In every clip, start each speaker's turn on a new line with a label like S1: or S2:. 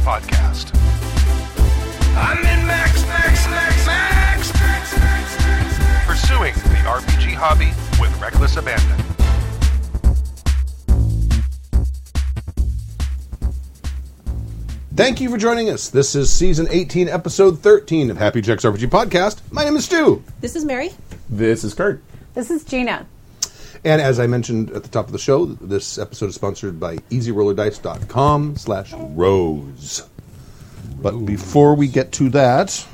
S1: podcast. I'm in Max, Max, Max, Max, Max, Max, Max, Max. Pursuing the RPG hobby with reckless abandon.
S2: Thank you for joining us. This is season 18, episode 13 of Happy Jack's RPG Podcast. My name is Stu.
S3: This is Mary.
S4: This is Kurt.
S5: This is Gina.
S2: And as I mentioned at the top of the show, this episode is sponsored by easyrollerdice.com slash rose. But before we get to that,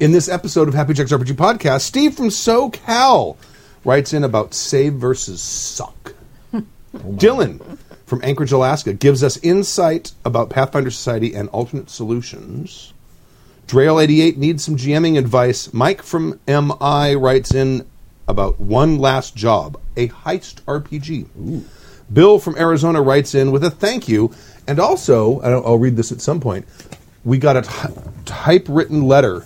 S2: in this episode of Happy Jack's RPG Podcast, Steve from SoCal writes in about save versus suck. Dylan from Anchorage, Alaska gives us insight about Pathfinder Society and alternate solutions. Drail88 needs some GMing advice. Mike from MI writes in about One Last Job, a heist RPG. Bill from Arizona writes in with a thank you. And also, I don't, I'll read this at some point. We got a ty- typewritten letter,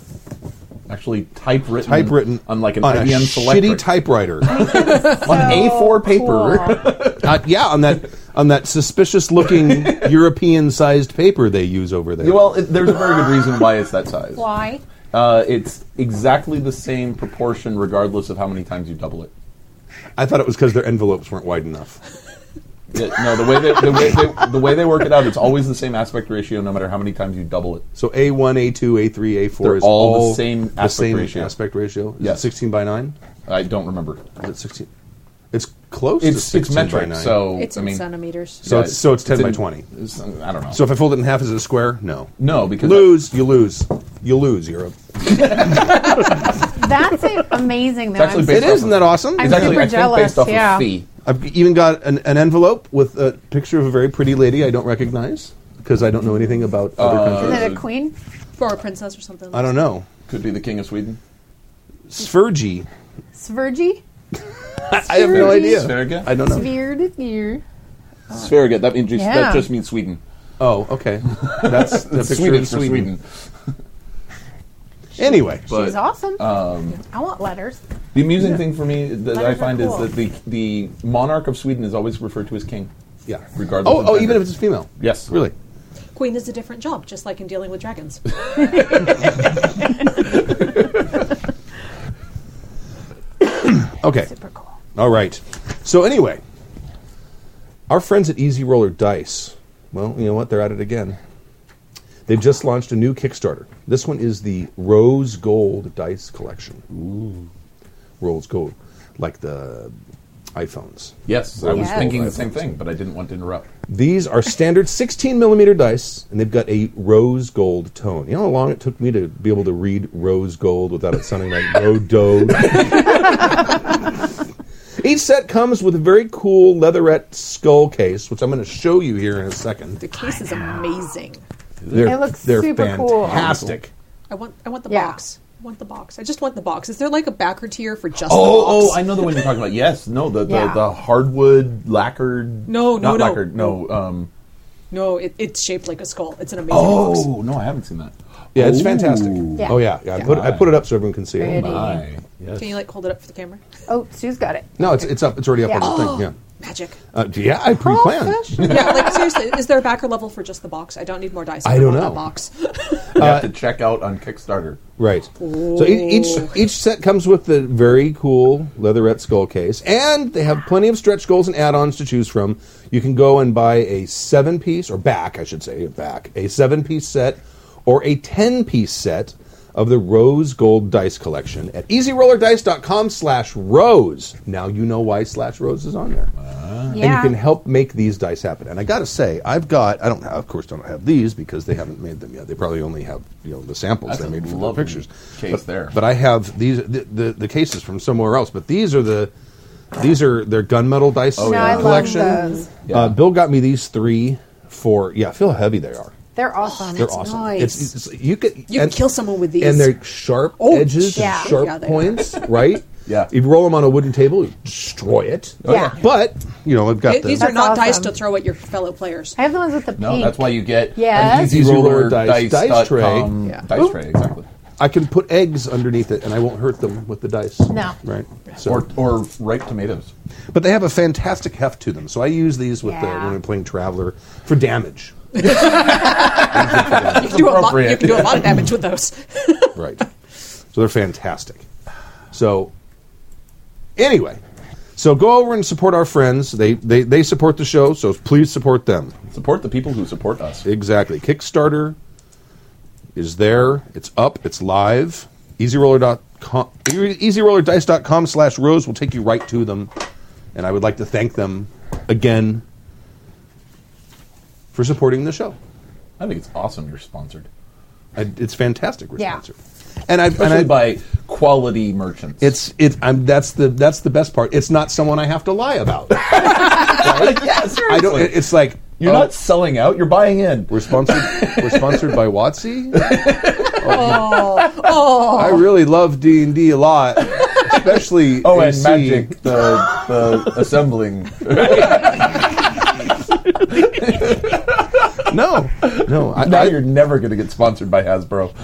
S4: Actually, typewritten.
S2: typewritten
S4: on like Hmm. an
S2: on
S4: IBM
S2: a
S4: Selectric.
S2: shitty typewriter.
S4: on A4 paper.
S2: Uh, yeah, on that on that suspicious-looking European-sized paper they use over there.
S4: well, it, there's a very good reason why it's that size.
S5: Why?
S4: Uh, it's exactly the same proportion regardless of how many times you double it.
S2: I thought it was because their envelopes weren't wide enough.
S4: It- no, the way, they, the, way they, the way they work it out, it's always the same aspect ratio no matter how many times you double it.
S2: So A one, A two, A three, A four
S4: They're
S2: is
S4: all the same aspect
S2: same
S4: ratio.
S2: aspect ratio. Is it
S4: Yes.
S2: sixteen by nine?
S4: I don't remember.
S2: Is it sixteen? It's close. to
S4: It's,
S2: 16
S4: it's
S2: by
S4: metric,
S2: nine.
S4: so
S3: It's
S4: I
S3: in
S4: mean,
S3: centimeters.
S2: So it's- so it's 10 by
S4: in-
S2: 20.
S4: it's- I don't know.
S2: So if I fold it in half, is it a square? No.
S4: no, because
S2: Lose, you lose, you lose. Europe.
S5: That's it, amazing. Though.
S4: It's actually
S5: I'm
S4: based
S2: It
S5: so-
S4: off
S2: isn't that awesome?
S4: it's actually
S5: super
S4: I think
S5: jealous,
S4: based off
S5: yeah.
S4: of fee.
S2: I've even got an, an envelope with a picture of a very pretty lady I don't recognize because I don't know anything about
S4: Uh,
S2: other countries.
S5: Isn't it a queen?
S3: Or a princess or something.
S2: I don't know.
S4: Could be the king of Sweden.
S2: Svergi.
S5: Svergi?
S2: I have no
S5: Svergi?
S2: idea.
S4: Svergi?
S2: I don't know.
S5: Svergi.
S4: Sverige. That means just,
S5: Yeah.
S4: that just means Sweden.
S2: Oh, okay. That's the picture
S4: Swedish
S2: of
S4: for
S2: Sweden.
S4: Sweden.
S2: Anyway,
S4: But-
S5: She's awesome.
S2: um,
S5: I want letters.
S4: The amusing thing for me that I
S5: Letters are
S4: find
S5: cool.
S4: is that the the monarch of Sweden is always referred to as king.
S2: yeah.
S4: Regardless.
S2: Oh,
S4: of
S2: oh,
S4: gender.
S2: even if it's female.
S4: yes,
S2: Really?
S3: Queen is a different job, just like in dealing with dragons.
S2: Okay.
S5: Super cool.
S2: All right. So anyway, our friends at Easy Roller Dice. Well, you know what? They're at it again. They've just launched a new Kickstarter. This one is the Rose Gold Dice Collection. Ooh. Rose Gold, like the iPhones.
S4: yes. I was
S5: Yes.
S4: thinking the same thing, but I didn't want to interrupt.
S2: These are standard 16 millimeter dice, and they've got a rose gold tone. You know how long it took me to be able to read rose gold without it sounding like rodo? Each set comes with a very cool leatherette skull case, which I'm going to show you here in a second.
S3: the case is amazing.
S2: They're,
S5: It looks
S2: they're
S5: super cool.
S2: fantastic.
S3: I want I want the
S5: Yeah.
S3: box. I want the box. I just want the box. Is there like a backer tier for just the
S4: Oh, oh,
S3: box?
S4: I know the one you're talking about. Yes, no, the the,
S5: Yeah.
S4: the hardwood lacquered.
S3: No, no,
S4: not
S3: no.
S4: lacquered. No. Um,
S3: no, it, it's shaped like a skull. It's an amazing box.
S4: oh no, I haven't seen that.
S2: Yeah, it's fantastic.
S5: Yeah.
S2: Oh, yeah. yeah I, put, I put it up so everyone can see it.
S5: Pretty.
S4: My, yes.
S3: Can you like hold it up for the camera?
S5: Oh, Sue's got it.
S2: No, it's, it's up. It's already up
S5: Yeah.
S2: on the thing. Yeah.
S3: Magic.
S2: Uh, yeah, I pre planned.
S3: yeah, like seriously, is there a backer level for just the box? I don't need more dice.
S2: I
S3: don't
S2: don't know.
S3: want That box.
S4: you
S2: Uh,
S4: have to check out on Kickstarter.
S2: Right. So e- each each set comes with the very cool leatherette skull case, and they have plenty of stretch goals and add-ons to choose from. You can go and buy a seven-piece or back, I should say, back a seven-piece set or a ten-piece set of the Rose Gold Dice Collection at EasyRollerDice.com/rose. Now you know why slash rose is on there and you
S5: Yeah.
S2: can help make these dice happen. And I got to say, I've got I don't have, of course don't have these because they haven't made them yet. They probably only have you know the samples
S4: That's
S2: they
S4: a
S2: made for the
S4: lovely
S2: pictures.
S4: case
S2: but,
S4: there.
S2: but I have these the, the the cases from somewhere else. But these are the these are their gunmetal dice
S4: Oh,
S5: No, yeah. I love
S2: collection.
S5: those.
S2: Uh, Bill got me these three for yeah. Feel how heavy they are.
S5: They're awesome.
S2: They're awesome.
S3: nice.
S2: It's, it's- you could
S3: You can kill someone with these.
S2: and they're sharp
S3: Oh,
S2: edges
S5: yeah.
S2: and sharp
S3: Yeah, they are.
S2: points, right?
S4: Yeah.
S2: If you roll them on a wooden table, you destroy it.
S5: Yeah.
S2: But you know, I've got
S3: Th-
S2: the,
S3: these are
S5: That's
S3: not dice
S5: awesome.
S3: to throw at your fellow players.
S5: I have the ones with the pink.
S4: No, that's why you get
S5: Yes.
S4: an easy
S2: Easy
S4: roller
S2: roller dice-
S4: dice,
S2: dice
S4: dot
S2: tray.
S4: com
S3: Yeah.
S4: dice tray exactly.
S2: I can put eggs underneath it, and I won't hurt them with the dice.
S5: No.
S2: right? So,
S4: Or, or ripe tomatoes.
S2: but they have a fantastic heft to them, so I use these with the,
S5: Yeah.
S2: when I'm playing Traveler for damage.
S3: You can, do a lot, you
S4: appropriate.
S3: can do a lot of damage with those.
S2: Right. So they're fantastic. So anyway, so go over and support our friends. They they, they support the show, so please support them.
S4: Support the people who support us.
S2: Exactly. Kickstarter is there. It's up. It's live. EasyRoller.com, EasyRollerDice.com slash Rose will take you right to them. And I would like to thank them again for supporting the show.
S4: I think it's awesome you're sponsored.
S2: I, it's fantastic. We're
S5: Yeah.
S2: sponsored. And I and
S4: Especially
S2: I,
S4: by quality merchants.
S2: It's it's I'm, that's the that's the best part. It's not someone I have to lie about. I
S4: yeah, seriously.
S2: don't. it- It's like
S4: you're
S2: oh,
S4: not selling out, you're buying in.
S2: We're sponsored. we're sponsored by Watsy.
S3: oh, oh.
S2: I really love D and D a lot, especially
S4: Oh, and
S2: AC.
S4: magic, the, the assembling.
S2: No, no. I,
S4: now
S2: I,
S4: you're never going to get sponsored by Hasbro.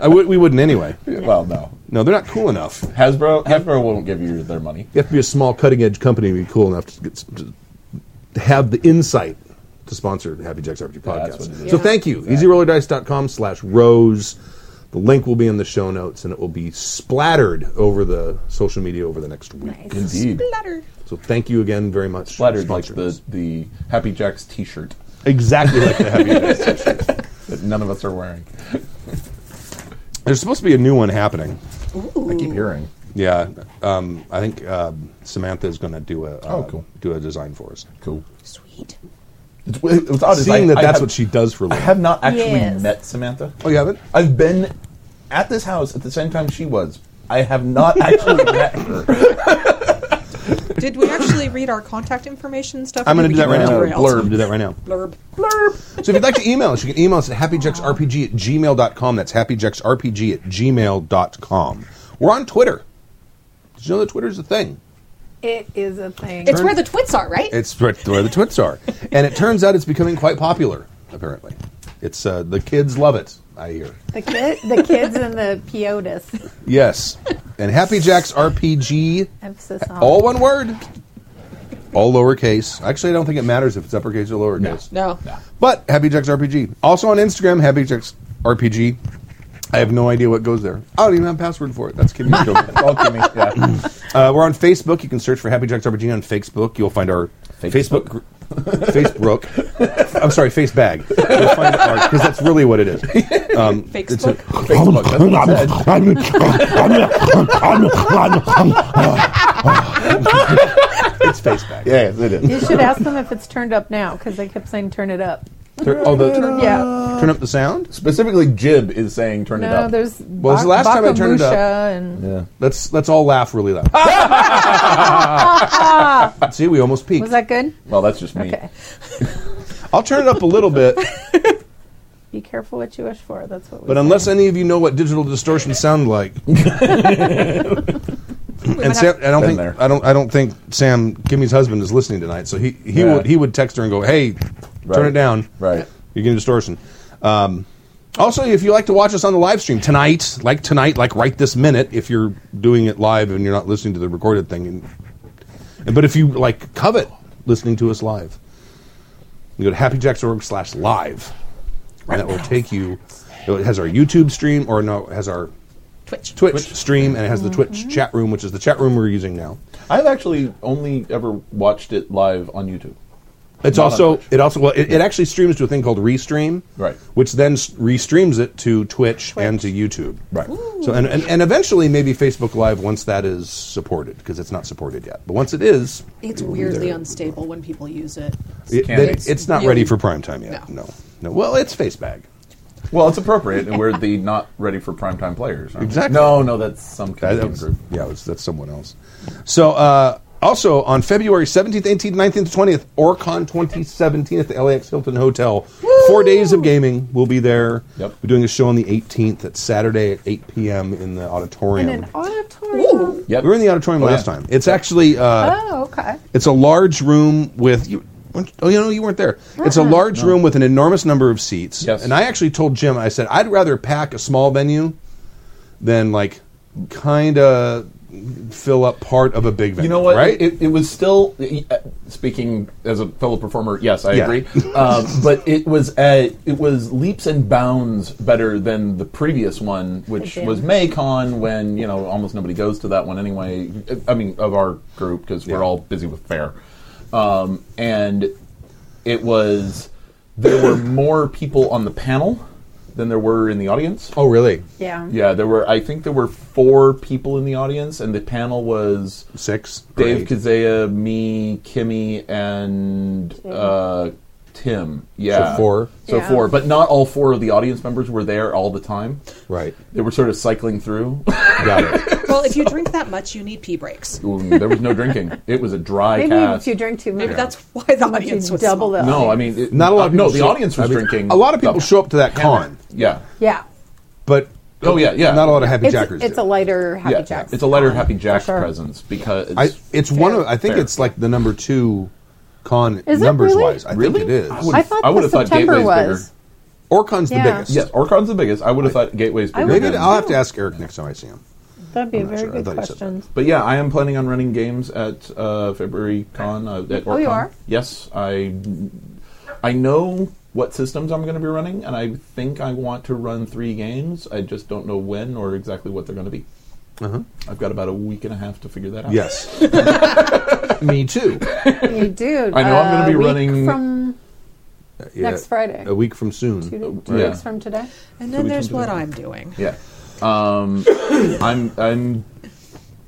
S2: I would, we wouldn't anyway.
S4: Well, no.
S2: No, they're not cool enough. You
S4: Hasbro Hasbro won't give you their money.
S2: have to be a small, cutting edge company to be cool enough to, get, to have the insight to sponsor Happy Jack's RPG
S4: that's what
S2: podcast.
S4: it is.
S2: So
S4: Yeah.
S2: thank you. EasyRollerDice.com slash rose. The link will be in the show notes, and it will be splattered over the social media over the next week.
S5: Nice.
S4: Indeed.
S3: Letter.
S2: So thank you again very much.
S4: Splattered like
S2: sponsors.
S4: the, the Happy Jacks t shirt
S2: exactly like the Happy Jacks t-shirt.
S4: that none of us are wearing.
S2: There's supposed to be a new one happening.
S4: I keep hearing.
S2: Yeah, um, I think um, Samantha is going to do a uh,
S4: Oh, cool.
S2: do a design for us.
S4: Cool.
S3: Sweet.
S4: It's, it's odd, is
S2: Seeing
S4: I-
S2: that
S4: I
S2: that's
S4: have-
S2: what she does for a
S4: I
S2: living.
S4: have not actually
S5: Yes.
S4: met Samantha.
S2: oh, you haven't?
S4: I've been at this house at the same time she was. I have not actually met her.
S3: Did we actually read our contact information and stuff?
S2: I'm going
S3: Did
S2: to
S3: we
S2: do that
S3: get
S2: right now.
S3: derailed?
S2: Blurb. Do that right now.
S3: Blurb.
S2: So if you'd like to email us, you can email us at happyjacksrpg at gmail.com. That's happyjacksrpg at gmail.com. We're on Twitter. Did you know that Twitter's a thing?
S5: It is a thing.
S3: It's where the twits are, right?
S2: It's where where the twits are. And it turns out it's becoming quite popular, apparently. It's uh, The kids love it, I hear.
S5: the, kid, the kids and the peotas.
S2: Yes. And Happy Jacks RPG,
S5: Emphasis on
S2: all one word, all lowercase. Actually, I don't think it matters if it's uppercase or lowercase.
S3: no.
S2: But Happy Jacks RPG. Also on Instagram, Happy Jacks RPG. I have no idea what goes there. I don't even have a password for it. That's kidding. me.
S4: Welcome me. Yeah.
S2: uh, we're on Facebook. You can search for Happy Jacks RPG on Facebook. You'll find our Facebook. gr- Facebook. I'm sorry, face bag. Because that's really what it is. Um,
S3: Fake
S2: it's a-
S3: smoke.
S4: Facebook, that's what it said.
S2: it's face bag.
S4: Yes, it is.
S5: You should ask them if it's turned up now because they kept saying turn it up.
S2: Tur- oh,
S4: Uh,
S2: the,
S5: Yeah.
S2: turn up the sound.
S4: Specifically, Jib is saying turn it
S5: No,
S4: up.
S5: there's
S2: Well, it's the last time I turned it up.
S5: Bakamusha and
S4: yeah.
S2: Let's let's all laugh really loud. See, we almost peaked.
S5: was that good?
S4: Well, that's just me.
S5: Okay.
S2: I'll turn it up a little bit,
S5: Be careful what you wish for. That's what. We
S2: but
S5: say.
S2: unless any of you know what digital distortion sound like, and
S3: might
S2: Sam,
S3: have-
S2: I don't
S4: Been
S2: think
S4: there.
S2: I don't I don't think Sam Kimmy's husband is listening tonight, so he he
S4: Yeah.
S2: would he would text her and go, "Hey,
S4: Right.
S2: turn it down.
S4: Right.
S2: You're getting distortion." Um, also, if you like to watch us on the live stream tonight, like tonight, like right this minute, if you're doing it live and you're not listening to the recorded thing, and, and but if you like covet listening to us live, you go to happyjacks.org slash live, and that will take you. It has our YouTube stream, or no, it has our
S3: Twitch.
S2: Twitch, stream, and it has the Twitch chat room, which is the chat room we're using now.
S4: I've actually only ever watched it live on YouTube.
S2: It's
S4: Not on
S2: also
S4: Twitch.
S2: it also well it, it actually streams to a thing called Restream,
S4: Right.
S2: Which then s- restreams it to Twitch, and to YouTube,
S4: Right.
S2: So and, and and eventually maybe Facebook Live once that is supported because it's not supported yet, but once it is,
S3: It's weirdly unstable when people use it.
S2: it,
S4: Candy.
S2: then it's, not ready for prime time yet.
S3: No.
S2: No, no, Well, it's Facebag.
S4: Well, it's appropriate, and we're the not ready for primetime players. aren't we?
S2: Exactly.
S4: No, no, that's some
S2: I-
S4: kind
S2: that
S4: of
S2: was-
S4: group.
S2: Yeah, it was, that's someone else. So, uh, also on February 17th, 18th, 19th, 20th, OrCon 2017 at the LAX Hilton Hotel. Four days of gaming. We'll be there.
S4: Yep.
S2: We're doing a show on the 18th. That's Saturday at 8 p.m. in the auditorium.
S5: in an auditorium.
S4: Yep.
S2: We were in the auditorium
S4: Oh,
S2: last
S4: yeah.
S2: time. It's actually uh,
S5: Oh, okay.
S2: it's a large room with you. weren't- Oh, you know, you weren't there. It's a large room with an enormous number of seats.
S4: Yes.
S2: And I actually told Jim, I said, I'd rather pack a small venue than like kind of fill up part of a big venue.
S4: You know what?
S2: Right?
S4: It, it was still uh, speaking as a fellow performer. Yes, I
S2: Yeah.
S4: agree. um, but it was uh it was leaps and bounds better than the previous one, which
S5: Again.
S4: was MayCon. When you know almost nobody goes to that one anyway. I mean, of our group because we're
S2: Yeah.
S4: all busy with fair, um, and it was there were more people on the panel than there were in the audience.
S2: oh, really?
S5: Yeah.
S4: Yeah, there were. I think there were four people in the audience, and the panel was
S2: Six. or
S4: Dave
S2: eight?
S4: Kazaya, me, Kimmy, and uh, Tim. Yeah,
S2: So four.
S4: So
S5: Yeah.
S4: four, but not all four of the audience members were there all the time.
S2: Right.
S4: They were sort of cycling through.
S2: Got it.
S3: Well, if you drink that much, you need pee breaks.
S4: Ooh, there was no drinking. It was a dry
S5: Maybe
S4: cast.
S5: if you drink too much,
S3: Maybe that's why the
S5: much you
S3: audience was
S5: double
S3: small.
S5: the
S4: no, I mean, it,
S2: Not a lot. Of
S4: uh,
S2: people
S4: no, the
S2: show-
S4: audience was
S2: I mean,
S4: drinking.
S2: A lot of people show up to that con,
S4: Yeah.
S5: Yeah.
S2: but
S4: Oh yeah, yeah.
S2: not a lot of happy
S5: It's,
S2: jackers.
S5: it's
S2: do.
S5: a lighter Happy
S4: yeah,
S5: Jacks.
S4: It's a lighter Happy Jack's
S5: sure.
S4: presence because
S2: I, it's one
S5: Fair.
S2: of. I think
S4: Fair.
S2: it's like the number two con
S5: Is it
S2: numbers
S5: really?
S2: wise. I
S4: Really?
S2: think it is.
S4: I would've-
S5: I thought
S4: I
S5: I
S4: would've
S5: the
S4: thought
S5: September
S4: Gateway's bigger.
S5: was.
S2: Orcon's the
S5: Yeah.
S2: biggest.
S4: Yes, Orcon's the biggest. I would have thought Gateway's bigger.
S5: would-
S2: Maybe
S4: than-
S2: I'll have to ask Eric next time I see him.
S5: That'd be a
S2: I'm not
S5: very
S2: sure. I
S5: good
S2: thought you said
S5: question.
S4: But yeah, I am planning on running games at uh, February Con. Uh, at
S5: Oh, you
S4: OrCon.
S5: are?
S4: Yes, I. I know what systems I'm going to be running, and I think I want to run three games. I just don't know when or exactly what they're going to be. I've got about a week and a half to figure that out.
S2: Yes. Me too.
S5: You do.
S4: I know I'm gonna
S5: uh,
S4: be
S5: week
S4: running-
S5: from
S2: Yeah,
S5: Next Friday.
S2: A week from soon.
S5: two, two
S4: Oh, Yeah.
S5: weeks from today.
S3: And then
S4: we
S3: there's
S4: can do
S3: what
S4: that.
S3: I'm doing.
S4: Yeah. Um, I'm. I'm.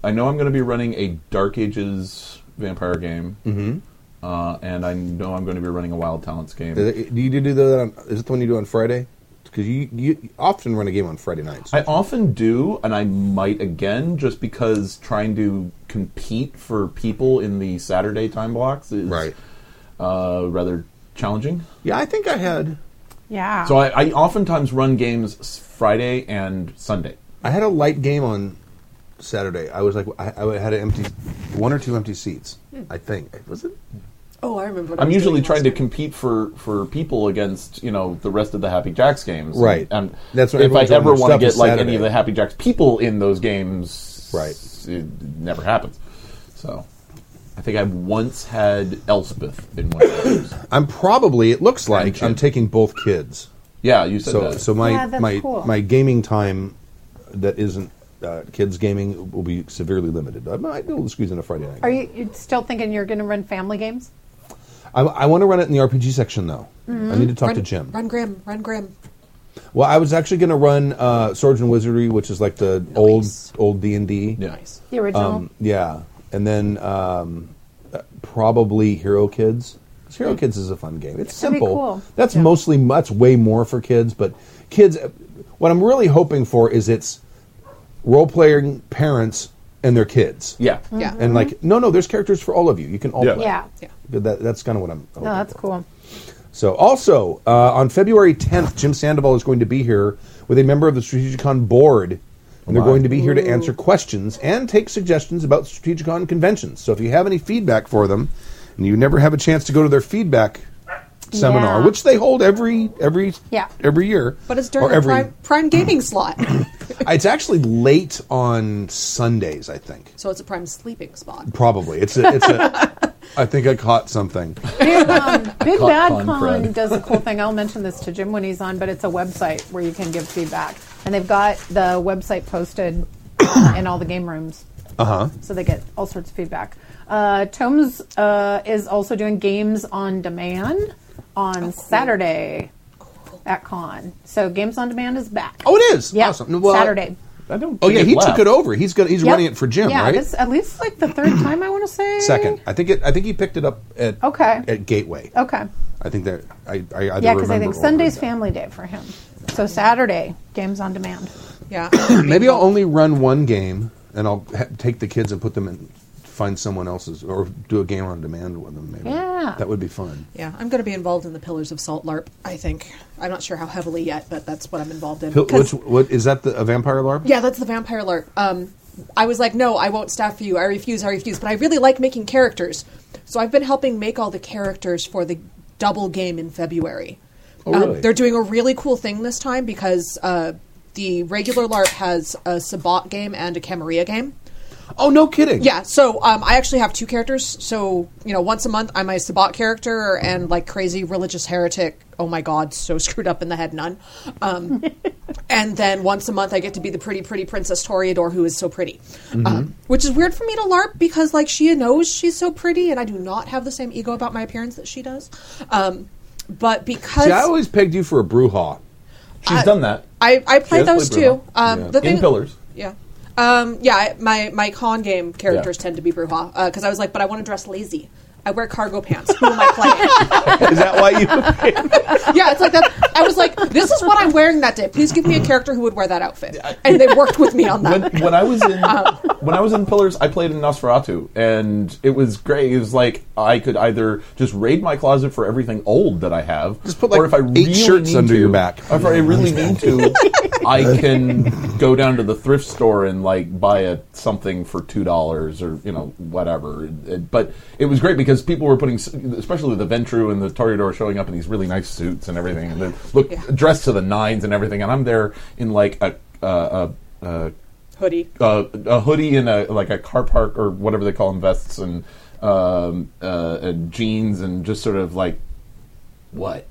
S4: I know I'm going to be running a Dark Ages vampire game, mm-hmm. uh, and I know I'm going to be running a Wild Talents game.
S2: Uh, Do you do that? On, is it the one you do on Friday? Because you, you often run a game on Friday nights.
S4: I often do, and I might again, just because trying to compete for people in the Saturday time blocks is
S2: Right.
S4: uh, rather challenging.
S2: yeah, I think I had.
S5: Yeah.
S4: So I, I oftentimes run games s- Friday and Sunday.
S2: I had a light game on Saturday. I was like, I, I had an empty, one or two empty seats.
S5: Hmm.
S2: I think was it.
S3: Oh, I remember. What I
S4: I'm
S3: was
S4: usually
S3: doing
S4: trying to
S3: last night.
S4: compete for, for people against you know the rest of the Happy Jacks games, And-
S2: Right.
S4: And
S2: That's what
S4: if I
S2: everyone's doing
S4: ever
S2: their
S4: want to
S2: stuff
S4: get
S2: is
S4: like any
S2: Saturday.
S4: of the Happy Jacks people in those games,
S2: Right.
S4: It never happens. So I think I once had Elspeth in one of those.
S2: I'm probably. It looks like
S4: Gotcha.
S2: I'm taking both kids.
S4: Yeah, you said
S2: So
S4: that.
S2: so my
S5: Yeah, that's
S2: my
S5: cool.
S2: my gaming time that isn't uh, kids gaming will be severely limited. I might be able to squeeze in a Friday night.
S5: Are you you're still thinking you're going to run family games?
S2: I, want to run it in the RPG section though.
S5: Mm-hmm.
S2: I need to talk
S3: run,
S2: to Jim.
S3: Run Grim. Run Grim.
S2: Well, I was actually going to run uh, Swords and Wizardry, which is like the
S3: Nice.
S2: old old D and D.
S4: yeah.
S3: Nice.
S5: The original.
S2: Um, Yeah, and then um, uh, probably Hero Kids. 'Cause Hero Kids is a fun game. It's
S5: Hmm. That'd be
S2: simple.
S5: cool.
S2: That's
S5: Yeah.
S2: mostly that's way more for kids. But kids, what I'm really hoping for is it's role playing parents and their kids.
S4: Yeah.
S3: Yeah.
S2: And like, no, no, there's characters for all of you. You can all
S4: Yeah.
S2: play.
S5: Mm-hmm. yeah.
S3: yeah.
S2: That, that's kind of what I'm.
S5: No,
S2: hoping
S5: that's
S2: for.
S5: cool.
S2: So, also uh, on February 10th, Jim Sandoval is going to be here with a member of the Strategicon board, and they're
S4: my.
S2: going to be here to answer questions and take suggestions about Strategicon conventions. So, if you have any feedback for them, and you never have a chance to go to their feedback seminar,
S5: Yeah.
S2: which they hold every every
S5: Yeah.
S2: every year,
S3: But it's during
S2: or
S3: the
S2: every,
S3: prime, prime gaming slot,
S2: it's actually late on Sundays, I think.
S3: so it's a prime sleeping spot.
S2: Probably it's a, it's a. I think I caught something.
S5: Big, um, Big
S4: Con-
S5: Bad
S4: Con
S5: Con
S4: Fred.
S5: does a cool thing. I'll mention this to Jim when he's on, but it's a website where you can give feedback, and they've got the website posted in all the game rooms.
S2: Uh-huh.
S5: Uh huh. So they get all sorts of feedback. Uh, Tomes uh, is also doing games on demand on Saturday at Con. So games on demand is back.
S2: Oh, it is
S5: yeah,
S2: awesome. Well,
S5: Saturday.
S4: I don't
S2: Oh
S4: think
S2: yeah,
S4: it
S2: he
S4: left.
S2: took it over. He's gonna, he's
S5: Yep.
S2: running it for Jim,
S5: yeah,
S2: right?
S5: This, at least like the third time I want to say
S2: Second, I think it. I think he picked it up at
S5: Okay.
S2: at Gateway.
S5: Okay.
S2: I think that I. I either
S5: Yeah, because I
S2: remember
S5: think
S2: or
S5: Sunday's
S2: heard that.
S5: family day for him. So Saturday, games on demand.
S3: Yeah.
S2: Maybe I'll only run one game, and I'll ha- take the kids and put them in. Find someone else's, or do a game on demand with them. Maybe
S5: Yeah.
S2: that would be fun.
S3: Yeah, I'm going to be involved in the Pillars of Salt LARP. I think I'm not sure how heavily yet, but that's what I'm involved in.
S2: Pill-
S3: 'Cause-
S2: Which what is that? The a vampire larp?
S3: yeah, that's the vampire LARP. Um, I was like, no, I won't staff for you. I refuse. I refuse. But I really like making characters, so I've been helping make all the characters for the double game in February.
S2: Oh,
S3: Um,
S2: really?
S3: they're doing a really cool thing this time because uh, the regular LARP has a Sabat game and a Camarilla game.
S2: Oh, no kidding.
S3: Yeah, so um, I actually have two characters. So you know, once a month I'm a Sabat character and like crazy religious heretic. Oh my god, so screwed up in the head, nun. Um, and then once a month I get to be the pretty, pretty princess Toreador, who is so pretty,
S2: Mm-hmm.
S3: um, which is weird for me to LARP because like she knows she's so pretty, and I do not have the same ego about my appearance that she does. Um, but because
S2: See, I always pegged you for a brouhaha.
S4: She's done that.
S3: I, I played
S4: Yes,
S3: those
S4: Libra.
S3: two. Um,
S2: Yeah.
S3: the
S2: In
S3: thing,
S4: Pillars.
S3: Yeah. Um, yeah, I- my, my con game characters
S4: Yeah.
S3: tend to be Bruja because I was like, but I want to dress lazy. I wear cargo pants. Who am I playing?
S2: Is that why you?
S3: yeah, it's like that. I was like, this is what I'm wearing that day. Please give me a character who would wear that outfit. And they worked with me on that.
S4: when, when I was in when I was in Pillars, I played in Nosferatu, and it was great. It was like I could either just raid my closet for everything old that I have, just
S2: put, like,
S4: or if I
S2: eight
S4: really
S2: shirts
S4: need
S2: under
S4: to-
S2: your back.
S4: If I really need to, I can go down to the thrift store and like buy a something for two dollars or you know whatever. It- but it was great because people were putting, s- especially the Ventru and the Toreador, showing up in these really nice suits and everything, and they look dressed to the nines and everything. And I'm there in like a. Uh, a, a
S3: Hoodie.
S4: uh, a hoodie and a like a car park or whatever they call them vests and um, uh, and jeans and just sort of like what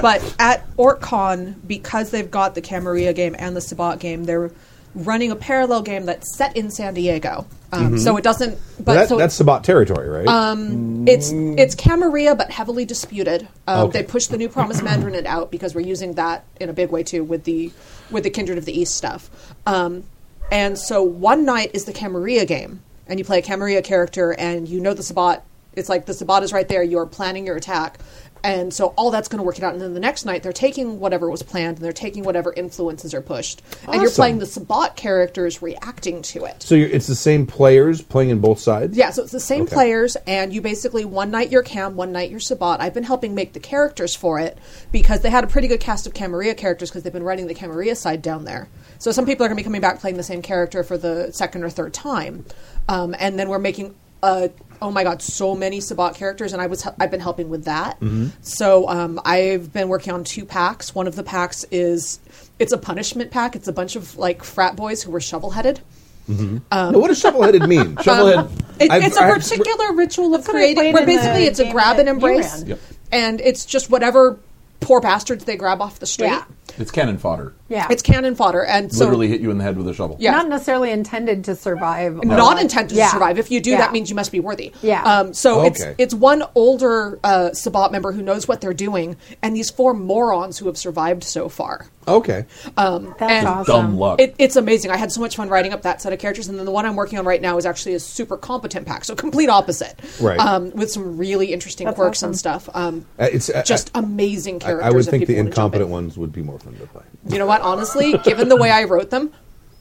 S3: But at OrcCon, because they've got the Camarilla game and the Sabat game, they're running a parallel game that's set in San Diego. Um, So it doesn't. But
S2: that,
S3: so Uh,
S2: that's Sabat territory, right?
S3: It's it's Camarilla, but heavily disputed. Um,
S2: Okay.
S3: They pushed the New Promise Mandarinate out because we're using that in a big way too with the with the Kindred of the East stuff. Um, and so one night is the Camarilla game, and you play a Camarilla character, and you know the Sabat. It's like the Sabat is right there. You're planning your attack, and so all that's going to work it out. And then the next night, they're taking whatever was planned, and they're taking whatever influences are pushed, and you're
S2: Awesome.
S3: playing the Sabat characters reacting to it.
S2: so you're, it's the same players playing in both sides.
S3: Yeah, so it's the same
S2: Okay.
S3: players, and you basically one night you're Cam, one night you're Sabat. I've been helping make the characters for it because they had a pretty good cast of Camarilla characters because they've been writing the Camarilla side down there. So some people are going to be coming back playing the same character for the second or third time, um, and then we're making uh oh my god so many Sabat characters, and I was I've been helping with that. So um, I've been working on two packs. One of the packs is it's a punishment pack. It's a bunch of like frat boys who were shovel headed.
S2: Now, what does shovel-headed mean?
S4: shovelhead
S3: Um, It,
S2: I've-
S3: it's a
S2: I've-
S3: particular ritual of
S5: what I
S3: creating,
S5: played
S3: where
S5: in the
S3: basically it's a
S5: game
S3: grab
S5: that
S3: and
S5: you
S3: embrace,
S5: ran.
S4: Yep.
S3: and it's just whatever poor bastards they grab off the street.
S5: Yeah.
S4: it's cannon fodder
S5: Yeah.
S3: It's cannon fodder, and so
S4: literally hit you in the head with a shovel
S3: Yeah.
S5: Not necessarily intended to survive.
S3: not intended
S5: Yeah.
S3: to survive. If you do,
S5: Yeah.
S3: that means you must be worthy.
S5: Yeah.
S3: Um, so
S2: Okay.
S3: it's it's one older uh, Sabat member who knows what they're doing, and these four morons who have survived so far.
S2: Okay.
S5: That's
S3: and-
S5: awesome.
S4: dumb luck
S3: It, it's amazing. I had so much fun writing up that set of characters, and then the one I'm working on right now is actually a super competent pack, so complete opposite,
S2: Right.
S3: Um, with some really interesting
S5: That's
S3: quirks
S5: awesome.
S3: and stuff. Um,
S2: Uh, it's uh,
S3: just
S2: I-
S3: amazing
S2: I,
S3: characters.
S2: I would
S3: that
S2: think the
S3: people wanna jump
S2: incompetent
S3: in.
S2: ones would be more fun to play.
S3: You know what? Honestly, given the way I wrote them,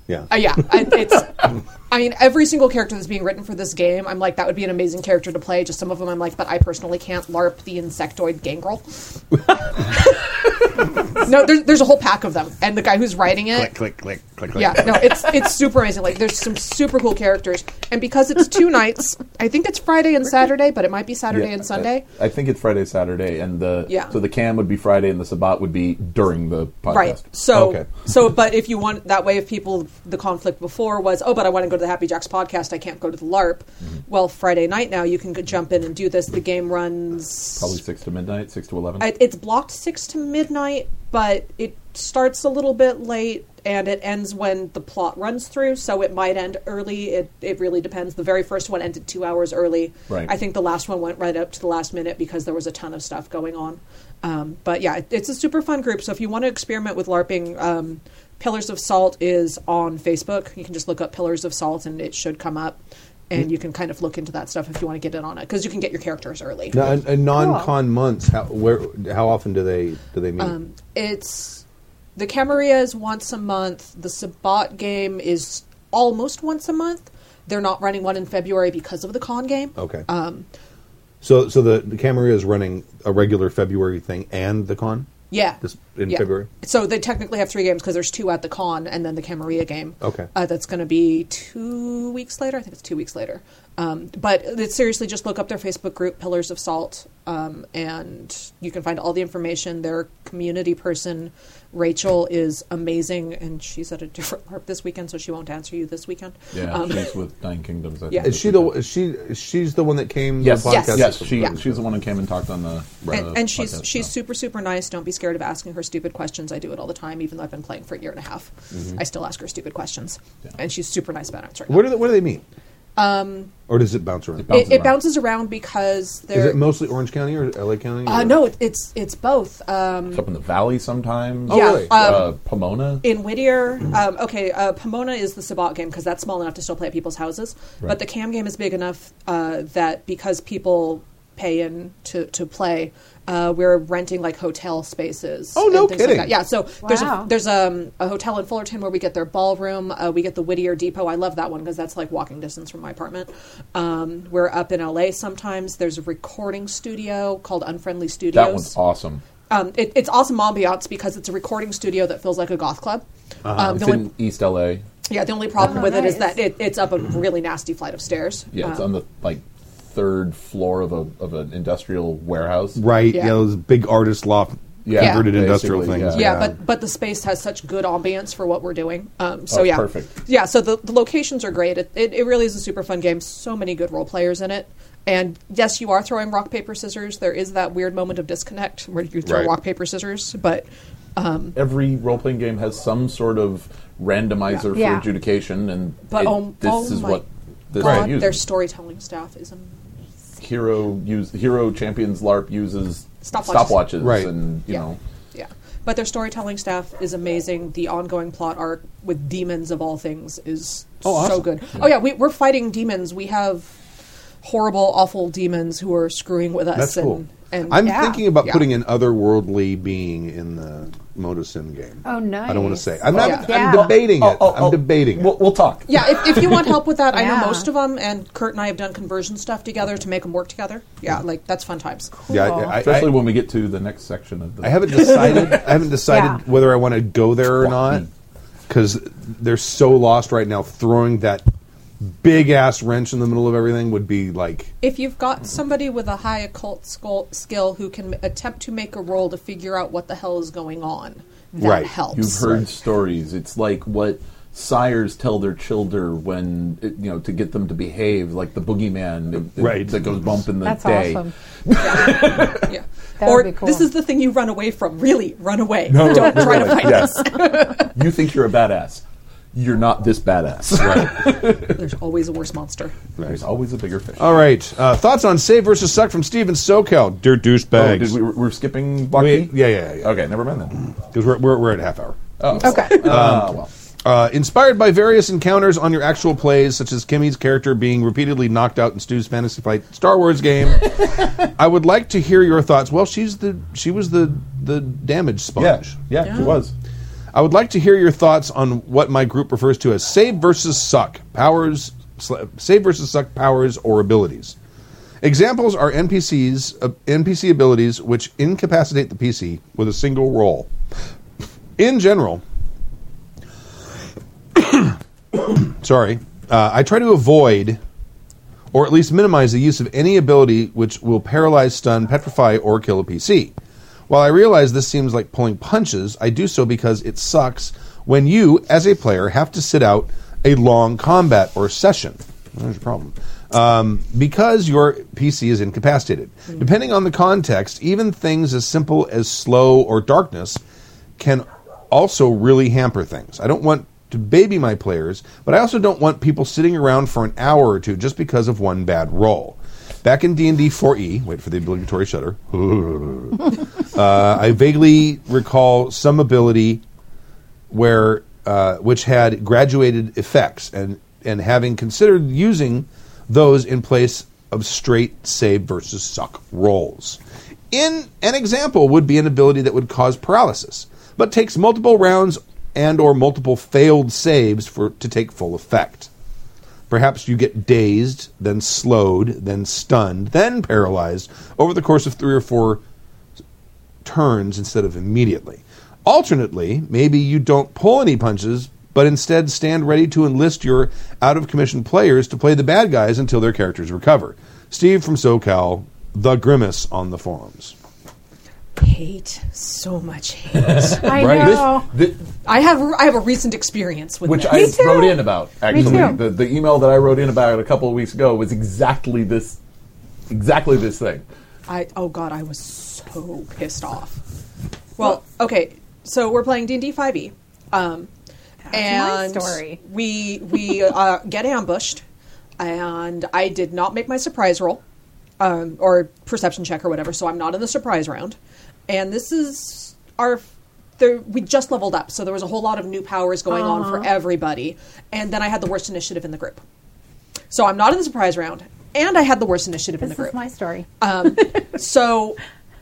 S2: Yeah.
S3: uh, yeah, I, it's. I mean, every single character that's being written for this game, I'm like, that would be an amazing character to play. Just some of them, I'm like, but I personally can't LARP the insectoid gangrel. no, there's there's a whole pack of them, and the guy who's writing it.
S2: click, click, click, click.
S3: Yeah, no, it's it's super amazing. Like, there's some super cool characters, and because it's two nights, I think it's Friday and Saturday, but it might be Saturday
S4: Yeah,
S3: and Sunday.
S4: I, I think it's Friday Saturday and the
S3: Yeah.
S4: so the cam would be Friday and the Sabat would be during the podcast
S3: Right. So,
S2: Okay.
S3: so, but if you want that way, if people the conflict before was, oh, but I want to go to the Happy Jacks podcast, I can't go to the LARP.
S4: Mm-hmm.
S3: Well, Friday night now you can go jump in and do this. The game runs.
S4: probably six to midnight six to eleven
S3: it- It's blocked six to midnight, but it starts a little bit late and it ends when the plot runs through. So it might end early. It it really depends. The very first one ended two hours early.
S4: Right.
S3: I think the last one went right up to the last minute because there was a ton of stuff going on. Um, but yeah, it- it's a super fun group. So if you want to experiment with LARPing, um, Pillars of Salt is on Facebook. You can just look up Pillars of Salt and it should come up. And you can kind of look into that stuff if you want to get in on it because you can get your characters early.
S2: Now, in, in non-con months, how where how often do they do they meet?
S3: Um, It's the Camarilla is once a month. The Sabat game is almost once a month. They're not running one in February because of the con game.
S2: okay.
S3: um,
S2: so so the, the Camarilla is running a regular February thing and the con.
S3: Yeah.
S2: This- in
S3: Yeah.
S2: February?
S3: So they technically have three games because there's two at the con and then the Camarilla game.
S2: Okay.
S3: Uh, that's going to be two weeks later. I think it's two weeks later. Um, but it's seriously just look up their Facebook group, Pillars of Salt, um, and you can find all the information. Their community person, Rachel, is amazing, and she's at a different LARP this weekend, so she won't answer you this weekend.
S4: Yeah,
S3: Um,
S4: she's with Nine Kingdoms. I
S3: yeah.
S4: think.
S2: Is she the is she she's the one that came? to
S4: Yes,
S2: the
S3: Yes.
S2: podcast?
S4: yes, she,
S3: Yeah.
S4: she's the one who came and talked on the.
S3: and,
S4: uh,
S3: and she's
S4: podcast,
S3: she's
S4: so.
S3: super super nice. Don't be scared of asking her stupid questions. I do it all the time, even though I've been playing for a year and a half. I still ask her stupid questions,
S4: Mm-hmm. Yeah.
S3: and she's super nice about answering.
S2: Where do they, where do they meet? Um, or does it bounce around?
S4: It
S3: them.
S4: bounces
S3: It, it
S4: around.
S3: bounces around because
S2: Is
S3: they're
S2: it mostly Orange County or LA County?
S3: uh,
S2: or-
S3: no, it, it's it's both. Um,
S4: It's up in the valley sometimes.
S2: Oh,
S3: yeah,
S2: really?
S3: um,
S4: uh, Pomona.
S3: in Whittier, um, okay, uh, Pomona is the Sabat game because that's small enough to still play at people's houses.
S4: Right.
S3: But the Cam game is big enough uh, that because people pay in to, to play, uh, we're renting like hotel spaces.
S2: Oh, no
S3: and things
S2: kidding.
S3: Like that. Yeah, so there's a
S5: Wow.
S3: there's um, a hotel in Fullerton where we get their ballroom. Uh, we get the Whittier Depot. I love that one because that's like walking distance from my apartment. Um, we're up in LA sometimes. There's a recording studio called Unfriendly Studios
S4: That one's awesome.
S3: um, it, it's awesome ambiance because it's a recording studio that feels like a goth club. Um,
S4: Uh-huh. It's
S3: the only,
S4: in East LA.
S3: yeah, the only problem
S5: Oh,
S3: with it is
S5: nice.
S3: that it, it's up a really nasty flight of stairs.
S4: Yeah, it's
S3: Um,
S4: on the like third floor of a of an industrial warehouse.
S2: Right. Yeah.
S3: Yeah.
S2: those big artist loft
S4: Yeah,
S2: converted industrial
S4: basically,
S2: things.
S3: yeah,
S4: yeah.
S3: but but the space has such good ambiance for what we're doing. Um, so
S4: Oh,
S3: yeah,
S4: perfect.
S3: Yeah, so the, the locations are great. It, it it really is a super fun game. So many good role players in it. And yes, you are throwing rock paper scissors. There is that weird moment of disconnect where you throw
S2: Right.
S3: rock paper scissors, but
S4: Every role playing game has some sort of randomizer
S5: Yeah.
S4: for adjudication, and
S3: But,
S4: it-
S3: oh-
S4: this
S3: oh
S4: is
S3: my
S4: what this
S3: God,
S4: one uses.
S3: their storytelling staff is amazing.
S4: Hero use Hero Champions LARP uses
S3: Stopwatches.
S4: stopwatches
S2: Right.
S4: and you
S3: yeah.
S4: know
S3: Yeah. But their storytelling staff is amazing. The ongoing plot arc with demons of all things is
S2: Oh,
S3: so
S2: awesome.
S3: good. Oh yeah, we, we're fighting demons. We have horrible, awful demons who are screwing with us.
S2: That's
S3: and,
S2: cool.
S3: And
S2: I'm
S5: Yeah.
S2: thinking about
S3: Yeah.
S2: putting an otherworldly being in the Motosim game.
S5: Oh,
S2: I don't want to
S5: nice.
S2: say. I'm not.
S3: Yeah.
S2: I'm
S5: Yeah.
S2: debating it. I'm debating
S4: Oh, We'll,
S2: it.
S4: we'll talk.
S3: yeah, if, if you want help with that, I know
S5: Yeah.
S3: most of them. And Kurt and I have done conversion stuff together to make them work together. Yeah, like that's fun times.
S2: Yeah, I,
S5: Cool.
S2: I- I,
S4: Especially when we get to the next section of the.
S2: I haven't decided. I haven't decided
S5: Yeah.
S2: whether I want to go there or
S4: Fuck
S2: not
S4: me.
S2: because they're so lost right now. Throwing that big ass wrench in the middle of everything would be like
S3: If you've got somebody with a high occult skull, skill who can attempt to make a roll to figure out what the hell is going on, that
S2: Right.
S3: helps.
S4: You've heard stories. It's like what sires tell their children when it- you know to get them to behave, like the boogeyman that-
S2: Right.
S4: that goes bump in the
S5: That's
S4: day.
S5: awesome.
S3: Yeah.
S5: That
S3: or
S5: would be cool.
S3: this is the thing you run away from. Really, run away. Don't try to fight us.
S4: You think you're a badass. You're not this badass.
S3: There's always a worse monster.
S4: There's always a bigger fish.
S2: All right. Uh, thoughts on Save versus Suck from Steven SoCal. Dear
S4: Oh,
S2: douchebags.
S4: did we, we're skipping block
S2: We-
S4: B?
S2: yeah, yeah, yeah.
S4: Okay, never mind then.
S2: Because we're, we're, we're at a half hour.
S5: Okay.
S4: Ah, well.
S2: Uh, inspired by various encounters on your actual plays, such as Kimmy's character being repeatedly knocked out in Stu's Fantasy Flight Star Wars game, I would like to hear your thoughts. Well, she's the she was the the damage
S4: Yeah,
S2: sponge.
S4: yeah,
S3: Yeah.
S4: it was.
S2: I would like to hear your thoughts on what my group refers to as save versus suck powers, sl- save versus suck powers or abilities. Examples are NPCs, uh, NPC abilities which incapacitate the PC with a single roll. In general, sorry, uh, I try to avoid or at least minimize the use of any ability which will paralyze, stun, petrify, or kill a PC. While I realize this seems like pulling punches, I do so because it sucks when you, as a player, have to sit out a long combat or session. There's a problem. Um, because your PC is incapacitated. Depending on the context, even things as simple as slow or darkness can also really hamper things. I don't want to baby my players, but I also don't want people sitting around for an hour or two just because of one bad roll. Back in D&D 4E, E, wait for the obligatory shudder. uh, I vaguely recall some ability where uh, which had graduated effects and and having considered using those in place of straight save versus suck rolls. In an example would be an ability that would cause paralysis, but takes multiple rounds and or multiple failed saves for to take full effect. Perhaps you get dazed, then slowed, then stunned, then paralyzed over the course of three or four turns instead of immediately. Alternately, maybe you don't pull any punches, but instead stand ready to enlist your out of commission players to play the bad guys until their characters recover. Steve from SoCal, the grimace on the forums.
S3: Hate so much hate.
S5: I
S4: This-
S5: know.
S4: thi-
S3: I have I have a recent experience with
S4: which
S3: this.
S4: I
S5: too.
S4: wrote in about actually.
S5: too.
S4: The, the email that I wrote in about a couple of weeks ago was exactly this, exactly this thing.
S3: I oh god, I was so pissed off. Well, okay, so we're playing D and D five e, um,
S5: my
S3: and
S5: story.
S3: we we uh, get ambushed, and I did not make my surprise roll, um, or perception check or whatever, so I'm not in the surprise round, and this is our. There, we just leveled up, so there was a whole lot of new powers going on
S5: Uh-huh.
S3: for everybody. And then I had the worst initiative in the group. So I'm not in the surprise round, and I had the worst initiative in the
S5: This
S3: group.
S5: is my story.
S3: Uh, So,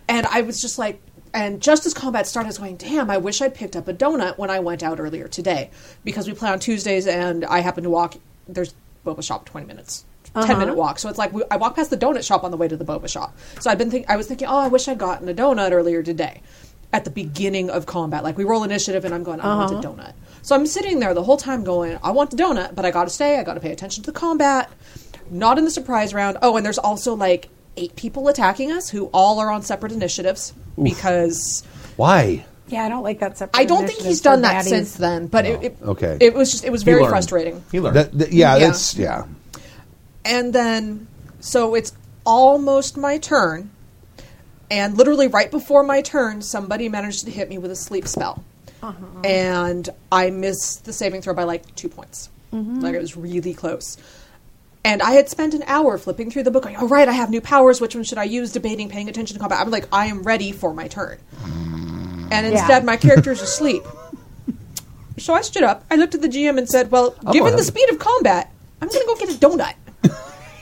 S3: and I was just like, and just as combat started, I was going, damn, I wish I'd picked up a donut when I went out earlier today because we play on Tuesdays and I happen to walk, there's boba shop 20 minutes. 10 minute walk. So it's like we, I walked past the donut shop on the way to the boba shop. So I've been think, I was thinking, oh, I wish I'd gotten a donut earlier today at the beginning of combat. Like we roll initiative and I'm going, I
S5: Uh-huh.
S3: want a donut. So I'm sitting there the whole time going, I want the donut, but I got to stay. I got to pay attention to the combat. Not in the surprise round. Oh, and there's also like eight people attacking us who all are on separate initiatives because
S2: Why?
S5: yeah, I don't like that separate.
S3: I don't think
S5: initiative
S3: he's done
S5: for
S3: that
S5: baddies.
S3: since then. But it, it,
S2: Okay.
S3: it was just it was
S4: He
S3: very
S4: learned.
S3: frustrating.
S4: He learned.
S2: That, that- yeah,
S3: Yeah.
S2: that's yeah.
S3: and then so it's almost my turn and literally right before my turn somebody managed to hit me with a sleep spell and i missed the saving throw by like two points like it was really close and i had spent an hour flipping through the book going all right i have new powers which one should i use debating paying attention to combat i'm like i am ready for my turn and instead my character's asleep so i stood up i looked at the gm and said well given the
S4: happy.
S3: speed of combat i'm going to go get a donut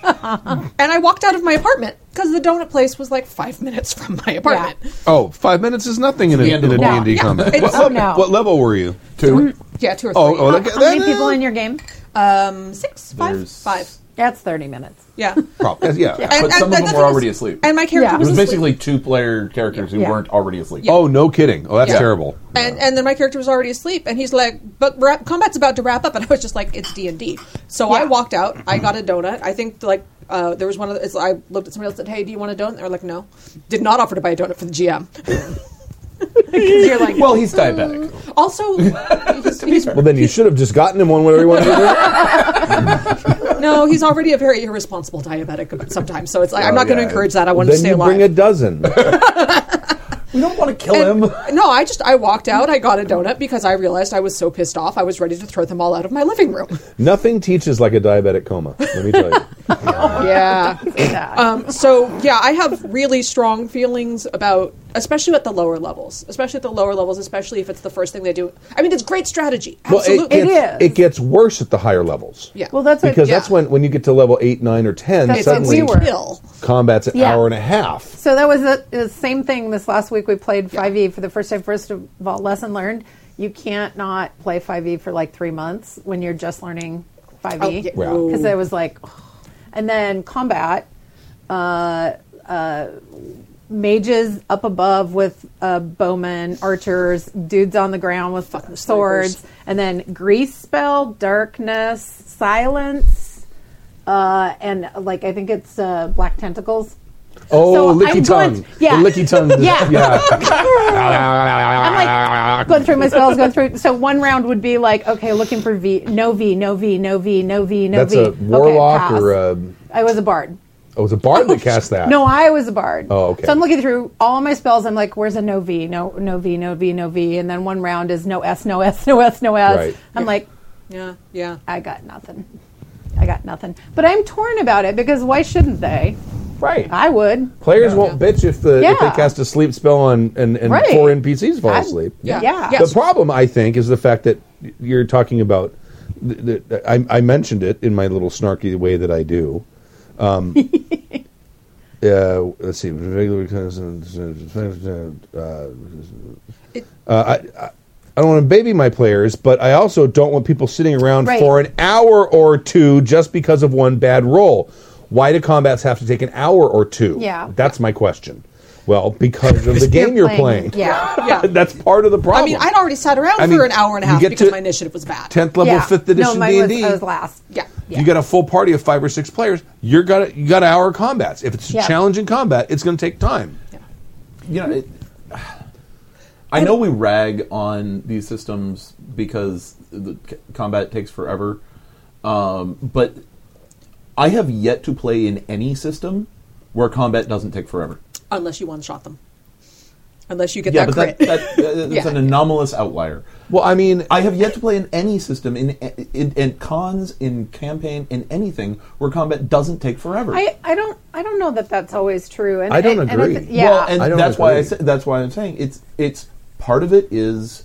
S3: and I walked out of my apartment because the donut place was like five minutes from my apartment. Yeah,
S2: Oh, five minutes is nothing in a,
S4: the end
S2: in a
S4: of
S2: D
S4: the
S2: and D
S3: Yeah.
S2: combat.
S3: It's-
S2: what,
S3: Oh,
S2: what-
S5: no.
S2: what level were you?
S4: Two.
S3: two or three.
S2: Oh, oh that,
S5: How many people in your game?
S3: um, six, five,
S4: There's-
S3: five.
S5: That's thirty minutes.
S3: Yeah,
S2: Probably, yeah.
S4: But some of
S3: that's
S4: them
S3: what
S4: were
S3: was-
S4: already asleep.
S3: And my character
S5: Yeah. It
S4: It
S3: was,
S4: was
S3: asleep.
S4: basically two player characters who
S5: Yeah.
S4: weren't already asleep.
S2: Oh, no kidding. Oh, that's
S3: Yeah.
S2: terrible.
S3: and and then my character was already asleep, and he's like, "But wrap, combat's about to wrap up," and I was just like, "It's D and D." So I walked out. I got a donut. I think like uh, there was one of the, it's, I looked at somebody else and said, "Hey, do you want a donut?" And they were like, "No." Did not offer to buy a donut for the GM.
S5: You're like,
S4: Oh, Well, he's diabetic.
S3: Also, he's- he's
S2: Well, then you should have just gotten him one whatever you wanted to
S3: No, he's already a very irresponsible diabetic sometimes, so it's like, I'm not going to
S4: yeah.
S3: encourage that. I
S2: do.
S3: want to
S2: then
S3: stay
S2: you bring a
S3: alive.
S2: dozen.
S4: We don't want to kill him.
S3: no, I just I walked out. I got a donut because I realized I was so pissed off. I was ready to throw them all out of my living room.
S2: Nothing teaches like a diabetic coma. Let me tell you.
S3: yeah.
S5: sad.
S3: Um, so yeah, I have really strong feelings about, especially at the lower levels, especially at the lower levels, especially if it's the first thing they do. I mean, it's great strategy.
S2: it,
S3: Absolutely.
S5: It
S2: gets,
S5: is.
S2: it gets worse at the higher levels.
S3: yeah.
S5: well, that's what,
S2: Because that's
S3: yeah.
S2: when, when you get to level eight, nine, or ten,
S5: That's what
S2: suddenly
S5: we were.
S3: Kill.
S2: combat's an
S5: Yeah.
S2: hour and a half.
S5: So that was the, the same thing. This last week we played 5e for the first time. First of all, lesson learned: you can't not play 5e for like three months when you're just learning 5e.
S3: Oh, yeah.
S2: Yeah.
S5: Because it was like, and then combat, uh, uh, mages up above with uh, bowmen, archers, dudes on the ground with swords,
S3: snipers.
S5: and then grease spell, darkness, silence, uh, and like I think it's uh, black tentacles.
S2: Oh,
S5: So
S2: licky
S5: I'm
S2: tongue.
S5: going- yeah.
S2: The licky tongue.
S5: Yeah.
S2: yeah.
S5: I'm like going through my spells, going through. So one round would be like, okay, looking for V, no V, no V, no V, no V, no
S2: That's
S5: V.
S2: a warlock
S5: okay,
S2: or
S5: pass.
S2: a.
S5: I was a bard.
S2: Oh, it was a bard that cast that.
S5: No, I was a bard.
S2: Oh, okay.
S5: So I'm looking through all my spells. I'm like, where's a no V? No, no V, no V, no V. And then one round is no S, no S, no S, no S.
S2: Right.
S5: I'm like,
S3: Yeah. Yeah.
S5: I got nothing. I got nothing. But I'm torn about it because why shouldn't they?
S2: Right.
S5: I would.
S2: Players won't bitch if the if they
S5: Yeah.
S2: cast a sleep spell on and, and
S5: Right.
S2: four NPCs fall
S5: I-
S2: asleep.
S3: Yeah.
S5: Yeah.
S3: Yeah.
S2: The problem I think is the fact that you're talking about. The, the, I, I mentioned it in my little snarky way that I do. Um, uh, let's see. Regular. Uh, I don't want to baby my players, but I also don't want people sitting around
S5: Right.
S2: for an hour or two just because of one bad roll. Why do combats have to take an hour or two?
S5: Yeah.
S2: That's my question. Well, because of the game you're playing.
S5: Yeah.
S3: Yeah.
S2: That's part of the problem.
S3: I mean, I'd already sat around
S2: I mean,
S3: for an hour and a
S2: you
S3: half
S2: get
S3: because
S2: to-
S3: my initiative was bad.
S2: 10th level,
S5: yeah.
S2: 5th edition
S5: no, mine was,
S2: D&D.
S5: I was last.
S3: yeah.
S5: Yeah.
S2: You got a full party of five or six players. You're got you got hour combats. If it's
S5: Yeah.
S2: a challenging combat, it's going to take time.
S4: you know, it, I know we rag on these systems because the c- combat takes forever, um, but I have yet to play in any system where combat doesn't take forever.
S3: unless you one shot them, unless you get
S4: Yeah,
S3: that
S4: but that,
S3: crit.
S4: that, that, that's
S3: Yeah.
S4: an anomalous outlier.
S2: Well, I mean,
S4: I have yet to play in any system, in, in, in cons, in campaign, in anything where combat doesn't take forever.
S5: I, I don't I don't know that that's always true. And
S2: I don't
S5: and- and it's-
S2: agree.
S5: yeah,
S4: Well, and
S2: I don't
S4: that's why I
S2: agree.
S4: sa- that's why I'm saying it's it's part of it is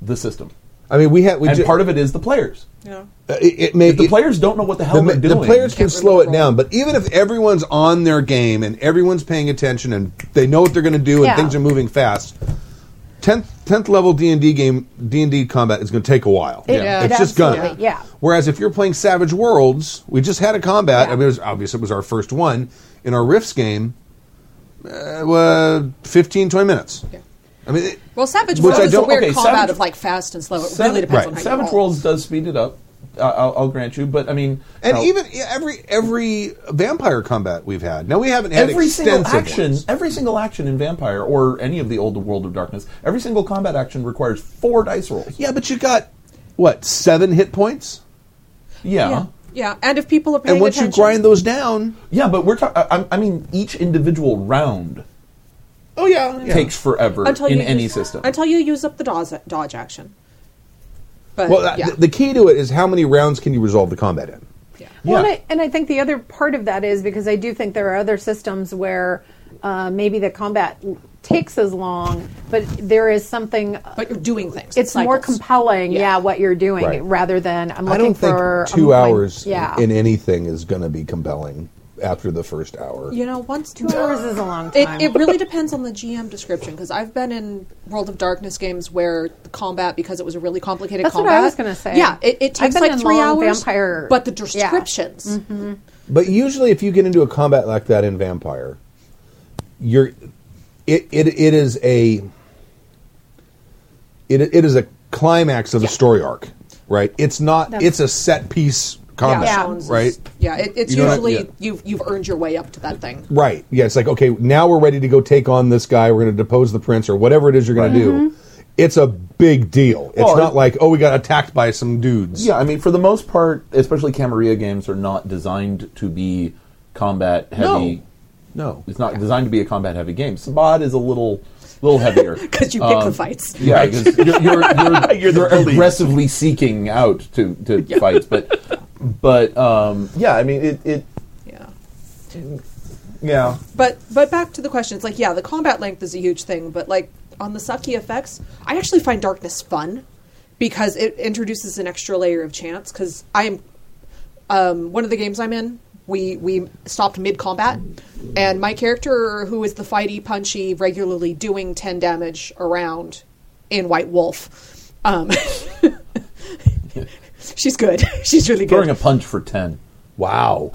S4: the system,
S2: I mean, we had we
S4: and
S2: ju-
S4: part of it is the players.
S3: you know,
S2: it, it may
S4: If the
S2: it-
S4: players don't know what the hell
S2: the,
S4: they're
S2: the
S4: doing.
S2: players can
S3: Can't
S2: slow
S3: really
S2: it
S3: roll.
S2: down, but even if everyone's on their game and everyone's paying attention and they know what they're going to do and
S5: Yeah.
S2: things are moving fast, tenth tenth level D and D game D and D combat is going to take a while.
S5: It- Yeah.
S2: it's
S5: it
S2: just gun.
S5: absolutely- yeah.
S2: Whereas if you're playing Savage Worlds, we just had a combat.
S5: Yeah.
S2: I mean, it was obvious it was our first one in our Rifts game. Uh, well, 15, 20 minutes.
S3: Yeah.
S2: I mean, it,
S3: well, Savage
S2: Which
S3: Worlds
S2: I
S3: is a
S2: don't-
S3: weird
S4: okay,
S3: combat
S4: Savage-
S3: of like fast and slow. It
S4: Savage,
S3: really depends
S2: right.
S3: on how
S4: Savage
S3: you roll.
S4: Worlds does speed it up. I- I'll, I'll grant you, but I mean,
S2: and
S4: now,
S2: even yeah, every every vampire combat we've had. Now we haven't had
S4: every single
S2: extensive
S4: action,
S2: ones.
S4: every single action in Vampire or any of the old World of Darkness, every single combat action requires four dice rolls.
S2: Yeah, but you got what seven hit points,
S4: Yeah.
S3: Yeah.
S4: yeah.
S3: yeah, and if people are paying
S2: and once
S3: attention,
S2: you grind those down,
S4: but we're talking. I mean, each individual round
S2: oh yeah, yeah.
S4: takes forever
S3: until
S4: in
S3: you
S4: any
S3: use,
S4: system.
S3: until you use up the dodge, dodge action. But
S2: Well, uh,
S3: yeah.
S2: th- the key to it is how many rounds can you resolve the combat in?
S3: yeah.
S5: Well, and
S4: Yeah.
S5: I, and I think the other part of that is because I do think there are other systems where uh, maybe the combat l- takes as long, but there is something.
S3: but you're doing things.
S5: It's more
S3: cycles.
S5: compelling, yeah.
S3: Yeah.
S5: what you're doing
S2: Right.
S5: rather than I'm looking
S2: I don't think
S5: for a
S2: two
S5: my-
S2: hours
S5: yeah,
S2: in anything is going to be compelling after the first hour.
S3: You know, once
S5: two hours is a long
S3: It,
S5: time.
S3: it really depends on the GM description because I've been in World of Darkness games where the combat because it was a really complicated
S5: That's what
S3: combat.
S5: I was gonna say.
S3: Yeah, it, it
S5: I've
S3: takes
S5: been
S3: like
S5: in
S3: three
S5: long
S3: hours.
S5: vampire-
S3: but the
S5: yeah. Mm-hmm.
S3: descriptions.
S2: But usually, if you get into a combat like that in Vampire, you're it it, it is a it it is a climax of the story arc, right? It's not.
S5: That's-
S2: it's a set piece combat,
S5: Yeah.
S3: Jones is-
S2: right?
S3: Yeah, it, it's
S2: You know what I-
S3: usually
S2: yeah.
S3: you've you've earned your way up to that thing.
S2: Right. Yeah. It's like okay, now we're ready to go take on this guy. We're going to depose the prince or whatever it is you're going
S4: Right. Mm-hmm.
S2: to do. It's a big deal. It's
S4: Well,
S2: not
S4: it-
S2: like oh, we got attacked by some dudes.
S4: Yeah, I mean, for the most part, especially Camarilla games are not designed to be combat heavy.
S2: No.
S4: It's not designed to be a combat heavy game. Sabad is a little, little heavier
S3: Because you pick
S4: Um,
S3: the fights.
S4: Yeah, 'cause you're, you're, you're,
S6: the
S4: you're
S6: police.
S4: aggressively seeking out to to fights, but but um, yeah, I mean it, it
S3: Yeah.
S4: yeah.
S3: But but back to the question, it's like yeah, the combat length is a huge thing, but like on the sucky effects, I actually find darkness fun because it introduces an extra layer of chance. Because I'm um, one of the games I'm in, we we stopped mid combat, and my character, who is the fighty punchy, regularly doing ten damage around in White Wolf, um, she's good. she's really good.
S4: Throwing a punch for ten,
S2: Wow.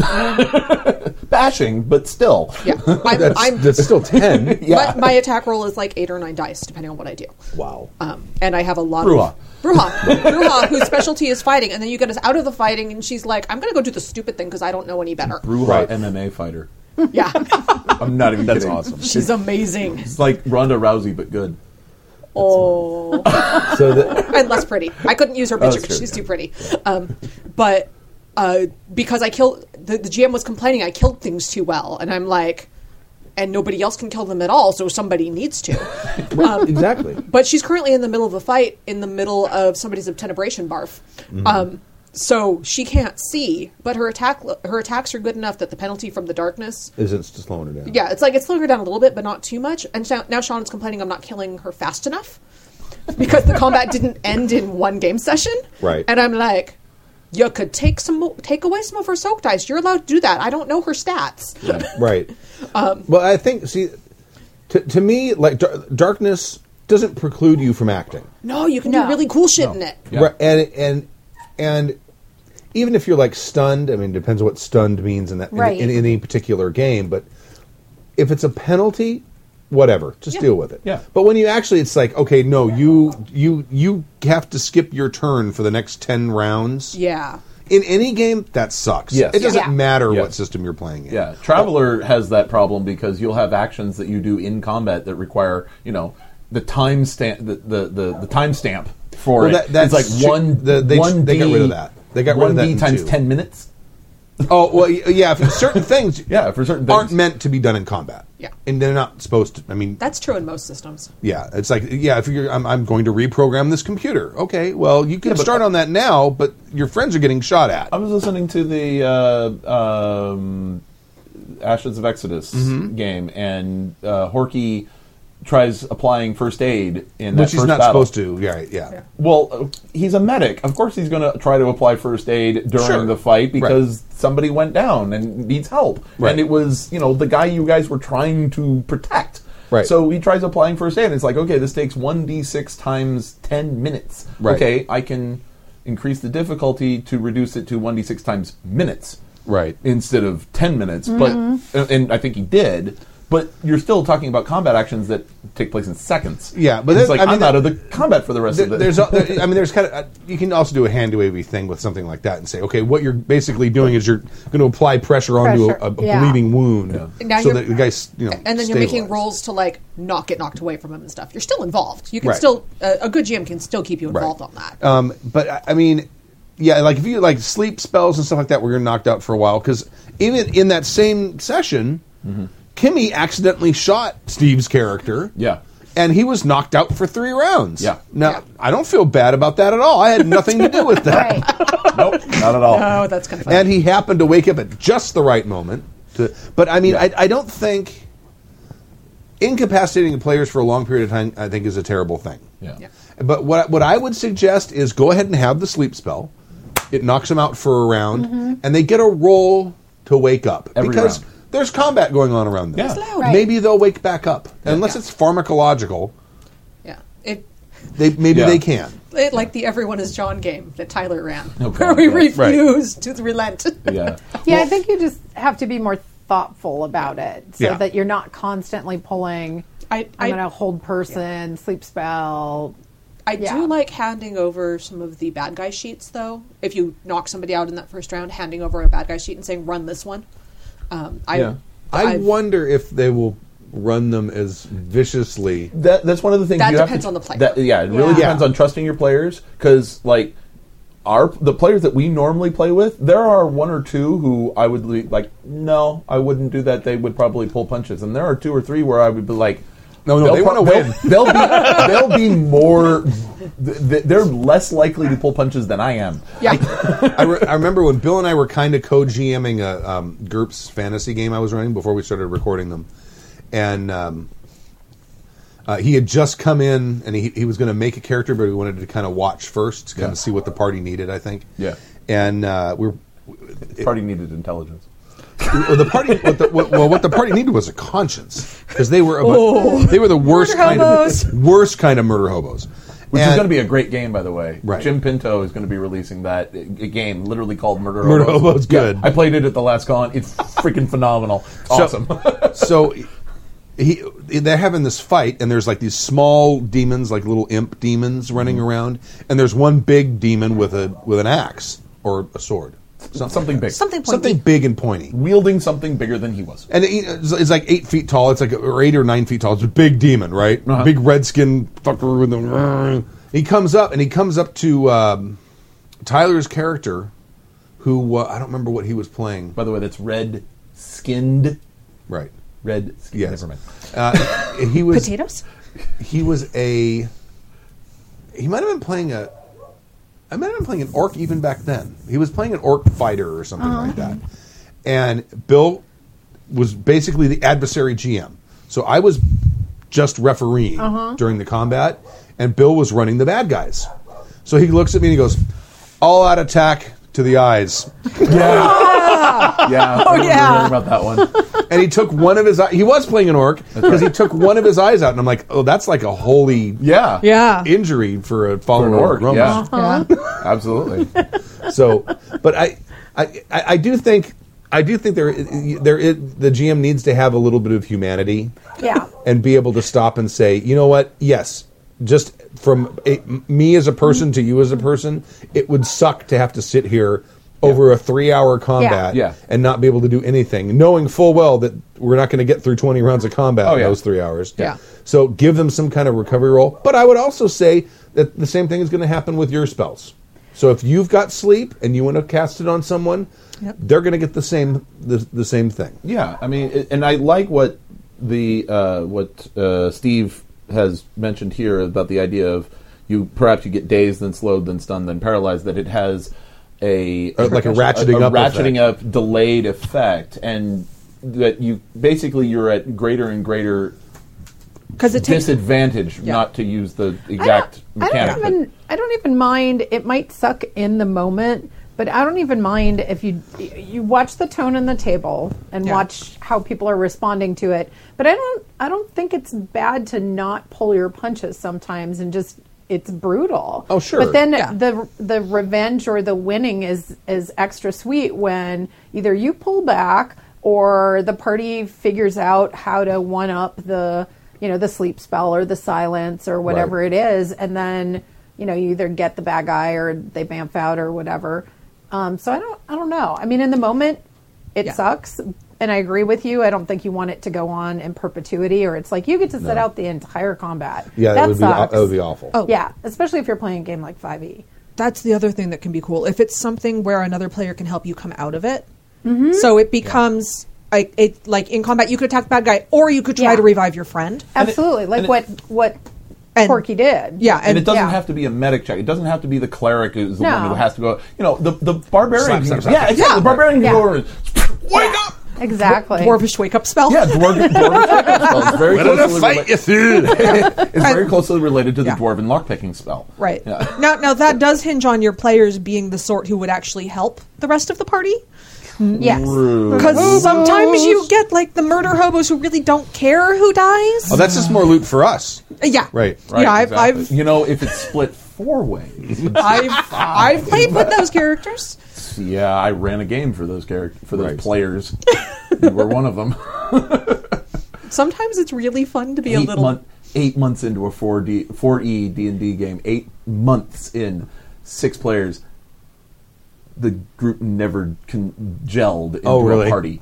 S4: bashing, but still.
S3: yeah, I'm, I'm,
S2: That's still ten.
S4: yeah.
S3: my, my attack roll is like eight or nine dice, depending on what I do.
S2: Wow.
S3: Um, and I have a lot
S4: Bruja.
S3: of Bruja. Bruja, whose specialty is fighting, and then you get us out of the fighting, and she's like, "I'm gonna go do the stupid thing because I don't know any better."
S4: Bruja
S2: Right.
S4: MMA fighter.
S3: Yeah,
S4: I'm not even.
S6: That's
S4: kidding.
S6: awesome.
S3: she's amazing.
S4: It's like Ronda Rousey, but good.
S3: Oh,
S2: So the,
S3: and less pretty. I couldn't use her
S4: Oh, that's
S3: picture because
S4: true,
S3: she's
S4: yeah.
S3: too pretty. Um, but uh, because I killed the, the GM was complaining, I killed things too well, and I'm like, and nobody else can kill them at all, so somebody needs to.
S2: exactly.
S3: But she's currently in the middle of a fight in the middle of somebody's obtenebration barf. Um, so she can't see, but her attack her attacks are good enough that the penalty from the darkness.
S2: Is it slowing her down?
S3: Yeah, it's like it's slowing her down a little bit, but not too much. And so now Sean's complaining I'm not killing her fast enough because the combat didn't end in one game session.
S2: Right.
S3: And I'm like, you could take some mo- take away some of her soak dice. You're allowed to do that. I don't know her stats.
S2: right.
S4: Um,
S2: well, I think see, to, to me, like dar- darkness doesn't preclude you from acting,
S3: No, you can
S5: No.
S3: do really cool shit in it.
S4: Yeah.
S2: Right, and and and even if you're like stunned, I mean, it depends on what stunned means in that in-
S5: Right.
S2: in, any particular game. But if it's a penalty, whatever, just
S3: Yeah.
S2: deal with it.
S4: Yeah.
S2: But when you actually, it's like, okay, no, you you you have to skip your turn for the next ten rounds.
S3: Yeah.
S2: in any game, that sucks.
S4: Yes.
S2: It doesn't
S5: Yeah.
S2: matter
S4: Yeah.
S2: what system you're playing in.
S4: Yeah, Traveler has that problem because you'll have actions that you do in combat that require, you know, the time stamp, the the the, the time stamp for
S2: Well,
S4: it.
S2: that- that's
S4: it's like
S2: tr-
S4: one.
S2: the- they-
S4: one
S2: they got
S4: D-
S2: rid of that. They got rid
S4: one
S2: of that
S4: D
S2: in
S4: times
S2: two.
S4: ten minutes.
S2: Oh well, y- yeah. If certain things,
S4: Yeah, for certain
S2: aren't
S4: things.
S2: meant to be done in combat.
S3: Yeah.
S2: and they're not supposed to. I mean,
S3: That's true in most systems.
S2: yeah, it's like yeah. If you're, I'm, I'm going to reprogram this computer. Okay, well, you can start on that now, but your friends are getting shot at.
S4: I was listening to the uh, um, Ashes of Exodus
S2: Mm-hmm.
S4: game, and uh, Horky tries applying first aid in that
S2: which he's
S4: first
S2: not
S4: battle.
S2: supposed to. Yeah, right, yeah.
S3: Yeah.
S4: Well, uh, he's a medic. Of course, he's going to try to apply first aid during
S2: Sure.
S4: the fight because somebody went down and needs help.
S2: Right.
S4: And it was, you know, the guy you guys were trying to protect.
S2: Right.
S4: So he tries applying first aid. And it's like, okay, this takes 1d6 times 10 minutes.
S2: Right.
S4: Okay, I can increase the difficulty to reduce it to 1d6 times minutes.
S2: Right.
S4: Instead of 10 minutes. But and- And I think he did. But you're still talking about combat actions that take place in seconds.
S2: Yeah, but
S4: And it's
S2: that-
S4: like
S2: I mean,
S4: am out of the combat for the rest
S2: There-
S4: of it.
S2: there's, a- there, I mean, there's kind of. uh, You can also do a hand wavy thing with something like that and say, okay, what you're basically doing is you're going to apply pressure onto a,
S5: Pressure,
S2: a
S5: yeah.
S2: bleeding wound,
S3: And now
S2: so
S3: you're-
S2: that the guy's, you know,
S3: And then you're making
S2: stabilized.
S3: rolls to like not get knocked away from him and stuff. You're still involved. You can
S2: Right.
S3: still a a good GM can still keep you involved on that.
S2: Um, but I- I mean, yeah, like if you like sleep spells and stuff like that, where you're knocked out for a while, because even in that same session,
S4: Mm-hmm.
S2: Kimmy accidentally shot Steve's character.
S4: Yeah.
S2: And he was knocked out for three rounds.
S4: Yeah.
S2: Now
S3: Yeah.
S2: I don't feel bad about that at all. I had nothing to do with that.
S5: Right.
S4: nope, not at all.
S3: oh, that's kind of funny.
S2: and he happened to wake up at just the right moment. To, but I mean,
S4: Yeah.
S2: I, I don't think incapacitating players for a long period of time. I think is a terrible thing.
S4: Yeah.
S3: Yeah.
S2: But what what I would suggest is go ahead and have the sleep spell. It knocks them out for a round, and they get a roll to wake up
S4: Every
S2: because
S4: round.
S2: there's combat going on around them.
S4: Yeah.
S5: Right.
S2: Maybe they'll wake back up unless
S3: Yeah.
S2: it's pharmacological.
S3: yeah. It
S2: They maybe
S4: Yeah.
S2: they can.
S3: it, like the everyone is John game that Tyler ran,
S4: Oh,
S3: where
S4: God,
S3: we
S4: yeah.
S2: Right.
S3: refused to relent.
S4: Yeah.
S5: Yeah, I think you just have to be more thoughtful about it so
S2: Yeah.
S5: that you're not constantly pulling.
S3: I-
S5: I'm
S3: I-
S5: going to hold person, sleep spell.
S3: I
S5: Yeah.
S3: do like handing over some of the bad guy sheets, though. If you knock somebody out in that first round, handing over a bad guy sheet and saying, "Run this one." Um, I,
S4: Yeah.
S2: I
S3: I've-
S2: wonder if they will run them as viciously.
S4: That, that's one of the things
S3: That
S4: you have
S3: depends
S4: to-
S3: on the player.
S4: That, yeah, it really
S5: Yeah.
S4: depends
S2: Yeah.
S4: on trusting your players because like our the players that we normally play with, there are one or two who I would le- like. No, I wouldn't do that. They would probably pull punches, and there are two or three where I would be like.
S2: No, no,
S4: they'll
S2: they wanna win.
S4: They'll, they'll be, they'll be more. th- th- They're less likely to pull punches than I am.
S3: yeah,
S2: I, re- I remember when Bill and I were kind of co-GMing a um, GURPS fantasy game I was running before we started recording them, and um, uh, he had just come in and he, he was going to make a character, but we wanted to kind of watch first, kind of
S4: Yeah.
S2: see what the party needed. I think.
S4: Yeah.
S2: And uh, we're
S4: This party needed intelligence.
S2: well, the party. What the, what, well, what the party needed was a conscience because they were about, they were the worst
S3: Oh. Murder
S2: kind
S3: hobos.
S2: of worst kind of murder hobos.
S4: Which is
S2: And-
S4: going to be a great game, by the way.
S2: Right.
S4: Jim Pinto is going to be releasing that uh, a game, literally called Murder.
S2: Murder
S4: Hobo.
S2: Hobo's good.
S4: I played it at the last con. It's freaking phenomenal. It's awesome.
S2: so he they're having this fight and there's like these small demons like little imp demons running
S3: Mm-hmm.
S2: around and there's one big demon with a with an axe or a sword something,
S4: something big,
S3: something pointy.
S2: something big and pointy
S4: wielding something bigger than he was.
S2: and it- it's, it's like eight feet tall. It's like or eight or nine feet tall. It's a big demon, right?
S4: Uh-huh.
S2: Big redskin fucker with the. He comes up and he comes up to um, Tyler's character, who uh, I don't remember what he was playing.
S4: By the way, that's red skinned,
S2: Right?
S4: red skinned.
S2: Yes.
S4: Never mind.
S2: Uh, he was
S3: potatoes.
S2: he was a he might have been playing a I might have been playing an orc even back then. He was playing an orc fighter or something like that. And Bill was basically the adversary GM. So I was just refereeing during the combat, and Bill was running the bad guys. So he looks at me and he goes, "All out attack to the eyes."
S4: Yeah. yeah. Oh
S3: yeah.
S4: About that one.
S2: and he took one of his eye- he was playing an orc because he took one of his eyes out, and I'm like, "Oh, that's like a holy
S4: Yeah.
S3: Yeah,
S2: injury for a
S4: For
S2: fallen
S4: an
S2: orc."
S4: orc.
S2: Rummage.
S4: Yeah. Absolutely.
S2: So, but I, I, I I do think, I do think there, there is, the GM needs to have a little bit of humanity
S5: Yeah.
S2: and be able to stop and say, you know what? Yes, just from a, me as a person to you as a person, it would suck to have to sit here over a three-hour combat
S4: Yeah.
S2: and not be able to do anything, knowing full well that we're not going to get through 20 rounds of combat
S4: Oh,
S2: in
S4: yeah.
S2: those three hours.
S3: Yeah.
S2: So give them some kind of recovery roll. But I would also say that the same thing is going to happen with your spells. So if you've got sleep and you want to cast it on someone,
S3: Yep.
S2: they're going to get the same the, the same thing.
S4: Yeah, I mean, it, and I like what the uh, what uh, Steve has mentioned here about the idea of you perhaps you get dazed, then slowed, then stunned, then paralyzed. That it has a
S2: Uh, like a ratcheting
S4: a
S2: up
S4: ratcheting up delayed effect, and that you basically you're at greater and greater
S3: because it takes
S4: disadvantage
S3: Yeah.
S4: not to use
S5: I
S4: the
S5: don't-
S4: exact
S5: I don't,
S4: mechanic. but-
S5: even I don't even mind. It might suck in the moment, but I don't even mind if you you watch the tone on the table and
S3: Yeah.
S5: watch how people are responding to it. But I don't I don't think it's bad to not pull your punches sometimes and just it's brutal.
S2: Oh, sure.
S5: But then
S3: Yeah.
S5: the the revenge or the winning is is extra sweet when either you pull back or the party figures out how to one up the you know the sleep spell or the silence or whatever
S2: Right.
S5: it is, and then you know you either get the bad guy or they bamf out or whatever. Um, so I don't I don't know. I mean, in the moment, it
S3: Yeah.
S5: sucks. And I agree with you. I don't think you want it to go on in perpetuity, or it's like you get to sit out the entire combat.
S2: Yeah,
S5: that
S2: that would be
S5: sucks.
S2: that would be awful.
S3: Oh.
S5: Yeah, especially if you're playing a game like E. 5e.
S3: that's the other thing that can be cool if it's something where another player can help you come out of it so it becomes like it like in combat you could attack the bad guy or you could try
S5: Yeah.
S3: to revive your friend
S5: Absolutely. like
S4: and it-
S5: what what
S3: And-
S5: Corky did.
S3: yeah
S4: and it doesn't
S5: yeah.
S4: have to be a medic check. It doesn't have to be the cleric who's the one
S5: No.
S4: who has to go. You know, the the
S2: Slap,
S4: barbarian.
S2: slap, slap.
S4: yeah, exactly.
S3: Yeah.
S4: The barbarian
S5: Yeah.
S4: can go over. and-
S2: Wake up!
S5: Exactly.
S3: dwarvish wake up spell
S4: Yeah, dwarven, dwarven pickup spell is very closely rela-
S2: see.
S4: it's very closely related to the
S3: Yeah.
S4: dwarven lockpicking spell.
S3: right
S4: Yeah.
S3: now now that does hinge on your players being the sort who would actually help the rest of the party
S5: yes.
S3: because sometimes you get like the murder hobos who really don't care who dies Uh,
S2: Oh, that's just more loot for us.
S3: yeah
S2: Right.
S3: yeah i've
S4: exactly. you know, if it's split four ways,
S3: I've, I've, I've played with those characters
S4: yeah, I ran a game for those characters for those
S2: Right.
S4: players. you were one of them.
S3: sometimes it's really fun to be a
S4: eight
S3: little
S4: month, eight months into a four D four E D and D game, eight months in, six players. The group never con- gelled into
S2: Oh, really?
S4: a party.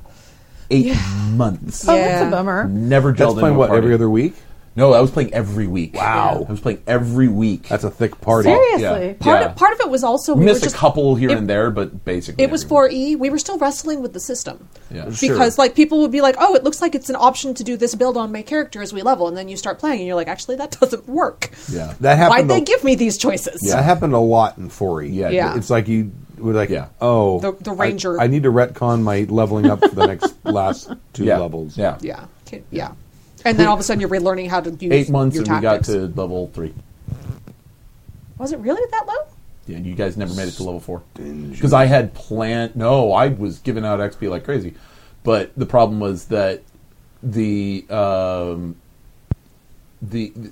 S4: Eight months.
S5: Oh, that's
S3: Yeah.
S5: a bummer.
S4: Never gelled
S2: That's
S4: into
S2: playing
S4: a
S2: what
S4: party.
S2: every other week.
S4: No, I was playing every week.
S2: Wow.
S4: I was playing every week.
S2: That's a thick party.
S5: Seriously.
S4: Yeah.
S3: part, of, part of it was also we
S4: We
S3: were
S4: missed
S3: just
S4: a couple here
S3: it-
S4: and there, but basically
S3: It was
S4: every week.
S3: 4E. We were still wrestling with the system.
S4: Yeah.
S2: Sure.
S3: Because like people would be like, "Oh, it looks like it's an option to do this build on my character as we level," and then you start playing and you're like, "Actually, that doesn't work."
S4: Yeah.
S2: That
S3: Why'd
S2: happened.
S3: they
S2: a-
S3: give me these choices?
S2: That happened a lot in 4E.
S4: Yeah, it Yeah.
S3: did.
S2: It's like you were like,
S4: Yeah.
S2: oh,
S3: The- the
S2: I-
S3: ranger.
S2: I, need to retcon my leveling up for the next last two
S4: yeah.
S2: levels.
S4: Yeah.
S3: Yeah. Okay, yeah. And then all of a sudden you're relearning how to use
S4: Eight months
S3: your
S4: and
S3: tactics.
S4: we got to level three.
S3: Was it really that low?
S4: Yeah, you guys never made it to level four because I had planned. No, I was giving out XP like crazy, but the problem was that the um, the the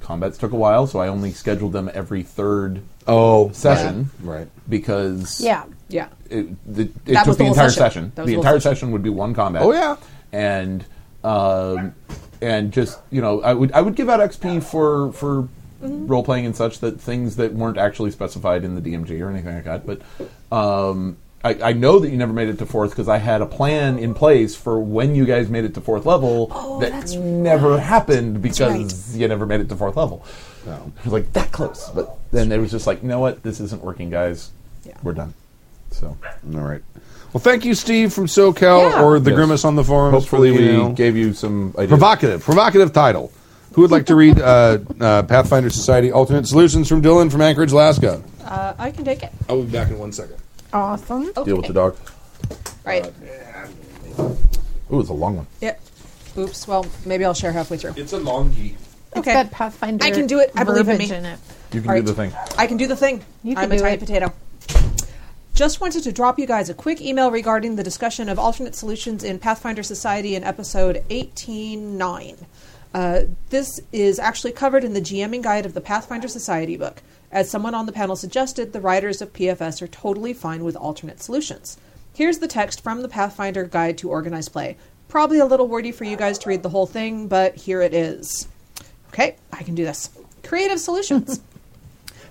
S4: combats took a while, so I only scheduled them every third
S2: Oh,
S4: session,
S2: Right.
S4: Because
S5: Yeah.
S3: Yeah.
S4: it, the, it
S3: That was
S4: took
S3: the
S4: the,
S3: whole
S4: entire
S3: session.
S4: session.
S3: That was
S4: The
S3: the whole
S4: entire
S3: session.
S4: session. would be one combat.
S2: Oh, yeah.
S4: and um, and just you know, I would I would give out XP for for
S3: Mm-hmm.
S4: role playing and such that things that weren't actually specified in the DMG or anything like that. But um, I, I know that you never made it to fourth because I had a plan in place for when you guys made it to fourth level
S3: Oh,
S4: that never happened because you never made it to fourth level. I was like that close, but then it was just like, you know what, this isn't working, guys.
S3: Yeah.
S4: We're done. So
S2: All right. Well, thank you, Steve from SoCal
S5: Yeah.
S2: or the
S4: Yes.
S2: Grimace on the forums.
S4: hopefully
S2: for the,
S4: we
S2: you know,
S4: gave you some ideas.
S2: provocative, provocative title. Who would like to read uh, uh, Pathfinder Society Alternate Solutions from Dylan from Anchorage, Alaska?
S3: Uh, I can take it.
S2: I'll be back in one second.
S5: Awesome.
S4: Deal with the dog.
S3: Right.
S4: Ooh, it's a long one.
S3: Yep. Oops. Well, maybe I'll share halfway through.
S2: It's a long key.
S5: It's
S3: Okay.
S5: got Pathfinder.
S3: I can do it. I believe in
S5: verbiage
S3: me.
S5: it.
S4: You can
S3: All
S4: do
S3: right.
S4: the thing.
S3: I can do the thing.
S5: You can
S3: I'm a
S5: do
S3: tiny
S5: it.
S3: potato. Just wanted to drop you guys a quick email regarding the discussion of alternate solutions in Pathfinder Society in episode 189. Uh, this is actually covered in the GMing guide of the Pathfinder Society book. As someone on the panel suggested, the writers of PFS are totally fine with alternate solutions. Here's the text from the Pathfinder Guide to Organized Play. Probably a little wordy for you guys to read the whole thing, but here it is. Okay, I can do this. Creative solutions.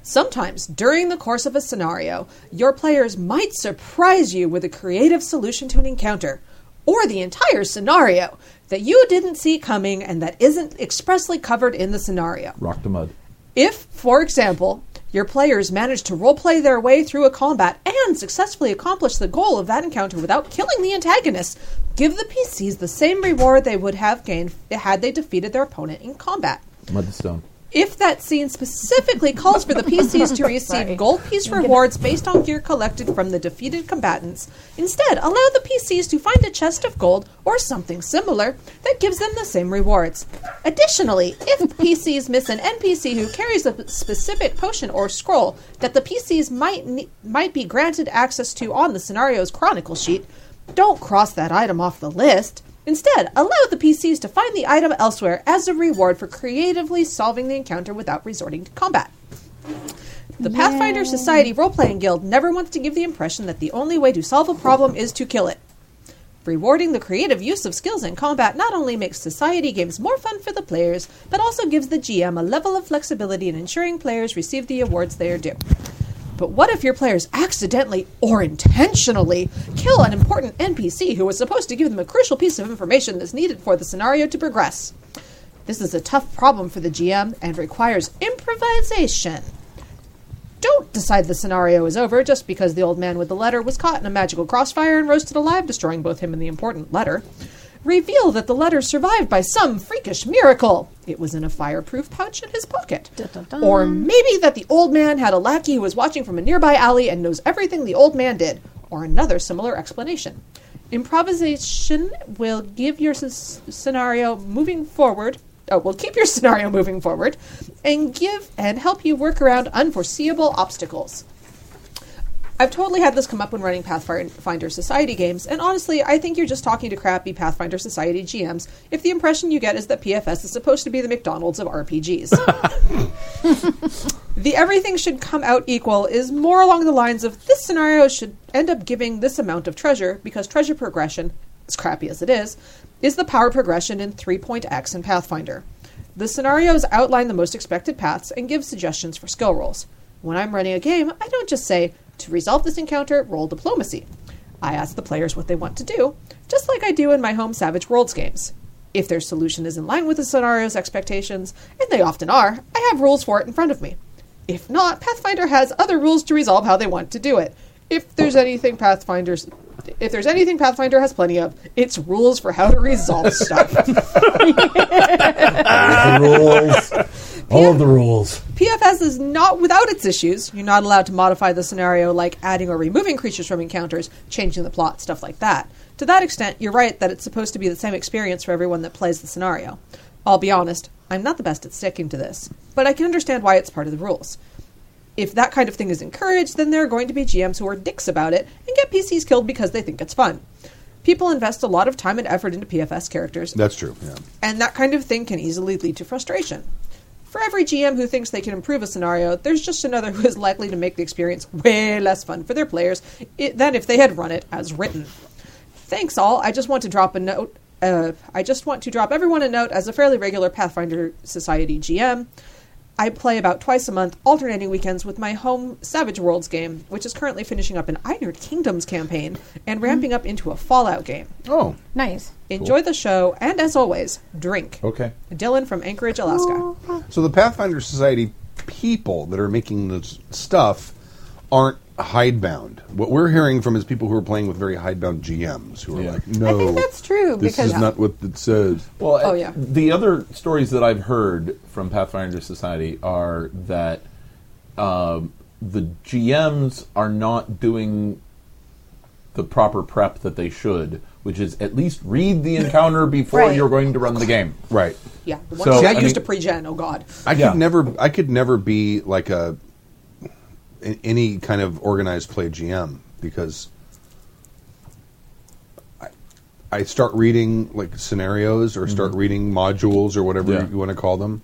S3: Sometimes, during the course of a scenario, your players might surprise you with a creative solution to an encounter, or the entire scenario, that you didn't see coming and that isn't expressly covered in the scenario.
S4: Rock to mud.
S3: If, for example, your players manage to roleplay their way through a combat and successfully accomplish the goal of that encounter without killing the antagonist, give the PCs the same reward they would have gained had they defeated their opponent in combat.
S4: Mudstone.
S3: If that scene specifically calls for the PCs to receive gold piece rewards based on gear collected from the defeated combatants, instead allow the PCs to find a chest of gold or something similar that gives them the same rewards. Additionally, if PCs miss an NPC who carries a specific potion or scroll that the PCs might ne- might be granted access to on the scenario's chronicle sheet, don't cross that item off the list. Instead, allow the PCs to find the item elsewhere as a reward for creatively solving the encounter without resorting to combat. The Pathfinder Society Roleplaying Guild never wants to give the impression that the only way to solve a problem is to kill it. Rewarding the creative use of skills in combat not only makes society games more fun for the players, but also gives the GM a level of flexibility in ensuring players receive the awards they are due. But what if your players accidentally or intentionally kill an important NPC who was supposed to give them a crucial piece of information that's needed for the scenario to progress? This is a tough problem for the GM and requires improvisation. Don't decide the scenario is over just because the old man with the letter was caught in a magical crossfire and roasted alive, destroying both him and the important letter. Reveal that the letter survived by some freakish miracle. It was in a fireproof pouch in his pocket.
S5: Dun-dun-dun.
S3: Or maybe that the old man had a lackey who was watching from a nearby alley and knows everything the old man did. Or another similar explanation. Improvisation will give your s- scenario moving forward. Oh, will keep your scenario moving forward, and give and help you work around unforeseeable obstacles. I've totally had this come up when running Pathfinder Society games, and honestly, I think you're just talking to crappy Pathfinder Society GMs if the impression you get is that PFS is supposed to be the McDonald's of RPGs. the everything should come out equal is more along the lines of this scenario should end up giving this amount of treasure because treasure progression, as crappy as it is, is the power progression in 3.x in Pathfinder. The scenarios outline the most expected paths and give suggestions for skill rolls. When I'm running a game, I don't just say, to resolve this encounter, roll diplomacy. I ask the players what they want to do, just like I do in my home Savage Worlds games. If their solution is in line with the scenario's expectations, and they often are, I have rules for it in front of me. If not, Pathfinder has other rules to resolve how they want to do it. If there's anything Pathfinder's if there's anything Pathfinder has plenty of, it's rules for how to resolve stuff.
S6: The rules. All of the rules.
S3: PFS is not without its issues. You're not allowed to modify the scenario like adding or removing creatures from encounters, changing the plot, stuff like that. To that extent, you're right that it's supposed to be the same experience for everyone that plays the scenario. I'll be honest, I'm not the best at sticking to this, but I can understand why it's part of the rules. If that kind of thing is encouraged, then there are going to be GMs who are dicks about it and get PCs killed because they think it's fun. People invest a lot of time and effort into PFS characters,
S2: That's true. Yeah.
S3: and that kind of thing can easily lead to frustration. For every GM who thinks they can improve a scenario, there's just another who is likely to make the experience way less fun for their players i- than if they had run it as written. Thanks all. I just want to drop a note. Uh, I just want to drop everyone a note as a fairly regular Pathfinder Society GM. I play about twice a month, alternating weekends with my home Savage Worlds game, which is currently finishing up an Iron Kingdoms campaign and ramping up into a Fallout game.
S2: Oh,
S5: Nice.
S3: Enjoy the show, and as always, drink.
S4: Okay.
S3: Dylan from Anchorage,
S5: Oh.
S3: Alaska.
S2: so the Pathfinder Society people that are making this stuff aren't hidebound. What we're hearing from is people who are playing with very hidebound GMs who are
S4: Yeah.
S2: like, no,
S5: that's true,
S2: This
S5: because- uh,
S2: is not what it says.
S4: Well,
S3: Oh,
S4: uh,
S3: yeah.
S4: the other stories that I've heard from Pathfinder Society are that um, the GMs are not doing the proper prep that they should, which is at least read the encounter before
S5: Right.
S4: you're going to run the game.
S2: Right.
S3: Yeah, the one
S4: So,
S3: she
S4: I
S3: I used
S4: mean-
S3: to pre-gen. Oh God,
S2: I could
S4: Yeah.
S2: never. I could never be like a a- any kind of organized play GM because I, I start reading like scenarios or start reading modules or whatever
S4: Mm-hmm. Yeah.
S2: you want to call them.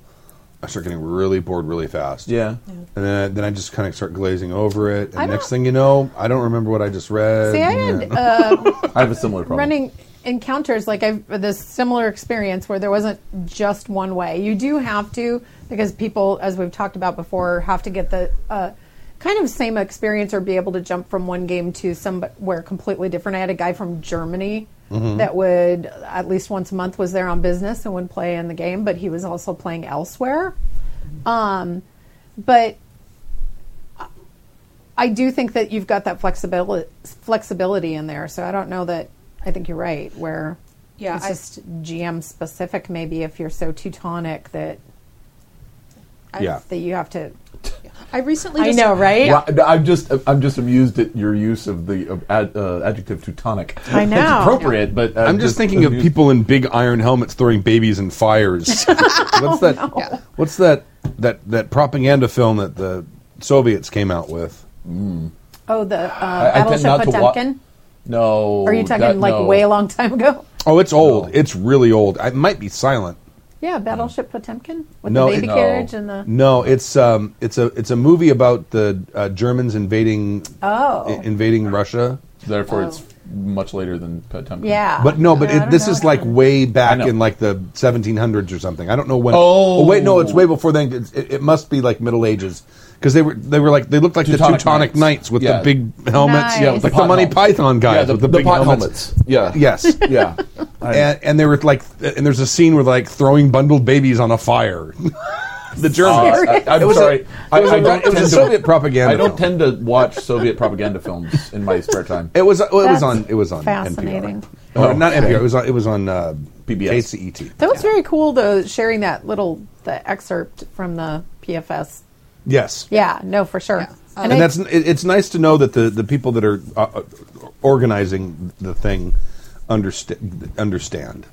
S2: I start getting really bored really fast.
S4: Yeah.
S2: And then, then I just kind of start glazing over it. And
S5: I
S2: next
S5: don't-
S2: thing you know, I don't remember what I just read.
S5: See, I
S2: and-
S5: had uh,
S4: I have a similar problem.
S5: running encounters like I've this similar experience where there wasn't just one way. You do have to because people, as we've talked about before, have to get the uh, kind of same experience or be able to jump from one game to somewhere completely different. I had a guy from Germany that would at least once a month was there on business and would play in the game, but he was also playing elsewhere. Um, but I do think that you've got that flexibility flexibility in there. So I don't know that I think you're right. Where
S3: Yeah,
S5: it's
S3: I-
S5: just GM specific. Maybe if you're so Teutonic that
S3: I,
S2: Yeah.
S5: that you have to.
S3: I recently.
S5: I
S3: Just,
S5: know, right?
S4: Well, I- I'm just I'm just amused at your use of the of ad, uh, adjective Teutonic.
S5: I know.
S4: it's appropriate, but uh,
S2: I'm just thinking of
S4: amused-
S2: people in big iron helmets throwing babies in fires. what's that?
S5: Oh,
S3: Yeah.
S2: What's that? That that propaganda film that the Soviets came out with?
S5: Oh, the uh,
S4: I tend
S5: Battleship
S4: not to wa-
S5: Potemkin.
S4: No,
S5: Are you talking
S4: that-
S5: like
S4: no.
S5: way a long time ago?
S2: Oh, it's old.
S4: No.
S2: It's really old. It might be silent.
S5: Yeah, Battleship Potemkin with
S2: No,
S5: the baby
S2: it- No.
S5: carriage and the.
S2: No, it's um, it's a it's a movie about the uh, Germans invading
S5: Oh.
S2: i- invading Russia.
S4: Therefore, it's much later than Potemkin.
S5: Ah. Yeah.
S2: But no, but
S5: I
S2: it,
S5: don't
S2: this
S5: know
S2: is
S5: what
S2: like
S5: happened.
S2: way
S4: I
S2: back
S4: know.
S2: in like the 1700s or something. I don't know when.
S4: Oh.
S2: wait, no, it's way before then. It's- It, it must be like Middle Ages because they were they were like they looked like the
S4: Teutonic
S2: Teutonic
S4: Knights.
S2: Knights, with
S4: Yeah.
S2: the big helmets,
S5: Nice. Yeah, with
S2: like
S5: the
S2: the,
S4: pot
S2: Monty
S4: helmets.
S2: Python guys
S4: Yeah, the,
S2: with
S4: the,
S2: the, big
S4: pot
S2: helmets.
S4: helmets. Yeah,
S2: Yes,
S4: yeah.
S2: and, and they were like, and there's a scene where they're like throwing bundled babies on a fire. the Germans.
S4: Uh, I,
S2: It
S4: am
S2: was a-
S4: sorry. I
S2: it was a-
S4: I don't
S2: it was a
S4: tend to-
S2: Soviet propaganda
S4: I don't
S2: film.
S4: tend to watch Soviet propaganda films in my spare time.
S2: It was. Well, it was
S5: That's
S2: on. It was on.
S5: fascinating.
S2: NPR. Or
S4: Oh,
S2: not
S4: okay.
S2: NPR. It was on. It was on uh,
S4: PBS.
S2: KCET.
S5: That was very cool, though, sharing that little the excerpt from the PFS.
S2: Yes.
S5: Yeah, no, for sure.
S2: And,
S5: I-
S2: that's. It, it's nice to know that the the people that are uh, uh, organizing the thing understand understand.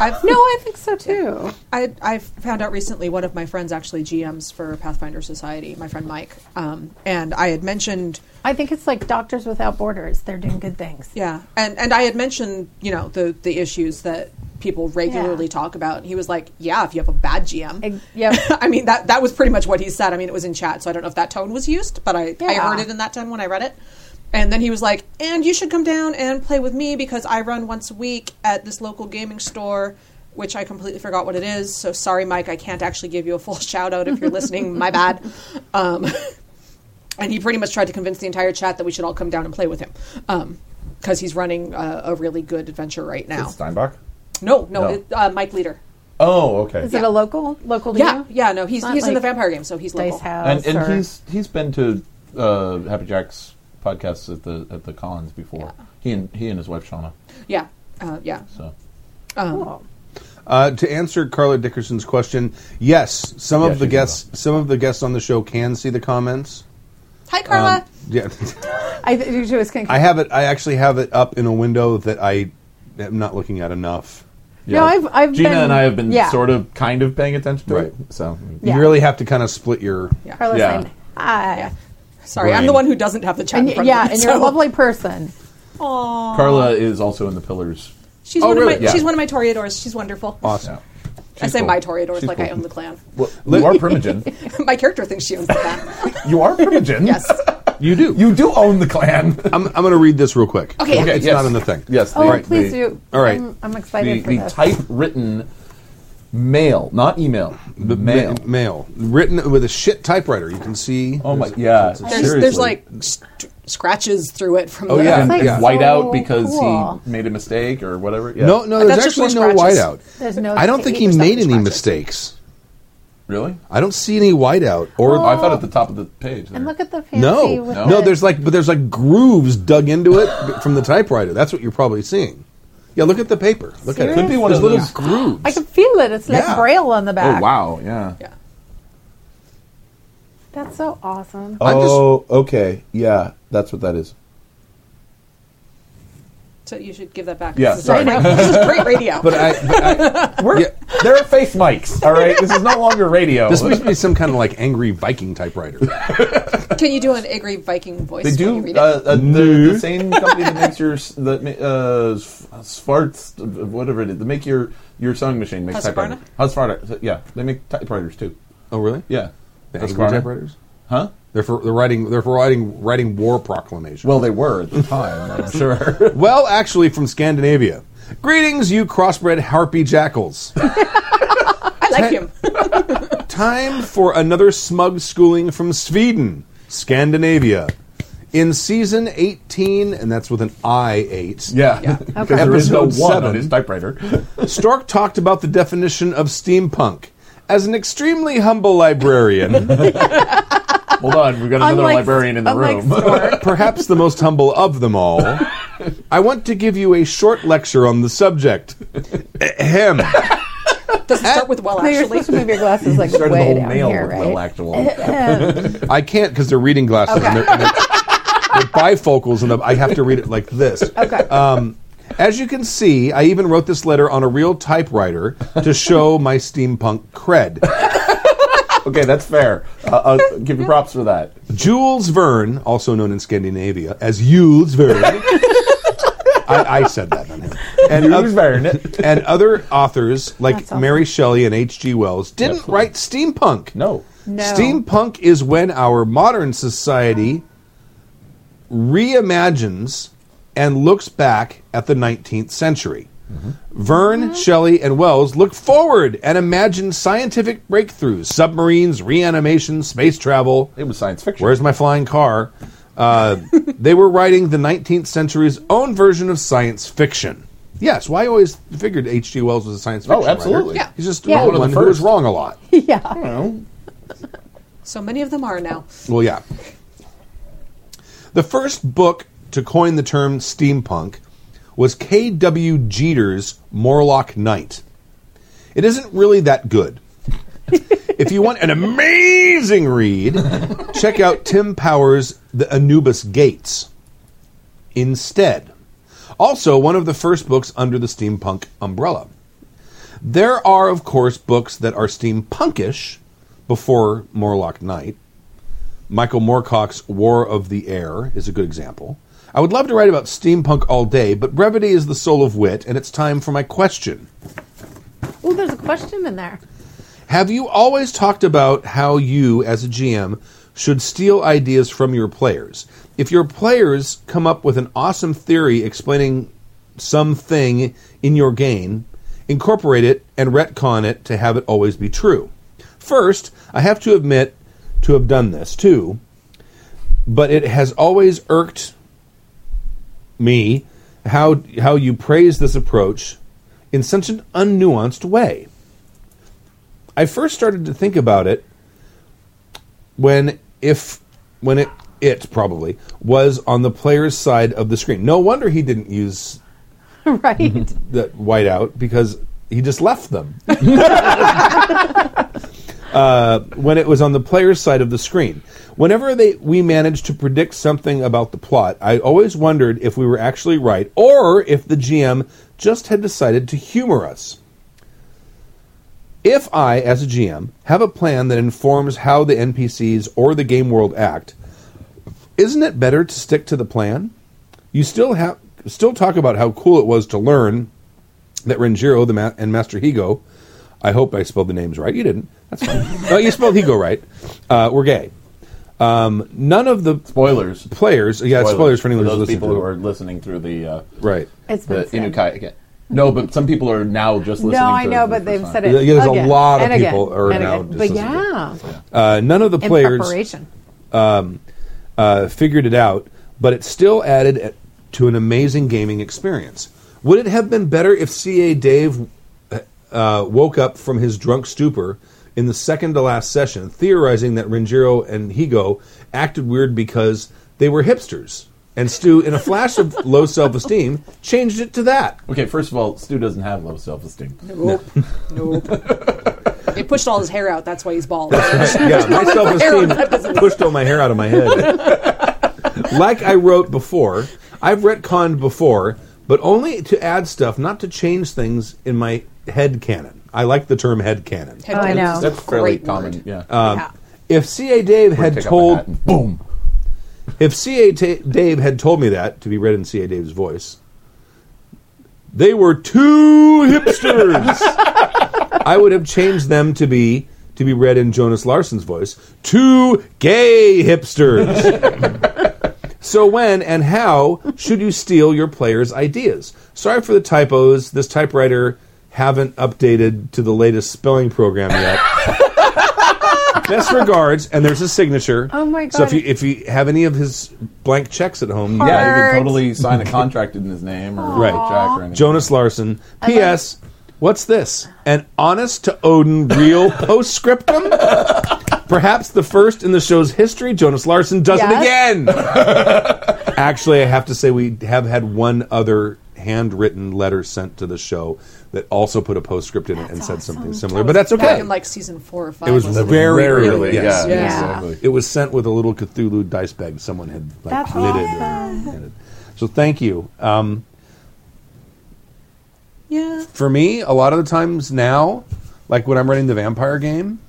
S3: I've,
S5: no, I think so too.
S3: I, I found out recently one of my friends actually GMs for Pathfinder Society, my friend Mike, um, and I had mentioned,
S5: I think it's like Doctors Without Borders; they're doing good things.
S3: yeah, and, and I had mentioned, you know, the, the issues that people regularly
S5: Yeah.
S3: talk about. And he was like, yeah, if you have a bad GM.
S5: Ex- yep.
S3: I mean, that, that was pretty much what he said. I mean, it was in chat, so I don't know if that tone was used, but I, I
S5: Yeah.
S3: heard it in that tone when I read it. And then he was like, and you should come down and play with me because I run once a week at this local gaming store, which I completely forgot what it is. So sorry, Mike, I can't actually give you a full shout out if you're listening. My bad. Um, and he pretty much tried to convince the entire chat that we should all come down and play with him because he's running a, a really good adventure right now.
S4: Steinbach.
S3: No, no,
S4: No.
S3: It, uh, Mike Leader.
S4: Oh, okay.
S5: Is it a local local? to
S3: Yeah,
S5: you?
S3: yeah, no, he's
S5: Not
S3: he's in the
S5: like
S3: vampire game, so he's local.
S5: Dice House,
S4: and and
S5: or-
S4: he's he's been to uh, Happy Jack's podcasts at the at the Collins before. He and he and his wife Shauna.
S3: Yeah, uh, yeah.
S4: So
S5: Cool.
S2: Uh, to answer Carla Dickerson's question, yes, some
S4: Yeah,
S2: of the
S4: she's
S2: guests, some of the guests on the show can see the comments.
S3: Hi, Carla.
S4: um,
S2: Yeah,
S5: I, th- she was
S2: I have it. I actually have it up in a window that I am not looking at enough.
S5: No, I've- I've
S4: Gina
S5: been-
S4: and I have been
S5: yeah.
S4: sort of kind of paying attention to it.
S2: Right.
S4: So
S5: Yeah.
S2: You really have to kind of split your.
S3: yeah.
S5: Carlos
S4: Yeah.
S5: saying, "Hi."
S3: Sorry, I'm
S4: Right.
S3: the one who doesn't have the chat.
S5: And
S3: in
S5: y-
S3: front
S5: yeah,
S3: of me,
S5: and you're a
S3: so-
S5: lovely person.
S4: Carla is also in the Pillars.
S3: She's
S2: Oh,
S3: one
S2: really?
S3: of my
S4: Yeah.
S3: she's one of my Toreadors. She's wonderful.
S2: Awesome.
S4: Yeah.
S3: I
S4: She's
S3: say
S4: cool.
S3: my Toreadors
S4: She's
S3: like I
S4: cool.
S3: own the clan.
S4: Well, you are Primogen.
S3: my character thinks she owns the clan.
S4: you are Primogen.
S3: yes.
S2: You do.
S4: You do own the clan.
S2: I'm, I'm going to read this real quick.
S3: Okay. Okay,
S2: it's
S4: yes.
S2: not in the thing.
S4: Yes.
S5: Oh,
S4: the-
S5: please
S4: the-
S5: do.
S2: all right.
S5: I'm, I'm
S4: The,
S5: excited for
S4: the
S5: this.
S4: typewritten mail, not email. The mail.
S2: Ma- mail written with a shit typewriter. You can see.
S4: Oh my,
S2: there's-
S4: yeah.
S3: There's there's like st- scratches through it from
S2: Oh,
S3: the
S2: yeah.
S4: and,
S5: That's, like,
S4: and white
S5: so
S4: out because
S5: cool.
S4: he made a mistake or whatever. Yeah.
S2: No, no. There's
S3: That's just
S2: actually no
S3: more scratches.
S2: whiteout.
S5: There's no
S2: I don't think he
S5: 80%
S2: made any
S5: scratches.
S2: mistakes.
S4: really.
S2: I don't see any whiteout or
S4: I thought at the top of the page.
S5: and look at the fancy.
S2: no,
S5: with
S2: no.
S5: the-
S2: There's like, but there's like grooves dug into it b- from the typewriter. That's what you're probably seing. Yeah, look at the paper. Look at it.
S5: Could
S4: be one
S2: there's
S4: of
S2: little
S4: those-
S2: grooves.
S5: I can feel it. It's like
S2: Yeah.
S5: braille on the back.
S4: oh wow, yeah.
S3: yeah.
S5: That's so awesome.
S2: I'm just-
S4: Oh, okay, yeah. That's what that is.
S3: So you should give that back.
S4: Yeah,
S3: This is
S4: sorry.
S3: great radio. this is great radio.
S2: but I, but I
S4: We're,
S2: Yeah.
S4: There are face mics. All right, this is no longer radio.
S2: this must be some kind of like angry Viking typewriter.
S3: Can you do an angry Viking voice?
S4: They
S3: When you
S4: do
S3: read it?
S4: uh, uh, the, the same company that makes your s- that ma- uh, s- Svarts whatever it is. They make your your sewing machine makes typewriters.
S3: Husqvarna?
S4: Husqvarna, yeah. They make typewriters too.
S2: Oh, really?
S4: Yeah,
S2: The angry
S4: Husqvarna.
S2: typewriters.
S4: huh?
S2: They're for they're writing they're for writing writing war proclamations.
S4: Well, they were at the time. I'm sure.
S2: Well, actually, from Scandinavia. Greetings, you crossbred harpy jackals.
S3: I like him.
S2: Time for another smug schooling from Sweden, Scandinavia. In season 18, and that's with an I 8.
S4: Yeah.
S5: Okay.
S4: because there is no one
S2: Episode seven.
S4: on his typewriter.
S2: Stork talked about the definition of steampunk. As an extremely humble librarian,
S4: Hold on, we've got another
S3: Unlike-
S4: librarian in the
S3: unlike
S4: room.
S3: Stork.
S2: perhaps the most humble of them all, I want to give you a short lecture on the subject. Ahem.
S3: Does it start with well,
S5: No, you're
S3: actually?
S5: supposed to move your glasses like
S4: Started the
S5: way
S4: whole
S5: down
S4: mail
S5: here,
S4: with
S5: right?
S4: Will Actual.
S2: I can't because they're reading glasses and they're, and they're- they're bifocals, and I have to read it like this.
S5: Okay.
S2: Um, as you can see, I even wrote this letter on a real typewriter to show my steampunk cred.
S4: okay, that's fair. Uh, I'll give you props for that.
S2: Jules Verne, also known in Scandinavia as Jules Verne. I, I said that. on him. And
S4: Jules Verne.
S2: and other authors like
S5: That's awesome.
S2: Mary Shelley and H.G. Wells didn't write steampunk.
S4: No.
S5: No.
S2: Steampunk is when our modern society reimagines and looks back at the 19th century.
S5: Mm-hmm.
S2: Verne, Shelley, and Wells look forward and imagine scientific breakthroughs, submarines, reanimation, space travel.
S4: It was science fiction.
S2: Where's my flying car? Uh, they were writing the 19th century's own version of science fiction. Yes, well, I always figured H.G. Wells was a science
S4: Oh,
S2: fiction writer.
S4: absolutely. Yeah.
S2: He's just
S5: Yeah.
S2: one,
S5: One of
S4: the
S2: one who was
S4: first.
S2: wrong a lot.
S5: yeah.
S2: Hmm.
S3: So many of them are now.
S2: Well, yeah. The first book to coin the term steampunk was K.W. Jeter's Morlock Knight. It isn't really that good. if you want an amazing read, check out Tim Power's The Anubis Gates instead. Also, one of the first books under the steampunk umbrella. There are, of course, books that are steampunkish before Morlock Knight. Michael Moorcock's War of the Air is a good example. I would love to write about steampunk all day, but brevity is the soul of wit, and it's time for my question.
S5: Oh, there's a question in there.
S2: Have you always talked about how you, as a GM, should steal ideas from your players? If your players come up with an awesome theory explaining something in your game, incorporate it and retcon it to have it always be true. First, I have to admit to have done this too, but it has always irked me how how you praise this approach in such an unnuanced way. I first started to think about it when if when it it probably was on the player's side of the screen. No wonder he didn't use
S5: right.
S2: that whiteout because he just left them. uh, when it was on the player's side of the screen, whenever they we managed to predict something about the plot, I always wondered if we were actually right or if the GM just had decided to humor us. If I, as a GM, have a plan that informs how the NPCs or the game world act, isn't it better to stick to the plan? You still have still talk about how cool it was to learn that Renjiro the ma- and Master Higo. I hope I spelled the names right. You didn't. That's fine. no, you spelled Higo right. Uh, we're gay. Um, none of the
S4: Spoilers.
S2: players. Yeah, spoilers, for anyone who's
S4: those
S2: listening.
S4: people
S2: to
S4: who
S2: it.
S4: are listening through the uh,
S2: right.
S5: It's
S4: the
S5: been said.
S4: Inukai again. No, but some people are now just listening.
S5: No, I
S4: to it
S5: know,
S4: for the
S5: but they've
S4: first
S5: said
S4: time.
S5: it.
S2: Yeah, there's a
S5: again,
S2: lot of
S5: and again,
S2: people are
S5: and
S2: now
S5: again.
S2: just
S5: But
S2: listening to
S5: yeah,
S2: Uh, none of the
S5: in
S2: players
S5: preparation.
S2: uh, figured it out, but it still added a- to an amazing gaming experience. Would it have been better if CA Dave uh, woke up from his drunk stupor in the second to last session, theorizing that Renjiro and Higo acted weird because they were hipsters? And Stu, in a flash of low self esteem, changed it to that.
S4: Okay, first of all, Stu doesn't have low self-esteem.
S3: Nope. Nope. It pushed all his hair out. That's why he's bald.
S2: yeah, my self
S3: Hair on
S2: esteem
S3: purpose.
S2: pushed all my hair out of my head. like I wrote before, I've retconned before, but only to add stuff, not to change things in my head canon. I like the term head canon.
S3: Head
S5: Oh, I
S3: canon's
S5: know.
S3: a
S4: That's fairly
S3: great
S4: common.
S3: word.
S4: Yeah.
S5: yeah.
S2: If C.A. Dave
S4: Where
S2: Uh,
S4: you
S2: had
S4: pick up a hat
S2: told
S4: and boom.
S2: if C.A. Ta- Dave had told me that to be read in C.A. Dave's voice, they were two hipsters. I would have changed them to be to be read in Jonas Larson's voice, two gay hipsters. So when and how should you steal your players' ideas? Sorry for the typos. This typewriter haven't updated to the latest spelling program yet. Best regards, and there's a signature.
S5: Oh my
S2: So if
S5: God.
S2: you if you have any of his blank checks at home, you
S4: Yeah, you
S5: Cards.
S4: could totally sign a contract in his name or
S2: Right.
S4: Jack or anything.
S2: Jonas Larson. P.S. What's this? An honest to Odin real postscriptum? Perhaps the first in the show's history. Jonas Larson does
S5: Yes.
S2: it again. Actually, I have to say we have had one other handwritten letter sent to the show that also put a postscript in it and said something similar. But that's
S3: Back
S2: okay.
S3: in like season four or five.
S2: It was
S3: wasn't
S2: very,
S4: Rarely,
S2: early.
S4: yeah,
S2: Yes.
S4: yeah,
S3: Yeah.
S4: exactly.
S2: It was sent with a little Cthulhu dice bag someone had like
S5: That's
S2: knitted. or- So thank you. Um,
S3: Yeah.
S2: for me, a lot of the times now, like when I'm running the vampire game,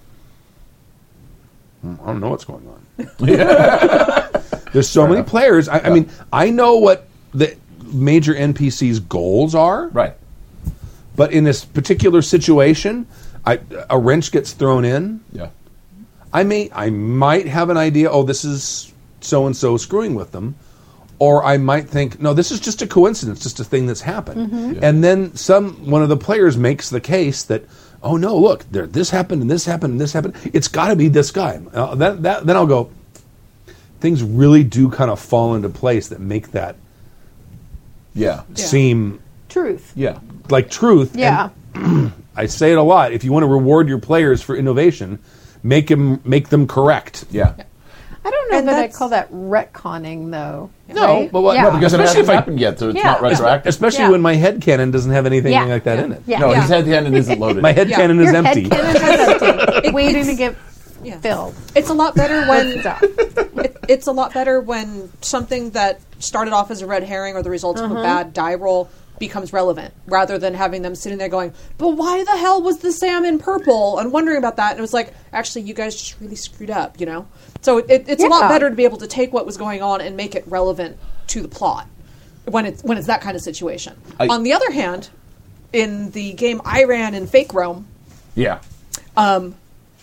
S2: hmm, I don't know what's going on. There's so many players. I, I mean, I know what the major NPC's goals are,
S4: Right.
S2: but in this particular situation, I, a wrench gets thrown in.
S4: Yeah.
S2: I may, I might have an idea. Oh, this is so and so screwing with them, or I might think, no, this is just a coincidence, just a thing that's happened.
S4: Yeah.
S2: And then some one of the players makes the case that, oh no, look, there, this happened and this happened and this happened. It's got to be this guy. Uh, that, that, then I'll go. Things really do kind of fall into place that make that
S4: Yeah.
S3: Yeah.
S2: seem
S5: Truth.
S4: Yeah.
S2: like truth.
S5: Yeah.
S2: And I say it a lot. If you want to reward your players for innovation, make them make them correct.
S4: Yeah.
S5: I don't know
S3: And
S5: that I
S3: that's-
S5: call that retconning though.
S2: No,
S5: right?
S2: but what-
S5: Yeah.
S2: no,
S4: Because it
S2: Especially
S4: hasn't
S2: if I-
S4: happened yet, so it's
S5: Yeah.
S4: not retroactive.
S2: Especially
S5: Yeah.
S2: when my head cannon doesn't have anything
S5: Yeah.
S2: like that in it.
S5: Yeah.
S4: No,
S3: Yeah.
S4: his head cannon isn't loaded.
S2: My head
S3: Yeah.
S2: cannon
S5: Your
S2: is
S5: head
S2: empty.
S5: cannon is empty, waiting to get
S3: Yeah.
S5: filled.
S3: It's a lot better when
S5: Stop.
S3: it, it's a lot better when something that started off as a red herring or the results of a bad die roll becomes relevant rather than having them sitting there going, but why the hell was the salmon purple? And wondering about that. And it was like, actually, you guys just really screwed up, you know? So it, it, it's a lot
S5: Yeah.
S3: better to be able to take what was going on and make it relevant to the plot when it's, when it's that kind of situation.
S4: I-
S3: On the other hand, in the game I ran in Fake Realm,
S4: Yeah.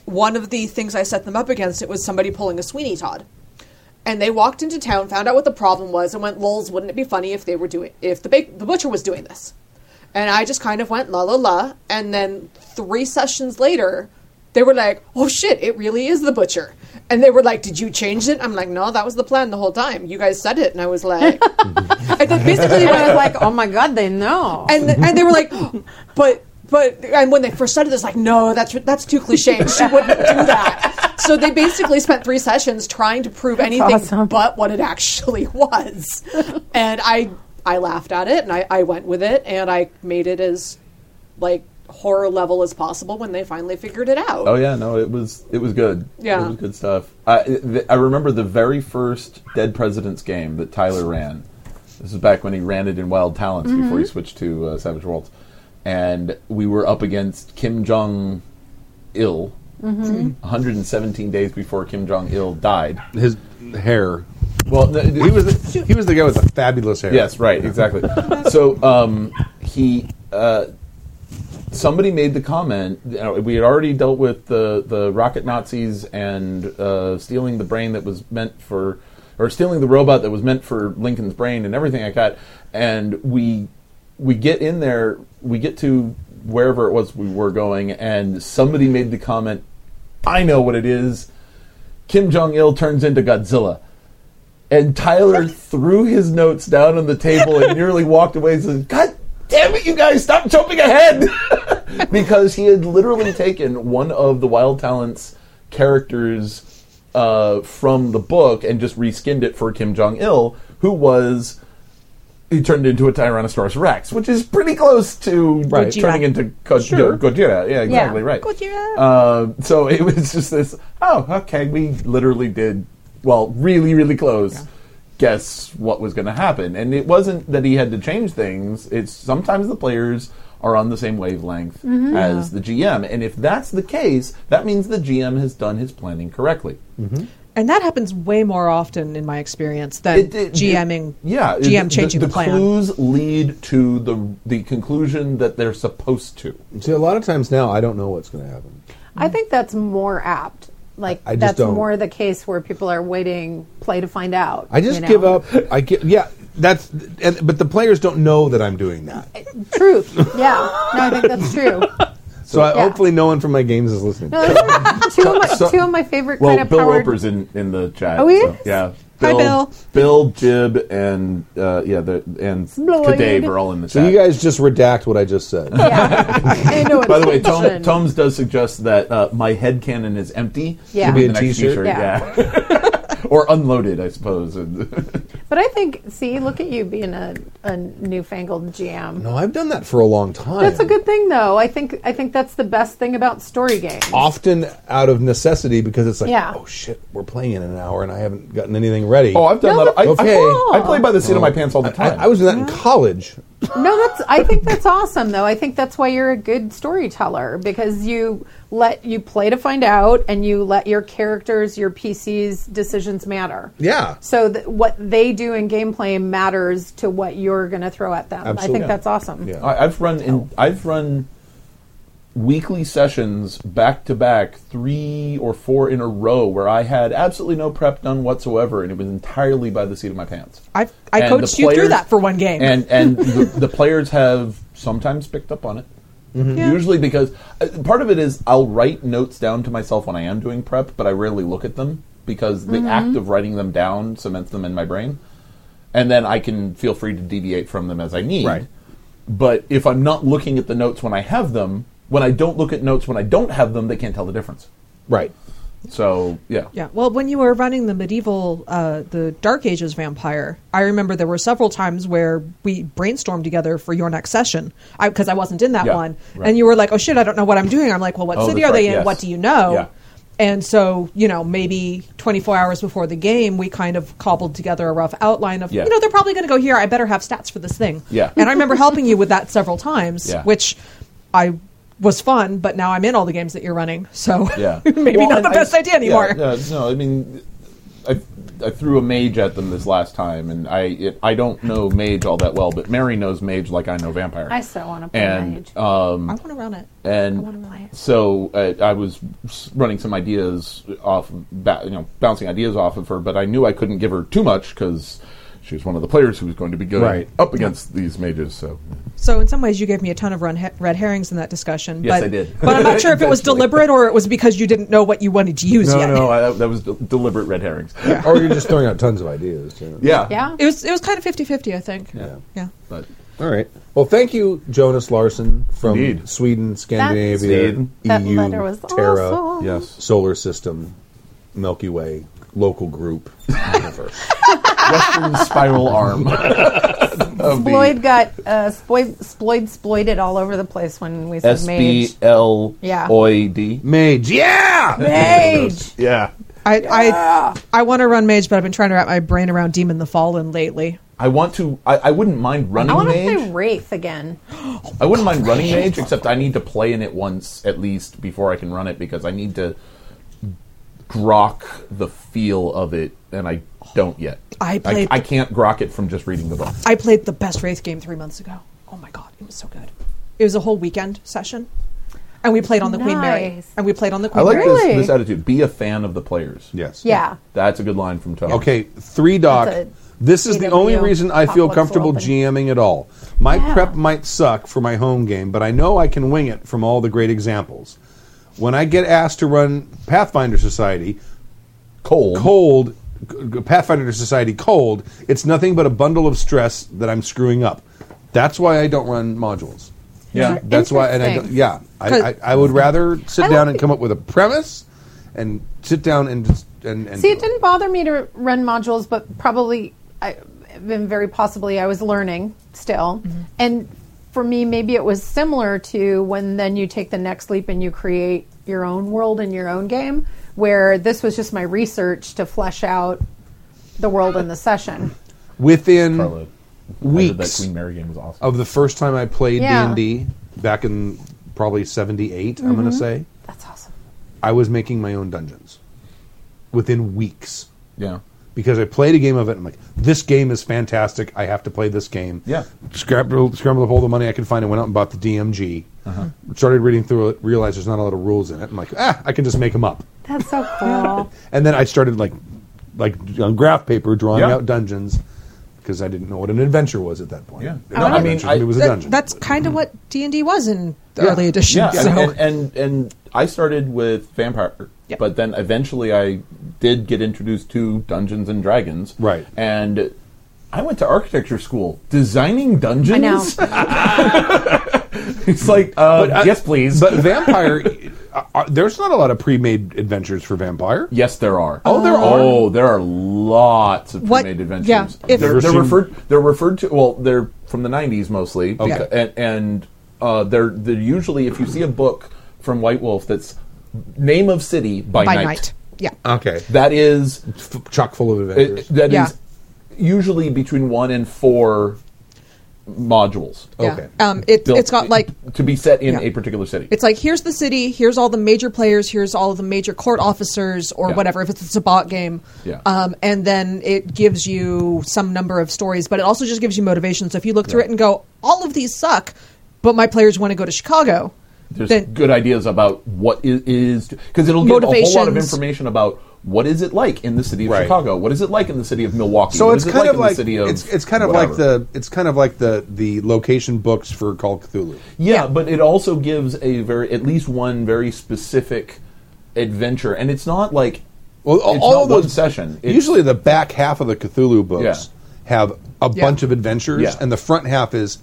S3: one of the things I set them up against it was somebody pulling a Sweeney Todd. And they walked into town, found out what the problem was, and went, "Lols, wouldn't it be funny if they were doing if the bake, the butcher was doing this?" And I just kind of went la la la, and then three sessions later, they were like, "Oh shit, it really is the butcher." And they were like, "Did you change it?" I'm like, "No, that was the plan the whole time. You guys said it." And I was like, and then basically
S5: I was like, oh my god, they know.
S3: and and they were like, but but and when they first started this, like, no, that's that's too cliche. She wouldn't do that. So they basically spent three sessions trying to prove anything
S5: awesome.
S3: but what it actually was, and I I laughed at it and I, I went with it and I made it as like horror level as possible when they finally figured it out.
S4: Oh yeah, no, it was it was good.
S3: Yeah.
S4: it was good stuff. I th- I remember the very first Dead Presidents game that Tyler ran. This is back when he ran it in Wild Talents before he switched to uh, Savage Worlds, and we were up against Kim Jong Il. 117 days before Kim Jong Il died.
S2: His hair.
S4: Well, th-
S2: He was the, he was the guy with the fabulous hair.
S4: Yes, right, exactly. so um, he, uh, somebody made the comment. You know, we had already dealt with the the rocket Nazis and uh, stealing the brain that was meant for, or stealing the robot that was meant for Lincoln's brain and everything like that. And we we get in there, we get to wherever it was we were going, and somebody made the comment. I know what it is. Kim Jong Il turns into Godzilla. And Tyler threw his notes down on the table and nearly walked away and said, God damn it, you guys, stop jumping ahead! because he had literally taken one of the Wild Talents characters uh, from the book and just reskinned it for Kim Jong il, who was. He turned into a Tyrannosaurus Rex, which is pretty close to
S2: Right.
S4: turning into Go-
S2: Sure.
S4: Gojira. Yeah, exactly right. Uh, so it was just this. Oh, okay. We literally did well, really, really close. Guess what was going to happen? And it wasn't that he had to change things. It's sometimes the players are on the same wavelength as the GM, and if that's the case, that means the GM has done his planning correctly.
S3: And that happens way more often in my experience than
S4: It- it- it- yeah, it-
S3: GM changing
S4: the,
S3: the, plan.
S4: clues lead to the the conclusion that they're supposed to.
S2: See, a lot of times now I don't know what's going to happen.
S5: I think that's more apt Like
S2: I just
S5: that's
S2: don't.
S5: more the case where people are waiting play to find out.
S2: I just
S5: you know?
S2: give up. I get yeah. That's and, but the players don't know that I'm doing that.
S5: Truth. Yeah. No, I think that's true.
S2: So I,
S5: Yeah.
S2: hopefully, no one from my games is listening.
S5: No, those are two, of my,
S4: So-
S5: two of my favorite
S4: Well,
S5: kind of
S4: Bill
S5: powered.
S4: Roper's in, in the chat.
S5: Oh, he
S4: so-
S5: is?
S4: yeah.
S7: Hi, Bill.
S4: Bill, Jib, and uh, yeah, the, and
S5: Floyd.
S4: Kadave are all in the chat.
S2: so you guys just redact what I just said.
S5: Yeah. I know it's
S4: By the way, Tom,
S5: fiction.
S4: Tom's does suggest that uh, my head cannon is empty.
S5: Yeah.
S4: Should
S5: Be
S4: be
S5: a
S4: the next
S2: t-shirt?
S4: t-shirt,
S5: Yeah.
S4: yeah. or unloaded, I suppose. Oh, And-
S5: But I think, see, look at you being a, a newfangled GM.
S2: No, I've done that for a long time.
S5: That's a good thing, though. I think I think that's the best thing about story games.
S2: Often out of necessity because it's like,
S5: Yeah.
S2: oh shit, we're playing in an hour and I haven't gotten anything ready.
S4: oh, I've done
S5: No,
S4: that. I,
S2: that's
S4: I-
S2: cool.
S4: I, play by the seat of my pants all the
S2: I,
S4: time.
S2: I was doing that in college.
S5: No, that's. I think that's awesome, though. I think that's why you're a good storyteller because you let you play to find out, and you let your characters, your PCs' decisions matter.
S2: Yeah.
S5: So th- what they do in gameplay matters to what you're going to throw at them. I
S2: Absolutely.
S5: think that's awesome.
S2: Yeah.
S4: I, I've run in. I've run weekly sessions back to back, three or four in a row, where I had absolutely no prep done whatsoever, and it was entirely by the seat of my pants.
S7: I- I
S4: And the
S7: coached you through that for one game.
S4: and and the, the players have sometimes picked up on it. Usually, because uh, part of it is I'll write notes down to myself when I am doing prep, but I rarely look at them because the
S7: Mm-hmm.
S4: act of writing them down cements them in my brain and then I can feel free to deviate from them as I need.
S2: Right.
S4: But if I'm not looking at the notes when I have them, when I don't look at notes when I don't have them, they can't tell the difference.
S2: Right.
S4: So yeah,
S3: Yeah. Well, when you were running the medieval, uh, the Dark Ages vampire, I remember there were several times where we brainstormed together for your next session because I, wasn't in that
S4: Yeah,
S3: one,
S4: right.
S3: and you were like, "Oh shit, I don't know what I'm doing." I'm like, "Well, what
S4: Oh,
S3: city are
S4: that's
S3: they
S4: right,
S3: in?
S4: yes.
S3: What do you know?"
S4: Yeah.
S3: And so, you know, maybe 24 hours before the game, we kind of cobbled together a rough outline of,
S4: Yeah.
S3: you know, they're probably going to go here. I better have stats for this thing.
S4: Yeah.
S3: And I remember helping you with that several times,
S4: Yeah.
S3: which I was fun, but now I'm in all the games that you're running. So
S4: yeah,
S3: maybe
S4: Well,
S3: not
S4: and
S3: the
S4: I-
S3: best idea
S4: yeah,
S3: anymore.
S4: yeah, no, I mean, I, I threw a mage at them this last time, and I it, I don't know mage all that well, but Mary knows mage like I know vampire.
S5: I still want to play
S4: and uh,
S5: mage.
S3: I want to run it.
S4: and so uh, I was s- running some ideas off, ba- you know, bouncing ideas off of her, but I knew I couldn't give her too much because she was one of the players who was going to be going
S2: Right.
S4: up against these mages. So
S3: So in some ways, you gave me a ton of run he- red herrings in that discussion.
S4: Yes,
S3: but,
S4: I did.
S3: but I'm not sure if it was deliberate or it was because you didn't know what you wanted to use
S4: no,
S3: yet.
S4: no, I, that was de- deliberate red herrings. Yeah,
S2: Or you're just throwing out tons of ideas. too.
S5: yeah.
S3: It was it was kind of 50-50, I think. Yeah.
S4: But
S2: All right. Well, thank you, Jonas Larson from
S4: Indeed.
S2: Sweden, Scandinavia,
S4: Sweden.
S5: That
S2: EU,
S5: letter was
S2: Terra,
S5: awesome.
S4: yes,
S2: Solar System, Milky Way, local group, universe.
S4: western spiral arm. of
S5: Sploid got uh, sploid, sploid sploided all over the place when we said
S4: S
S5: mage.
S4: B L
S5: Yeah.
S4: O D.
S2: Mage, yeah.
S5: Mage.
S4: Yeah.
S3: I I, I want to run mage, but I've been trying to wrap my brain around Demon the Fallen lately.
S4: I want to. I, I wouldn't mind running
S5: I want to
S4: mage.
S5: play wraith again.
S4: I wouldn't mind running mage, except I need to play in it once at least before I can run it because I need to grok the feel of it, and I don't yet.
S3: I played-
S4: I, can't grok it from just reading the book.
S3: I played the best Wraith game three months ago. Oh my god, it was so good. It was a whole weekend session, and we played on the Queen Mary,
S5: Nice.
S3: and we played on the
S4: I
S3: Queen
S4: like
S3: Mary.
S5: Really?
S4: this, this attitude. Be a fan of the players.
S2: Yes.
S5: Yeah.
S4: That's a good line from Tom.
S2: Okay, three doc.
S5: That's a
S2: This is the
S5: AW
S2: only reason I feel
S5: apocalypse
S2: comfortable
S5: weapon.
S2: GMing at all. My
S5: Yeah.
S2: prep might suck for my home game, but I know I can wing it from all the great examples. When I get asked to run Pathfinder Society,
S4: Cold.
S2: cold, g- Pathfinder Society cold, it's nothing but a bundle of stress that I'm screwing up. That's why I don't run modules.
S4: Yeah.
S2: That's why, and I don't,
S5: Interesting.
S2: yeah, I, I, I would rather sit
S5: I
S2: down
S5: like-
S2: and come up with a premise, and sit down and just- and, and
S5: See,
S2: do
S5: it didn't bother me to run modules, but probably, I, and very possibly, I was learning still. And for me, maybe it was similar to when then you take the next leap and you create your own world and your own game, where this was just my research to flesh out the world in the session.
S2: within
S4: Carlo, I did that
S2: weeks
S4: Queen Mary game was awesome.
S2: of the first time I played D
S5: Yeah.
S2: and D back in probably seventy I'm going to say
S5: That's awesome.
S2: I was making my own dungeons within weeks
S4: yeah.
S2: because I played a game of it. and I'm like, this game is fantastic. I have to play this game.
S4: Yeah.
S2: Scramble, scramble up all the money I could find and went out and
S4: Uh-huh.
S2: bought the DMG. Started reading through it, realized there's not a lot of rules in it. I'm like, ah, I can just make them up.
S5: That's so cool.
S2: And then I started like, like on graph paper drawing
S4: Yeah.
S2: out dungeons because I didn't know what an adventure was at that point.
S4: Yeah.
S2: There were
S4: No, I mean,
S2: adventures,
S4: I-
S2: it was a
S8: That-
S2: dungeon.
S8: that's kind
S4: Mm-hmm.
S8: of what D and D was in the early edition.
S4: Yeah,
S8: so.
S4: and, and and I started with vampire,
S8: Yeah.
S4: but then eventually I did get introduced to Dungeons and Dragons.
S2: Right.
S4: and I went to architecture school designing dungeons.
S5: I know.
S4: it's like, uh,
S2: But I-
S4: yes, please.
S2: But vampire, uh, uh, there's not a lot of pre-made adventures for vampire.
S4: yes, there are. Oh, there are. Oh, there are lots of
S8: What-
S4: pre-made adventures.
S8: yeah, if-
S4: they're,
S2: Never
S4: they're
S2: seen-
S4: referred. They're referred to. Well, they're from the '90s mostly.
S2: Okay.
S4: and, and uh, they're they're usually if you see a book from White Wolf that's name of city by,
S8: by night.
S4: night.
S8: yeah.
S4: Uh,
S2: Okay,
S4: That is
S2: F- chock full of
S4: it,
S2: adventures.
S4: that
S8: Yeah.
S4: is usually between one and four modules.
S8: yeah.
S2: okay.
S8: Um, it,
S4: Built
S8: it's got like
S4: to be set in
S8: yeah.
S4: a particular city.
S8: it's like here's the city, here's all the major players, here's all the major court officers or
S4: Yeah.
S8: whatever if it's a bot game.
S4: Yeah.
S8: Um, and then it gives you some number of stories, but it also just gives you motivation. So if you look through
S4: Yeah.
S8: it and go, all of these suck, but my players want to go to Chicago.
S4: There's
S8: then-
S4: good ideas about what i- is because it'll give a whole lot of
S8: Motivations.
S4: information about what is it like in the city of
S2: Right.
S4: Chicago, what is it like in the city of Milwaukee.
S2: So
S4: what
S2: it's
S4: is it
S2: kind of
S4: in
S2: like
S4: the city of
S2: it's it's kind of like
S4: whatever.
S2: the it's kind of like the the location books for Call of Cthulhu.
S4: yeah,
S8: Yeah.
S4: but it also gives a very at least one very specific adventure, and it's not like
S2: Well,
S4: it's
S2: all
S4: not
S2: of
S4: one
S2: those
S4: session. It's-
S2: usually the back half of the Cthulhu books have a
S8: Yeah.
S2: bunch of adventures,
S4: Yeah.
S2: and the front half is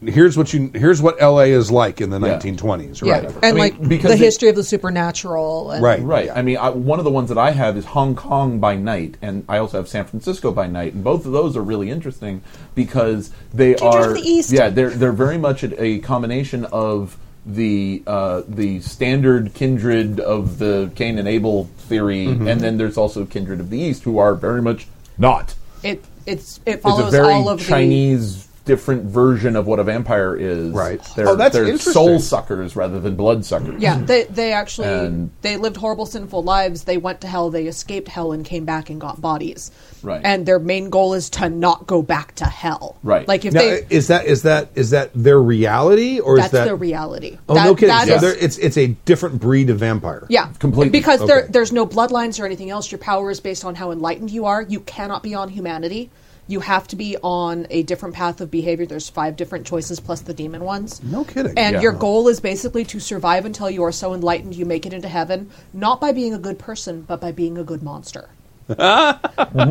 S2: here's what you here's what L.A. is like in the
S4: Yeah.
S2: 1920s or
S8: Yeah.
S2: whatever.
S8: And
S4: I mean,
S8: like
S4: because
S8: the
S4: it-
S8: history of the supernatural. And,
S2: Right.
S4: Right. I mean, I, one of the ones that I have is Hong Kong by night, and I also have San Francisco by night, and both of those are really interesting because they
S8: Kindred
S4: are
S8: of the East.
S4: yeah they're they're very much a- a combination of the uh, the standard kindred of the Cain and Abel theory, and then there's also kindred of the East who are very much not.
S3: It it's it
S4: It's a
S3: follows
S4: very
S3: all of the
S4: Chinese. Different version of what a vampire is.
S2: Right.
S4: They're,
S2: Oh, that's
S4: they're
S2: interesting.
S4: soul suckers rather than blood suckers.
S2: Mm-hmm.
S3: yeah. They they actually
S4: And-
S3: they lived horrible sinful lives. They went to hell. They escaped hell and came back and got bodies.
S4: Right.
S3: And their main goal is to not go back to hell.
S4: Right.
S3: Like if
S2: Now,
S3: they
S2: is that is that is that their reality or
S3: that's
S2: is that
S3: their reality.
S2: Oh no kidding!
S3: that
S2: So
S3: is-
S2: they're- it's it's a different breed of vampire.
S3: Yeah,
S4: Completely.
S3: Because there,
S2: Okay.
S3: there's no bloodlines or anything else. Your power is based on how enlightened you are. You cannot be on humanity. You have to be on a different path of behavior. There's five different choices plus the demon ones.
S2: No kidding.
S3: And
S2: Yeah.
S3: your goal is basically to survive until you are so enlightened you make it into heaven, not by being a good person, but by being a good monster.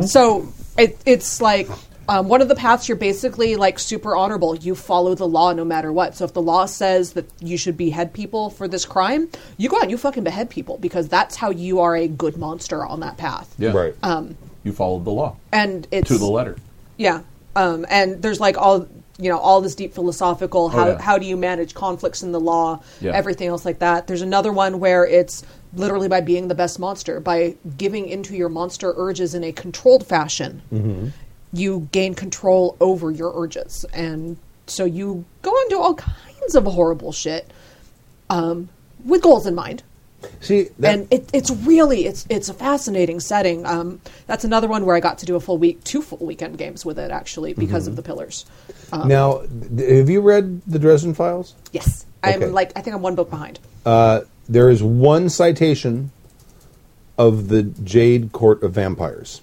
S3: So it, it's like um, one of the paths you're basically like super honorable. You follow the law no matter what. So if the law says that you should behead people for this crime, you go out and you fucking behead people because that's how you are a good monster on that path.
S4: Yeah.
S2: Right.
S3: Um,
S4: you followed the law
S3: And it's
S4: to the letter.
S3: Yeah. Um, and there's like all you know all this deep philosophical how,
S4: Oh, yeah.
S3: how do you manage conflicts in the law
S4: Yeah.
S3: everything else like that there's another one where it's literally by being the best monster by giving into your monster urges in a controlled fashion
S4: Mm-hmm.
S3: you gain control over your urges and so you go and do all kinds of horrible shit um, with goals in mind
S2: See, that,
S3: and it, it's really it's it's a fascinating setting. Um, that's another one where I got to do a full week, two full weekend games with it actually because
S2: Mm-hmm.
S3: of the pillars. Um,
S2: now th- have you read the Dresden Files?
S3: yes,
S2: Okay.
S3: I'm like I think I'm one book behind.
S2: There is one citation of the Jade Court of Vampires.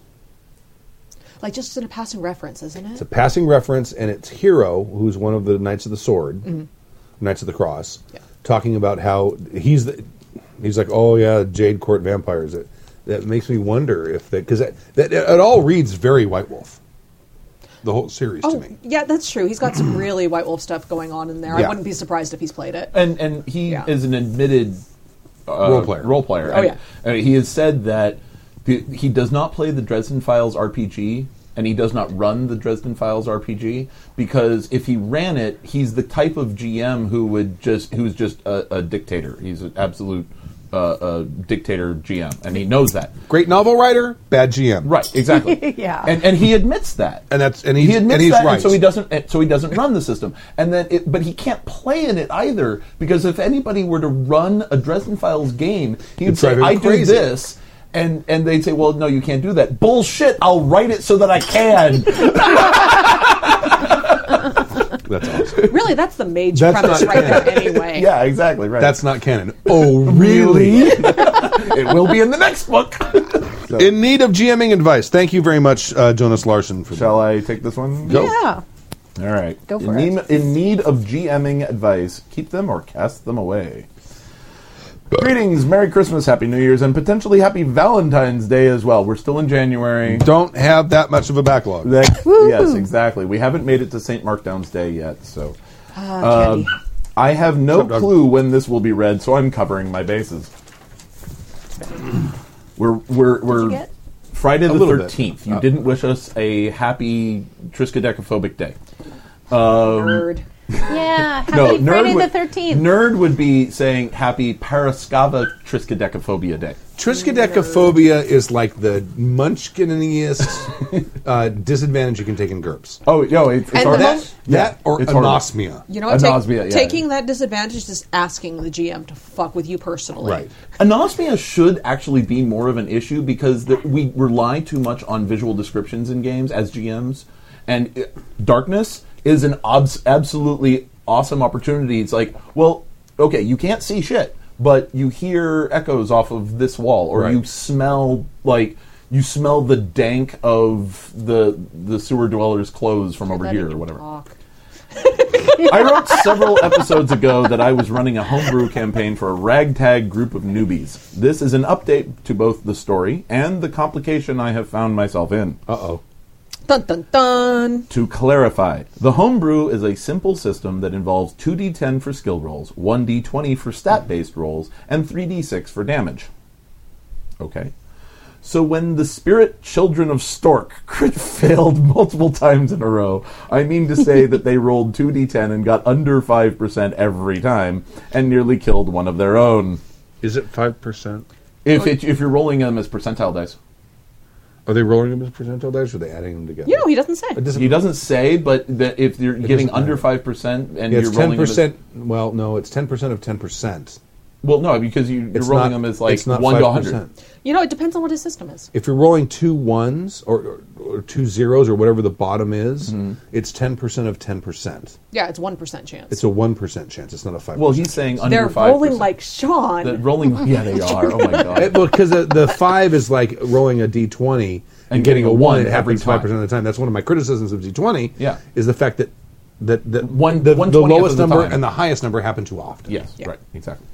S3: Like just in a passing reference, isn't it?
S2: It's a passing reference, and it's Hero, who's one of the Knights of the Sword, Knights of the Cross,
S3: Mm-hmm. Yeah.
S2: talking about how he's the, he's like, oh yeah, Jade Court vampires. It, that makes me wonder if that because that, that it all reads very White Wolf, the whole series to
S3: oh
S2: me.
S3: yeah, that's true. He's got some really White Wolf stuff going on in there.
S2: Yeah.
S3: I wouldn't be surprised if he's played it.
S4: And and he
S3: Yeah.
S4: is an admitted uh,
S2: Role player.
S4: Role player.
S3: Oh, yeah.
S4: I, I mean, he has said that the, he does not play the Dresden Files RPG, and he does not run the Dresden Files RPG because if he ran it, he's the type of GM who would just who's just a, a dictator. He's an absolute uh, a dictator GM, and he knows that.
S2: Great novel writer, bad GM.
S4: Right, exactly.
S5: Yeah.
S4: and and he admits that,
S2: And that's- and he's-
S4: he admits
S2: and he's
S4: that,
S2: right.
S4: And so he doesn't. And so he doesn't run the system, and then it, but he can't play in it either because if anybody were to run a Dresden Files game, he would
S2: It'd drive
S4: say,
S2: him
S4: "I do
S2: crazy."
S4: this." And, and they'd say, well, no, you can't do that. Bullshit! I'll write it so that I can.
S2: That's awesome.
S3: really, that's the mage
S2: That's
S3: premise
S2: not
S3: right there anyway.
S4: yeah, exactly. Right.
S2: That's not canon. Oh really?
S4: it will be in the next book.
S2: In need of GMing advice. Thank you very much, uh, Jonas Larson. For
S4: Shall I take this one?
S2: Go.
S5: Yeah.
S4: All right.
S5: Go for
S4: in
S5: it.
S4: Need, in need of GMing advice, keep them or cast them away. Greetings, Merry Christmas, Happy New Year's, and potentially Happy Valentine's Day as well. We're still in January.
S2: Don't have that much of a backlog.
S4: That- yes, exactly. We haven't made it to St. Markdown's Day yet, so.
S5: Ah,
S4: Um, I have no
S2: What's up, Doug?
S4: clue when this will be read, so I'm covering my bases. We're we're we're
S5: get?
S4: Friday the
S2: little bit.
S4: thirteenth. You
S2: Uh,
S4: didn't wish us a happy triskaidekaphobic day.
S3: Nerd.
S5: Yeah. Happy Friday
S4: would,
S5: the 13th.
S4: Nerd would be saying happy Paraskava triskaidekaphobia day.
S2: Triskaidekaphobia is like the munchkiniest uh, disadvantage you can take in GURPS.
S4: Oh no, it's, it's
S3: And
S4: already-
S3: the
S2: That,
S3: most-
S2: that or
S4: It's horrible.
S2: anosmia.
S3: You know what?
S4: A
S3: Take,
S4: nausea, yeah.
S3: Taking that disadvantage is asking the GM to fuck with you personally.
S2: Right.
S4: Anosmia should actually be more of an issue because the, we rely too much on visual descriptions in games as GMs, and uh, darkness is an obs- absolutely awesome opportunity. It's like, well, okay, you can't see shit, but you hear echoes off of this wall, or
S2: Right.
S4: you smell like you smell the dank of the the sewer dweller's clothes from over
S3: Let
S4: here
S3: him
S4: or whatever.
S3: talk.
S4: I wrote several episodes ago that I was running a homebrew campaign for a ragtag group of newbies. This is an update to both the story and the complication I have found myself in.
S2: Uh oh.
S3: Dun dun dun.
S4: To clarify, the homebrew is a simple system that involves 2d10 for skill rolls, 1d20 for stat based rolls, and 3d6 for damage. Okay. So when the spirit children of Stork crit failed multiple times in a row, I mean to say that they rolled 2d10 and got under 5% every time and nearly killed one of their own.
S2: Is it 5%?
S4: If, it, if you're rolling them as percentile dice.
S2: Are they rolling them as percentile dice or are they adding them together?
S3: You know, he doesn't say.
S2: It doesn't-
S4: He doesn't say, but that if you're getting
S2: doesn't
S4: under
S2: matter.
S4: 5% and
S2: Yeah,
S4: you're
S2: it's
S4: rolling 'em as-
S2: 10%. Well, no, it's 10% of 10%.
S4: Well, no, because you, you're
S2: It's
S4: rolling
S2: not-
S4: them as like
S2: it's not
S4: one to
S2: 5%.
S4: hundred.
S3: You know, it depends on what his system is.
S2: If you're rolling two ones or, or, or two zeros or whatever the bottom is, it's 10% of 10%.
S3: Yeah, it's one percent chance.
S2: It's a 1% chance. It's not a 5%.
S4: Well, he's saying under
S3: They're
S4: five.
S3: rolling like Sean.
S4: the rolling. Yeah, they are. Oh my
S2: It-
S4: god.
S2: well, because the, the five is like rolling a d twenty and, getting, a one. It happens
S4: every
S2: five
S4: time.
S2: percent of the time. That's one of my criticisms of d twenty.
S4: Yeah.
S2: is the fact that that, that
S4: One-
S2: the,
S4: one
S2: the
S4: 20th of
S2: lowest
S4: the
S2: number
S4: time.
S2: and the highest number happen too often.
S4: Yes.
S3: Yeah.
S4: Right. Exactly.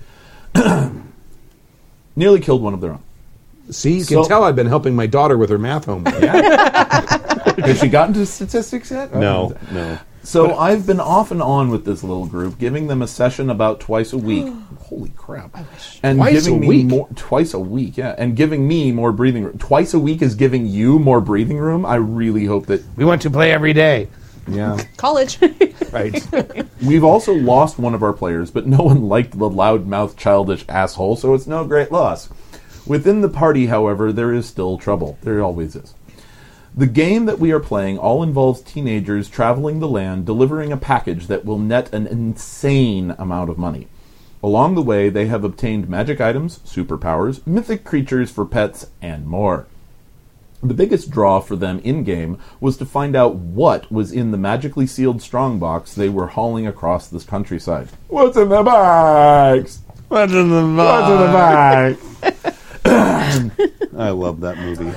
S4: Nearly killed one of their own.
S2: See, you can
S4: So-
S2: tell I've been helping my daughter with her math homework.
S4: Yeah. Has she gotten to statistics yet? Oh.
S2: no.
S4: So I've been off and on with this little group, giving them a session about twice a week. Holy crap! And
S2: Twice
S4: giving
S2: a
S4: me
S2: week?
S4: more twice a week, yeah, and giving me more breathing room. Twice a week is giving you more breathing room. I really hope that.
S2: We want to play every day.
S4: Yeah.
S3: College.
S2: Right.
S4: We've also lost one of our players, but no one liked the loudmouth, childish asshole, so it's no great loss. Within the party, however, there is still trouble. There always is. The game that we are playing all involves teenagers traveling the land, delivering a package that will net an insane amount of money. Along the way, they have obtained magic items, superpowers, mythic creatures for pets, and more. The biggest draw for them in game was to find out what was in the magically sealed strongbox they were hauling across this countryside. What's in the box?
S2: What's in the
S4: What's in the box?
S2: I love that movie.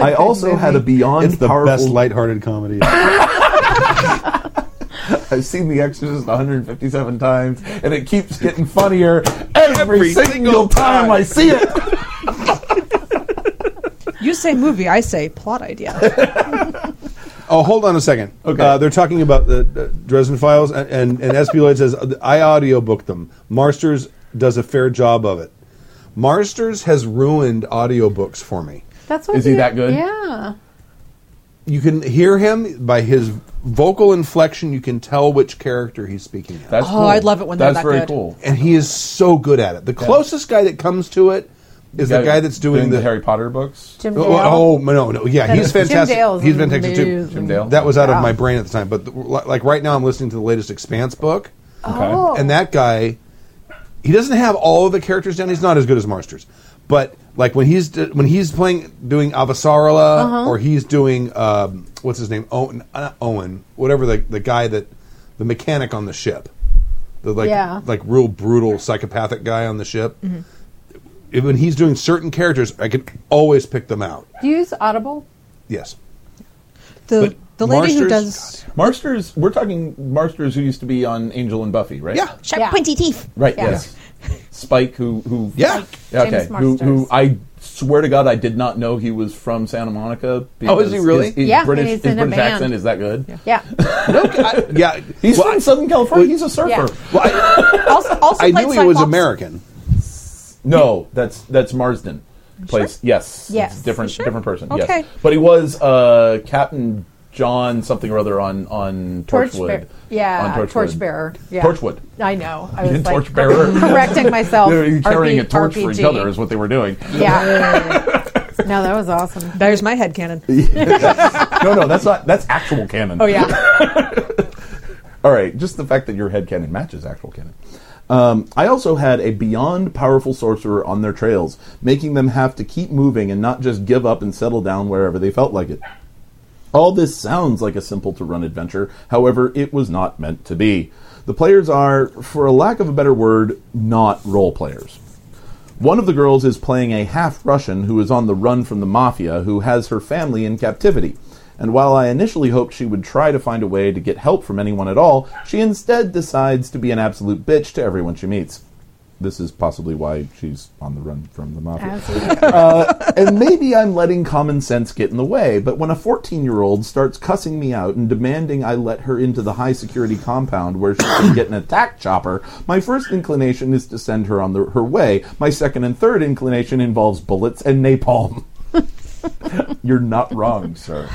S4: I also had a beyond
S2: It's the
S4: powerful.
S2: best lighthearted comedy.
S4: I've seen The Exorcist 157 times, and it keeps getting funnier every,
S2: Every
S4: single,
S2: single
S4: time.
S2: time.
S4: I see it.
S8: You say movie, I say plot idea.
S2: Oh, hold on a second.
S4: Okay.
S2: Uh, they're talking about the, the Dresden Files, and, and, and SB Lloyd says, uh, I audiobooked them. Marsters does a fair job of it. Marsters has ruined audiobooks for me.
S5: That's what
S4: Is he that good?
S5: Yeah.
S2: You can hear him by his vocal inflection, you can tell which character he's speaking of.
S4: That's
S8: Oh, I'd love it when they're
S4: That's
S8: that
S4: very
S8: good.
S4: cool.
S2: and he is so good at it. The closest guy that comes to it is the guy that's doing the.
S4: Harry Potter books.
S5: Jim
S2: Oh,
S5: Dale.
S2: oh, no, no. Yeah, he's
S5: Jim
S2: fantastic.
S5: Dale's
S2: he's fantastic too.
S5: amazing.
S4: Jim Dale.
S2: That was out of
S5: Yeah.
S2: my brain at the time. But the, like right now, I'm listening to the latest Expanse book.
S5: Oh.
S2: and that guy he doesn't have all of the characters down he's not as good as marsters but like when he's d- when he's playing doing avasarala
S5: Uh-huh.
S2: or he's doing um, what's his name owen uh, owen whatever the, the guy that the mechanic on the ship the like
S5: Yeah. Mm-hmm.
S2: like real brutal psychopathic guy on the ship if- when he's doing certain characters, I can always pick them out.
S5: Do you use Audible?
S2: Yes.
S8: The
S2: But
S8: the lady who
S2: Marsters-
S8: does
S4: Marsters, we're talking Marsters who used to be on Angel and Buffy, right?
S2: Yeah.
S9: Sharp
S5: Yeah.
S9: pointy teeth.
S4: Right.
S5: Yeah.
S4: Yes. Spike, who who
S2: Yeah. Spike.
S4: Yeah, okay,
S5: James
S4: who, who
S5: Marsters.
S4: I swear to God I did not know he was from Santa Monica.
S2: Oh, is he
S4: because
S2: really?
S4: His, his
S5: Yeah,
S4: British,
S5: and he's
S4: his
S5: in a
S4: British
S5: band.
S4: accent is that good?
S5: Yeah.
S2: Yeah.
S4: He's
S2: Well,
S4: from
S2: I-
S4: Southern California. He's a surfer.
S5: yeah.
S2: well, I,
S8: also, also
S2: I
S8: played
S2: knew he was
S8: Cyclops.
S2: American.
S4: No, that's that's Marsden. Place yes,
S5: Yes.
S4: It's different different person.
S8: Okay.
S4: Yes, but he was uh, Captain John something or other on on
S5: Torch
S4: Torchwood.
S5: bear- yeah,
S4: on Torchwood.
S5: Torchbearer, yeah.
S4: Torchwood.
S5: I know. I was like
S4: Torchbearer.
S5: correcting myself.
S4: They were carrying
S5: RP
S4: a torch for each
S5: RPG.
S4: other is what they were doing.
S5: Yeah. no, that was awesome.
S8: There's my head cannon.
S4: no, no, that's not. That's actual canon.
S5: Oh yeah.
S4: All right, just the fact that your head cannon matches actual cannon. Um, I also had a beyond powerful sorcerer on their trails, making them have to keep moving and not just give up and settle down wherever they felt like it. All this sounds like a simple to run adventure, however, it was not meant to be. The players are, for a lack of a better word, not role players. One of the girls is playing a half Russian who is on the run from the mafia who has her family in captivity. And while I initially hoped she would try to find a way to get help from anyone at all, she instead decides to be an absolute bitch to everyone she meets. This is possibly why she's on the run from the mafia and maybe I'm letting common sense get in the way, but when a 14 year old starts cussing me out and demanding I let her into the high security compound where she can get an attack chopper, my first inclination is to send her on the, her way. My second and third inclination involves bullets and napalm. You're not wrong, sir.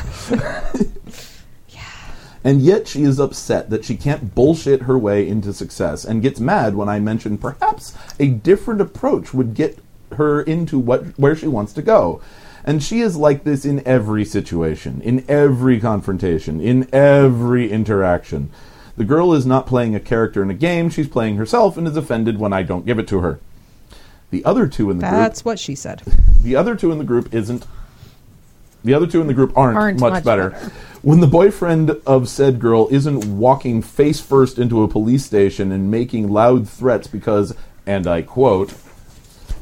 S4: And yet she is upset that she can't bullshit her way into success and gets mad when I mention perhaps a different approach would get her into what where she wants to go. And she is like this in every situation, in every confrontation, in every interaction. The girl is not playing a character in a game, she's playing herself and is offended when I don't give it to her. The other two in the group
S8: That's what she said.
S4: the other two in the group isn't. The other two in the group aren't,
S5: Aren't
S4: much,
S5: much
S4: better. When the boyfriend of said girl isn't walking face first into a police station and making loud threats because, and I quote,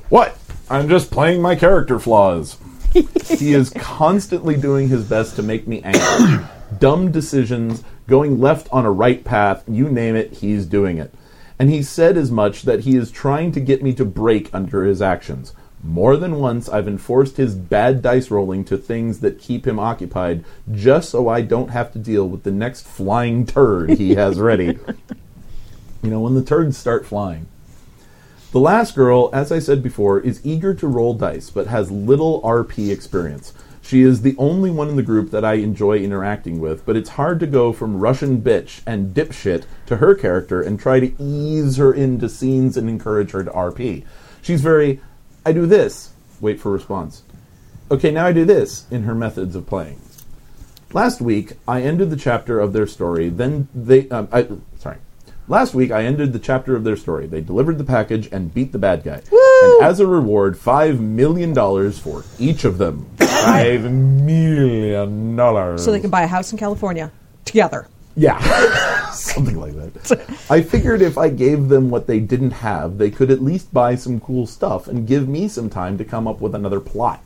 S4: What? I'm just playing my character flaws. he is constantly doing his best to make me angry. Dumb decisions, going left on a right path, you name it, he's doing it. And he said as much that he is trying to get me to break under his actions. More than once, I've enforced his bad dice rolling to things that keep him occupied just so I don't have to deal with the next flying turd he has ready. you know, when the turds start flying. The last girl, as I said before, is eager to roll dice but has little RP experience. She is the only one in the group that I enjoy interacting with, but it's hard to go from Russian bitch and dipshit to her character and try to ease her into scenes and encourage her to RP. She's very, I do this, wait for response. Okay, now I do this in her methods of playing. Last week, I ended the chapter of their story. Then they, um, I, sorry. Last week, I ended the chapter of their story. They delivered the package and beat the bad guy. And as a reward, five million dollars for each of them. Five million dollars.
S8: So they can buy a house in California together.
S9: Oh
S4: Yeah. Something like that. I figured if I gave them what they didn't have, they could at least buy some cool stuff and give me some time to come up with another plot.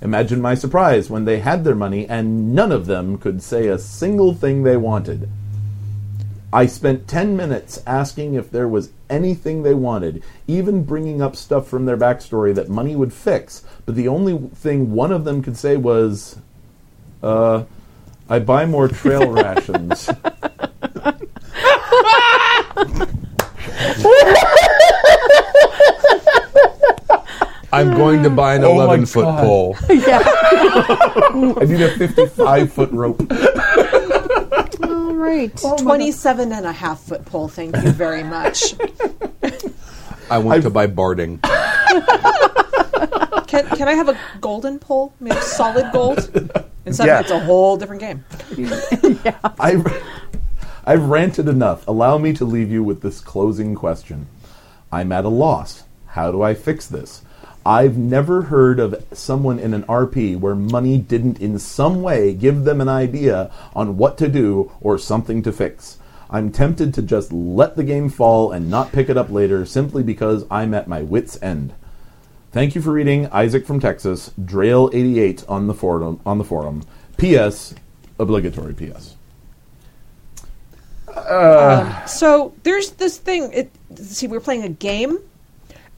S4: Imagine my surprise when they had their money and none of them could say a single thing they wanted. I spent 10 minutes asking if there was anything they wanted, even bringing up stuff from their backstory that money would fix, but the only thing one of them could say was, uh, I buy more trail rations.
S2: I'm going to buy an
S4: Oh my
S2: 11 foot
S4: God.
S2: pole.
S4: I need a 55 foot rope.
S5: All right.
S3: 27 and a half foot pole, thank you very much.
S2: I want to buy barding.
S3: can, can I have a golden pole? Made of solid gold? Instead
S4: Yeah.
S3: of it's a whole different game.
S4: I've, I've ranted enough. Allow me to leave you with this closing question. I'm at a loss. How do I fix this? I've never heard of someone in an RP where money didn't in some way give them an idea on what to do or something to fix. I'm tempted to just let the game fall and not pick it up later simply because I'm at my wits' end. Thank you for reading Isaac from Texas, Drail88 on the forum. On the forum. P.S. Obligatory P.S.
S3: So there's this thing. It, see, we're playing a game,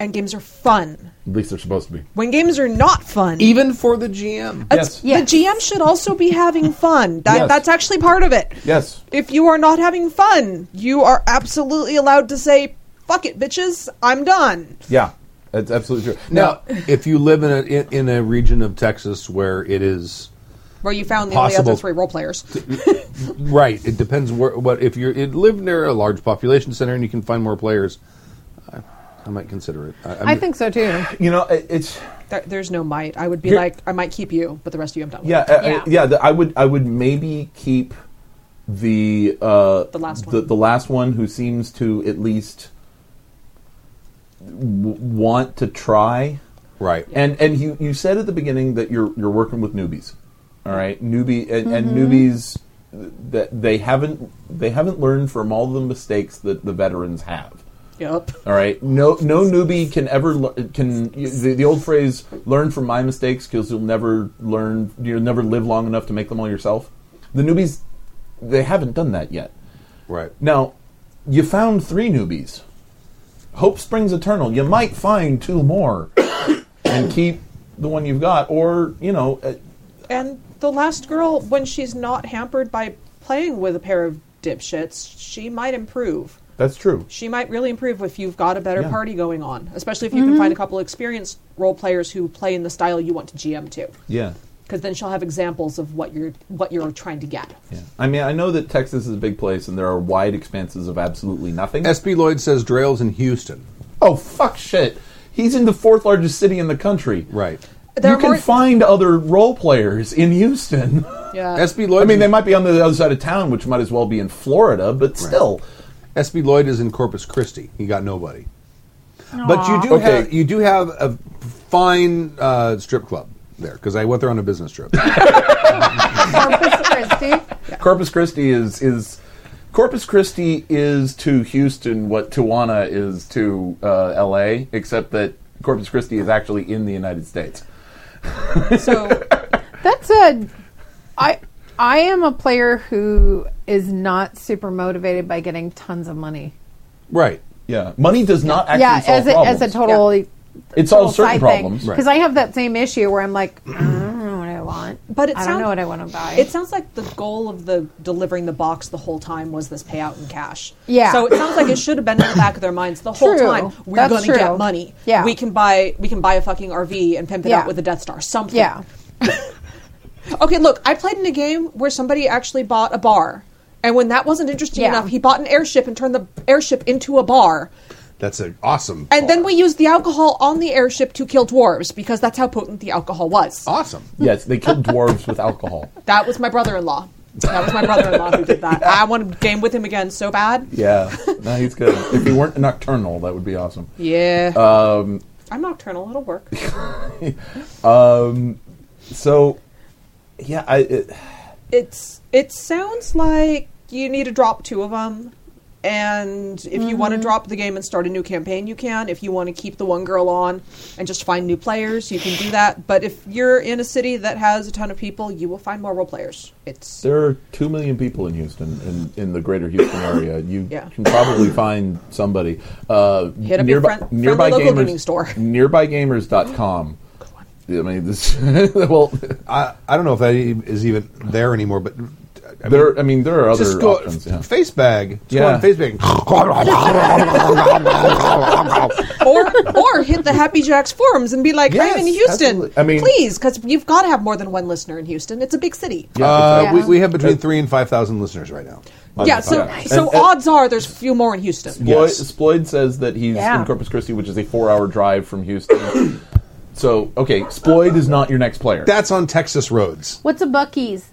S3: and games are fun.
S4: At least they're supposed to be.
S3: When games are not fun,
S2: Even for the GM.
S4: Yes.
S5: Yes.
S3: the GM should also be having fun. That,
S4: Yes.
S3: That's actually part of it.
S4: Yes.
S3: If you are not having fun, you are absolutely allowed to say, "Fuck it, bitches, I'm done."
S4: Yeah. That's absolutely true. Now,
S2: Now, if you live in a in, in a region of Texas where it is
S3: Where you found the only
S2: Possible.
S3: other three role players.
S2: right, it depends where. What if you it live near a large population center and you can find more players? I, I might consider it. I, I'm-
S5: I think so too.
S4: you know, it, it's
S3: There, there's no might. I would be
S4: Here-
S3: like, I might keep you, but the rest of you I'm done with.
S4: yeah, uh, yeah.
S5: Yeah.
S4: the, I would, I would maybe keep the uh,
S3: The last one.
S4: the, the last one who seems to at least w- want to try.
S2: right.
S4: And and you, you said at the beginning that you're you're working with newbies, all right? Newbie and, and
S3: Mm-hmm.
S4: newbies that they haven't they haven't learned from all the mistakes that the veterans have.
S3: Yep.
S4: All right. No, no newbie can ever le- can the, the old phrase "learn from my mistakes" because you'll never learn, you'll never live long enough to make them all yourself. The newbies, they haven't done that yet.
S2: Right.
S4: Now, you found three newbies. Hope springs eternal. You might find two more and keep the one you've got, or you know, uh,
S3: And the last girl, when she's not hampered by playing with a pair of dipshits, she might improve.
S4: that's true.
S3: She might really improve if you've got a better
S4: Yeah.
S3: party going on, especially if you can find a couple experienced role players who play in the style you want to GM to.
S4: Yeah.
S3: Because then she'll have examples of what you're what you're trying to get.
S4: Yeah. I mean, I know that Texas is a big place, and there are wide expanses of absolutely nothing.
S2: SB Lloyd says Drail's in Houston.
S4: Oh fuck shit. He's in the fourth largest city in the country.
S2: Right.
S3: There
S4: you
S3: are
S4: can
S3: more-
S4: find other role players in Houston.
S3: Yeah.
S2: SB Lloyd.
S4: Uh, I mean, they might be on the other side of town, which might as well be in Florida, but still.
S2: SB Lloyd is in Corpus Christi. He got nobody. But you do
S4: Aw. Okay.
S2: have you do have a fine uh, strip club there because I went there on a business trip.
S5: Corpus Christi.
S4: Corpus Christi is is Corpus Christi is to Houston what Tijuana is to uh, L.A. Except that Corpus Christi is actually in the United States.
S3: so
S5: That's a. I I am a player who is not super motivated by getting tons of money.
S2: right.
S4: Yeah, money does not actually
S5: yeah,
S4: solve
S5: as a,
S4: problems.
S5: as a total.
S4: It
S5: total
S4: solves certain
S5: side
S4: problems.
S2: Right.
S5: Because I have that same issue where I'm like, "Mm, I don't know what I want,
S3: But it
S5: I
S3: sound-
S5: don't know what I want to buy.
S3: It sounds like the goal of the delivering the box the whole time was this payout in cash.
S5: Yeah.
S3: So it sounds like it should have been in the back of their minds the whole
S5: True.
S3: time. We're
S5: That's
S3: gonna
S5: true.
S3: get money.
S5: Yeah.
S3: We can buy we can buy a fucking RV and pimp it
S5: Yeah.
S3: out with a Death Star. Something.
S5: yeah,
S3: Okay, look, I played in a game where somebody actually bought a bar. And when that wasn't interesting
S5: Yeah.
S3: enough, he bought an airship and turned the airship into a bar.
S2: That's an awesome.
S3: And then
S2: bar.
S3: we used the alcohol on the airship to kill dwarves because that's how potent the alcohol was.
S2: awesome.
S4: Yes, they killed dwarves with alcohol.
S3: That was my brother-in-law. That was my brother-in-law who did that. I want to game with him again so bad.
S4: Yeah, no, he's good. if you weren't nocturnal, that would be awesome.
S3: Yeah. Um, I'm nocturnal. It'll work.
S4: So, yeah, I. It,
S3: It's it sounds like you need to drop two of them, and if you want to drop the game and start a new campaign, you can. If you want to keep the one girl on and just find new players, you can do that. But if you're in a city that has a ton of people, you will find more role players. It's
S4: There are two million people in Houston, in, in the greater Houston area. You
S3: Yeah.
S4: can probably find somebody. Uh,
S3: Hit up your friend- friendly local gaming store.
S4: Nearbygamers.com. I mean, this. well,
S2: I, I don't know if that e- is even there anymore, but I mean,
S4: there. I mean, there are other
S2: just go
S4: options. Yeah.
S2: face bag. Just go
S4: Yeah.
S2: on face bag.
S3: or or hit the Happy Jacks forums and be like,
S2: Yes,
S3: I'm in Houston.
S4: absolutely. I mean-
S3: please, because you've got to have more than one listener in Houston. It's a big city.
S4: Yeah,
S2: uh,
S4: exactly.
S2: we, we have between three and five thousand listeners right now.
S3: Yeah, so
S4: podcast.
S3: so
S4: And- and-
S3: odds are there's a few more in Houston.
S4: Sploid,
S2: Yes.
S4: Sploid says that he's
S5: Yeah.
S4: in Corpus Christi, which is a four-hour drive from Houston. so, okay, Sploid is not your next player.
S2: That's on Texas roads.
S5: what's a Bucky's?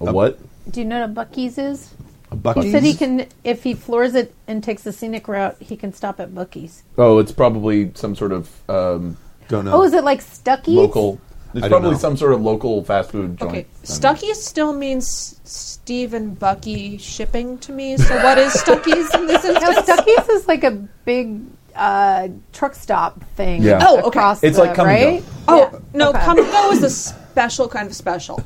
S4: A what?
S5: Do you know what a Bucky's is?
S2: Bucky's.
S5: He said he can, if he floors it and takes the scenic route, he can stop at Bucky's.
S4: Oh, it's probably some sort of um,
S2: Don't know.
S5: Oh, is it like Stucky's?
S4: local. It's
S2: I don't
S4: probably
S2: know.
S4: some sort of local fast food joint.
S3: Okay,
S4: I don't know.
S3: Stuckey's still means Steve and Bucky shipping to me. So what is Stuckey's in this
S5: No,
S3: instance?
S5: Stucky's is like a big uh, truck stop thing.
S9: Yeah.
S3: Oh, okay.
S5: across
S4: It's
S5: the,
S4: like come and go.
S5: right.
S3: Oh
S5: Yeah.
S3: no,
S5: Okay.
S3: come and go is a special kind of special.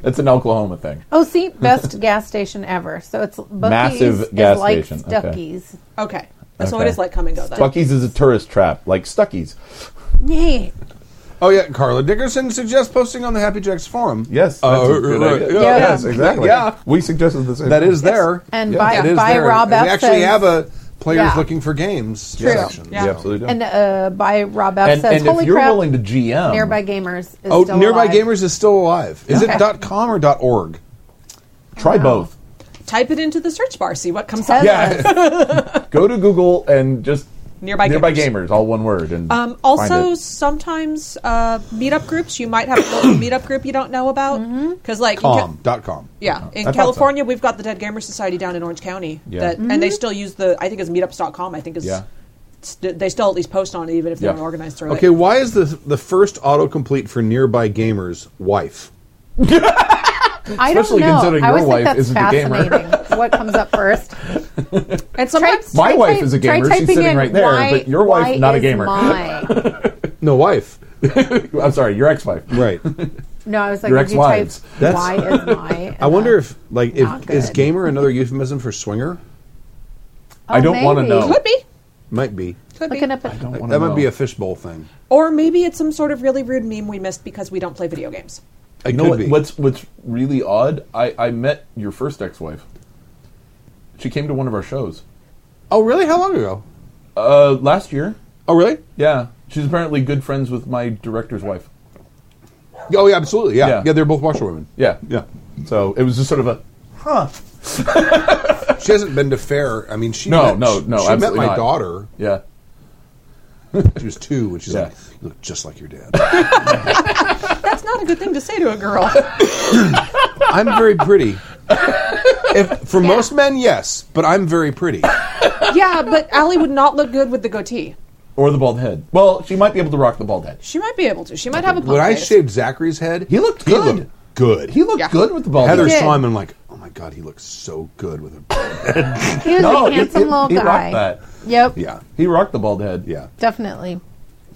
S4: That's an Oklahoma thing.
S5: Oh, see, best gas station ever. So it's Bucky's
S4: Massive
S5: is
S4: gas
S5: like
S4: station. Okay.
S5: Stucky's.
S3: Okay, so it
S4: Okay.
S3: is like come and go then.
S4: Bucky's is a tourist trap, like Stucky's.
S5: Yay.
S2: Oh yeah, Carla Dickerson suggests posting on the Happy Jacks forum.
S4: Yes,
S2: Uh,
S4: that's a good
S2: right,
S4: idea.
S2: yeah,
S5: Yeah.
S4: Yes, exactly.
S2: Yeah.
S4: we suggested the same.
S2: that is
S4: thing.
S2: there.
S5: And
S4: Yeah.
S5: by,
S4: It
S2: It is
S5: by
S2: there.
S5: Rob
S2: we
S5: F.
S2: actually
S5: says-
S2: have a players
S5: Yeah.
S2: looking for games
S5: True.
S2: section.
S4: You absolutely do.
S5: And uh, by Rob F.
S4: and,
S5: says,
S4: and
S5: holy
S4: if you're
S5: crap,
S4: willing to GM,
S5: Nearby Gamers is
S2: Oh,
S5: still
S2: nearby
S5: alive.
S2: gamers is still alive. Is
S5: Okay.
S2: it dot .com or dot .org?
S4: try both.
S3: Type it into the search bar, see what comes
S5: Says
S3: up.
S4: Yeah. Go to Google and just
S3: Nearby
S4: gamers,
S3: Gamers.
S4: all one word. And
S3: Um,
S4: find
S3: also,
S4: it.
S3: sometimes uh, meetup groups you might have a little meetup group you don't know about because, like, in Ca-
S2: Com. Dot .com.
S3: yeah, in
S4: I thought so.
S3: California we've got the Dead Gamer Society down in Orange County,
S4: Yeah.
S3: that, and they still use the I think it's meetups.com. I think is
S4: Yeah.
S3: st- they still at least post on it even if they
S4: Yeah.
S3: don't organize through
S2: Okay,
S3: it.
S2: why is the the first autocomplete for nearby gamers wife?
S5: I don't
S4: Especially
S5: know.
S4: considering
S5: I
S4: your
S5: always think
S4: wife
S5: that's
S4: isn't a gamer.
S5: fascinating. what comes up first?
S3: And sometimes
S4: My
S5: Try
S4: wife
S5: type-
S4: is a
S5: try
S4: gamer. She's
S5: typing
S4: sitting
S5: in
S4: right there,
S5: why-
S4: but your wife,
S5: why
S4: not a
S5: is
S4: gamer.
S5: mine?
S2: No wife.
S4: I'm sorry, your ex-wife.
S2: Right.
S5: No, I was like,
S4: Your
S5: if you type,
S4: ex-wives.
S2: That's-
S5: why is my?
S2: I wonder if like
S5: Not
S2: if
S5: good.
S2: is gamer another euphemism for swinger?
S4: I don't wanna
S5: Oh, maybe.
S4: know.
S3: could be
S2: Might be.
S3: could be
S5: looking up. At,
S4: Don't
S2: That
S4: wanna
S2: might
S4: know.
S2: be a fishbowl thing.
S3: or maybe it's some sort of really rude meme we missed because we don't play video games.
S2: It
S4: You know
S2: could
S4: what,
S2: be.
S4: what's what's really odd? I, I met your first ex-wife. She came to one of our shows
S2: oh really? How long ago?
S4: uh, last year.
S2: Oh really?
S4: Yeah, she's apparently good friends with my director's wife.
S2: Oh yeah, absolutely. Yeah.
S4: Yeah.
S2: Yeah, they're both washerwomen.
S4: Yeah,
S2: Yeah.
S4: So it was just sort of a
S2: She hasn't been to fair. I mean she
S4: No,
S2: met,
S4: no,
S2: she-
S4: no,
S2: She met
S4: absolutely
S2: my
S4: not.
S2: daughter.
S4: yeah.
S2: She was two and she's
S4: Yeah.
S2: like, You look just like your dad.
S3: That's not a good thing to say to a girl.
S2: I'm very pretty. If, for most men, yes, but I'm very pretty.
S3: yeah, but Allie would not look good with the goatee.
S4: Or the bald head. Well, she might be able to rock the bald head.
S3: She might be able to. She might have a.
S2: When
S3: punk
S2: I
S3: face.
S2: shaved Zachary's head,
S4: He looked
S2: He
S4: good.
S2: looked good.
S4: He looked
S3: Yeah.
S4: good with the bald
S2: Heather
S4: head.
S5: did.
S2: saw him and like, oh my god, he looks so good with a
S5: he was
S4: No,
S5: a
S4: he-
S5: handsome
S4: he-
S5: little
S4: he rocked
S5: guy.
S4: that.
S5: Yep.
S2: yeah,
S4: He rocked the bald head.
S2: yeah.
S5: Definitely.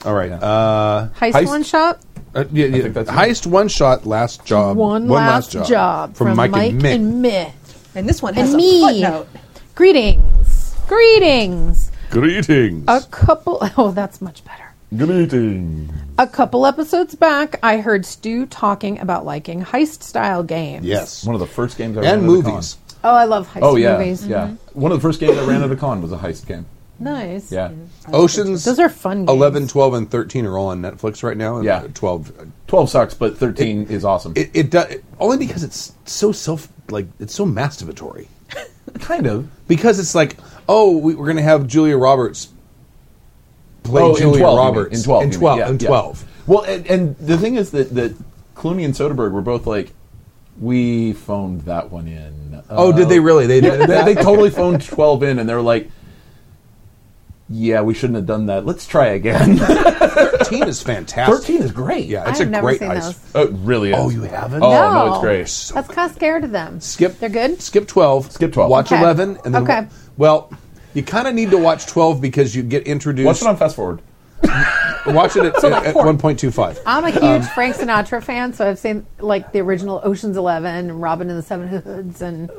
S2: All right, uh,
S5: Heist,
S4: Heist-
S5: one shop.
S2: uh, yeah, yeah.
S4: think that's it.
S2: heist one shot, last Um, job,
S5: One, last, job,
S2: from, Mike, and Mick.
S5: Mick.
S3: and this one has
S5: And
S3: a
S5: me.
S3: footnote.
S5: Greetings. Greetings.
S9: Greetings.
S5: A couple. Oh, that's much better.
S9: Greetings.
S5: A couple episodes back, I heard Stu talking about liking heist style games.
S2: Yes,
S4: One of the first games I ran
S2: and
S4: at a con.
S2: movies.
S5: Oh, I love heist
S4: Oh yeah,
S5: movies. Mm-hmm.
S4: yeah. One of the first games I ran at a con was a heist game.
S5: Nice.
S4: Yeah,
S2: Oceans
S5: Those are fun games.
S2: 11, 12, and thirteen are all on Netflix right now. and
S4: Yeah.
S2: twelve. uh,
S4: twelve sucks, but thirteen is awesome.
S2: It, it does only because it's so self like it's so masturbatory.
S4: kind of.
S2: because it's like, oh, we, we're going to have Julia Roberts play
S4: Oh, in
S2: Julia
S4: 12, you mean.
S2: Roberts
S4: in twelve,
S2: in
S4: you mean.
S2: twelve,
S4: Yeah,
S2: in
S4: yeah.
S2: 12.
S4: Well, and, and the thing is that that Clooney and Soderbergh were both like, we phoned that one in. Uh,
S2: Oh, did they really? They did.
S4: they, they totally phoned 12 in and they were like yeah we shouldn't have done that let's try again
S2: Thirteen is fantastic.
S4: 13 is great
S2: yeah,
S5: I've
S2: it's a
S5: never
S2: great
S5: seen
S2: ice.
S5: those.
S4: oh, it really is.
S2: Oh, you haven't?
S4: oh no,
S5: No.
S4: it's great
S2: So
S5: That's kind of scared of them.
S2: skip.
S5: They're good.
S2: Skip twelve.
S4: Skip 12.
S2: Watch
S5: Okay.
S2: eleven, and then
S5: Okay.
S2: wa- well, you kind of need to watch twelve because you get introduced.
S4: watch it on fast forward
S2: watch it at, at, one point two five.
S5: I'm a huge
S4: Um.
S5: Frank Sinatra fan, so I've seen like the original Ocean's Eleven and Robin and the Seven Hoods, and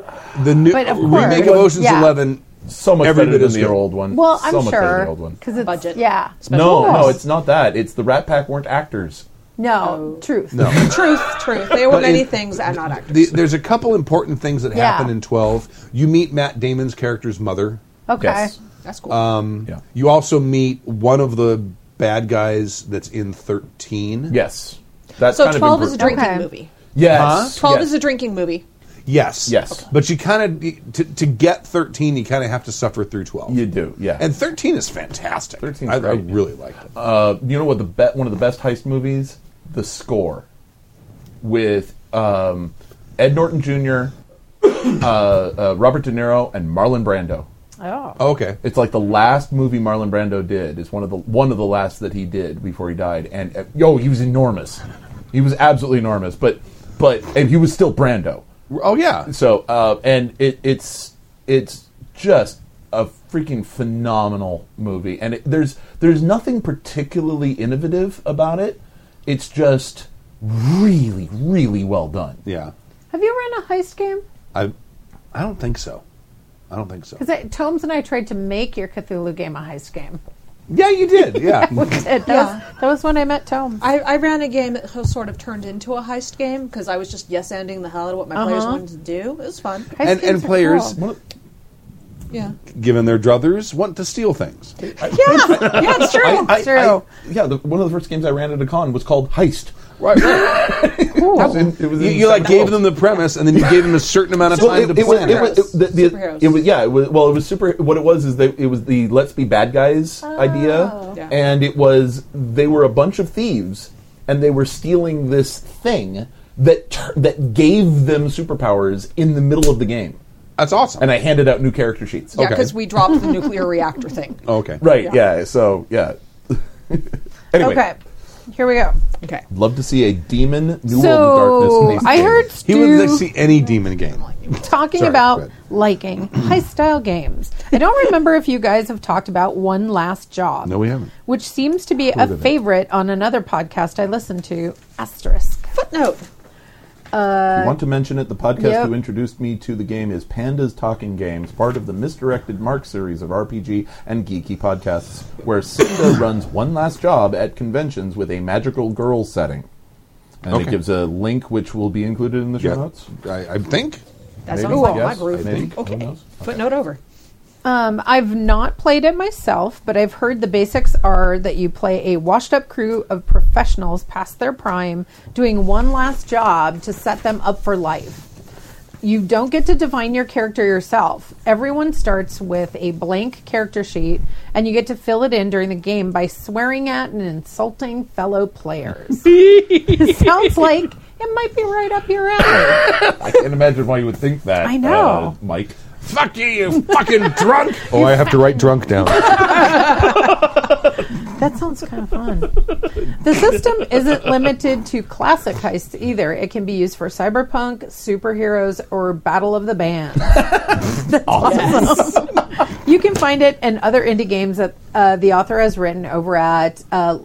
S2: The new
S5: But of
S2: remake of
S5: course,
S2: Ocean's
S5: yeah.
S2: Eleven.
S4: so much
S2: Every
S4: better
S2: bit
S4: than
S2: is
S4: the
S2: good.
S4: old one
S5: well,
S4: so
S5: I'm
S4: much better than the
S5: sure
S4: old one
S5: because it's
S3: Budget.
S5: yeah,
S4: no
S5: Yes.
S4: no it's not that it's the rat pack weren't actors
S5: no truth.
S2: No.
S3: Truth, truth. They were
S2: But
S3: many
S2: it-
S3: things and not actors.
S2: The, there's a couple important things that
S5: Yeah.
S2: happen in 12. You meet Matt Damon's character's mother.
S5: Okay,
S4: yes Mm,
S3: That's cool.
S4: yeah
S2: You also meet one of the bad guys that's in 13.
S4: yes that's
S3: so
S4: kind
S3: twelve
S4: of
S3: is a
S4: impro-
S3: drinking
S5: Okay.
S3: movie.
S4: yes
S3: Twelve
S4: yes.
S3: is a drinking movie.
S2: Yes.
S4: Yes. Okay.
S2: But you kind of, to, to get 13, you kind of have to suffer through 12.
S4: you do yeah
S2: And 13 is fantastic.
S4: 13 is
S2: I, I
S4: great.
S2: really like it. Oh,
S4: Uh, you know what the be- one of the best heist movies? The Score, with um, Ed Norton Jr., uh, uh, Robert De Niro, and Marlon Brando.
S5: oh,
S2: okay.
S4: It's like the last movie Marlon Brando did. It's one of the one of the last that he did before he died. And uh, yo, he was enormous. He was absolutely enormous. But but and he was still Brando.
S2: Oh, yeah.
S4: So uh, and it, it's it's just a freaking phenomenal movie, and it, there's there's nothing particularly innovative about it. It's just really, really well done.
S2: Yeah.
S5: Have you run a heist game?
S2: I I don't think so. I don't think so.
S5: Because Tomes and I tried to make your Cthulhu game a heist game.
S2: Yeah, you did. Yeah.
S5: We did. That,
S3: Yeah. Uh,
S5: was, that was when I met Tom.
S3: I, I ran a game that has sort of turned into a heist game because I was just yes ending the hell out of what my
S8: Uh-huh.
S3: players wanted to do. It was fun.
S5: Heist
S2: and and
S5: games are
S2: players,
S5: cool.
S3: Yeah.
S2: given their druthers, want to steal things.
S5: yeah, it's true.
S4: I-
S5: it's true.
S4: yeah, the, one of the first games I ran at a con was called Heist.
S2: Right. right.
S4: It was in- it was
S2: you
S4: in
S2: you like
S4: Sacramento.
S2: gave them the premise, and then you gave them a certain amount of
S4: Well,
S2: time
S4: it,
S2: to
S4: it was,
S2: plan.
S4: it was, it, the, the,
S3: Superheroes.
S4: it was yeah. It was, well, it was super. What it was is that it was the let's be bad guys idea,
S3: Yeah.
S4: and it was they were a bunch of thieves, and they were stealing this thing that tur that gave them superpowers in the middle of the game.
S2: That's awesome.
S4: And I handed out new character sheets.
S3: Yeah,
S2: Okay.
S3: because we dropped the nuclear reactor thing.
S2: Oh, okay.
S4: Right. Yeah. So yeah. anyway,
S5: Okay, here we go.
S3: Okay.
S4: love to see a demon new world of
S5: So
S4: darkness. in these
S5: I
S4: games.
S5: heard
S2: He would
S5: Stu
S2: like to see any demon game.
S5: talking
S2: Sorry, go
S5: about
S2: ahead.
S5: liking heist style games. I don't remember if you guys have talked about One Last Job.
S2: No, we haven't.
S5: Which seems to be
S2: Heard
S5: a
S2: of it.
S5: favorite on another podcast I listen to, Asterisk.
S3: Footnote.
S4: I want to mention it. The podcast
S5: Yep.
S4: who introduced me to the game is Panda's Talking Games, part of the Misdirected Mark series of RPG and geeky podcasts, where Cinda runs one last job at conventions with a magical girl setting. And
S2: Okay.
S4: it gives a link which will be included in the show
S2: Yeah.
S4: notes.
S2: I, I think.
S3: That
S4: Maybe,
S3: sounds like my
S4: yes,
S3: groove.
S4: I think. Who
S3: Okay.
S4: knows?
S3: Footnote over.
S5: Um, I've not played it myself, but I've heard the basics are that you play a washed up crew of professionals past their prime doing one last job to set them up for life. You don't get to define your character yourself. Everyone starts with a blank character sheet, and you get to fill it in during the game by swearing at and insulting fellow players. it sounds like it might be right up your alley.
S4: I can't imagine why you would think that.
S5: I know.
S4: uh, Mike.
S2: Fuck you, you fucking drunk! Oh, I have to write drunk down.
S5: That sounds kind of fun. the system isn't limited to classic heists either. It can be used for cyberpunk, superheroes, or Battle of the Bands. That's awesome. you can find it in other indie games that uh, the author has written over at uh,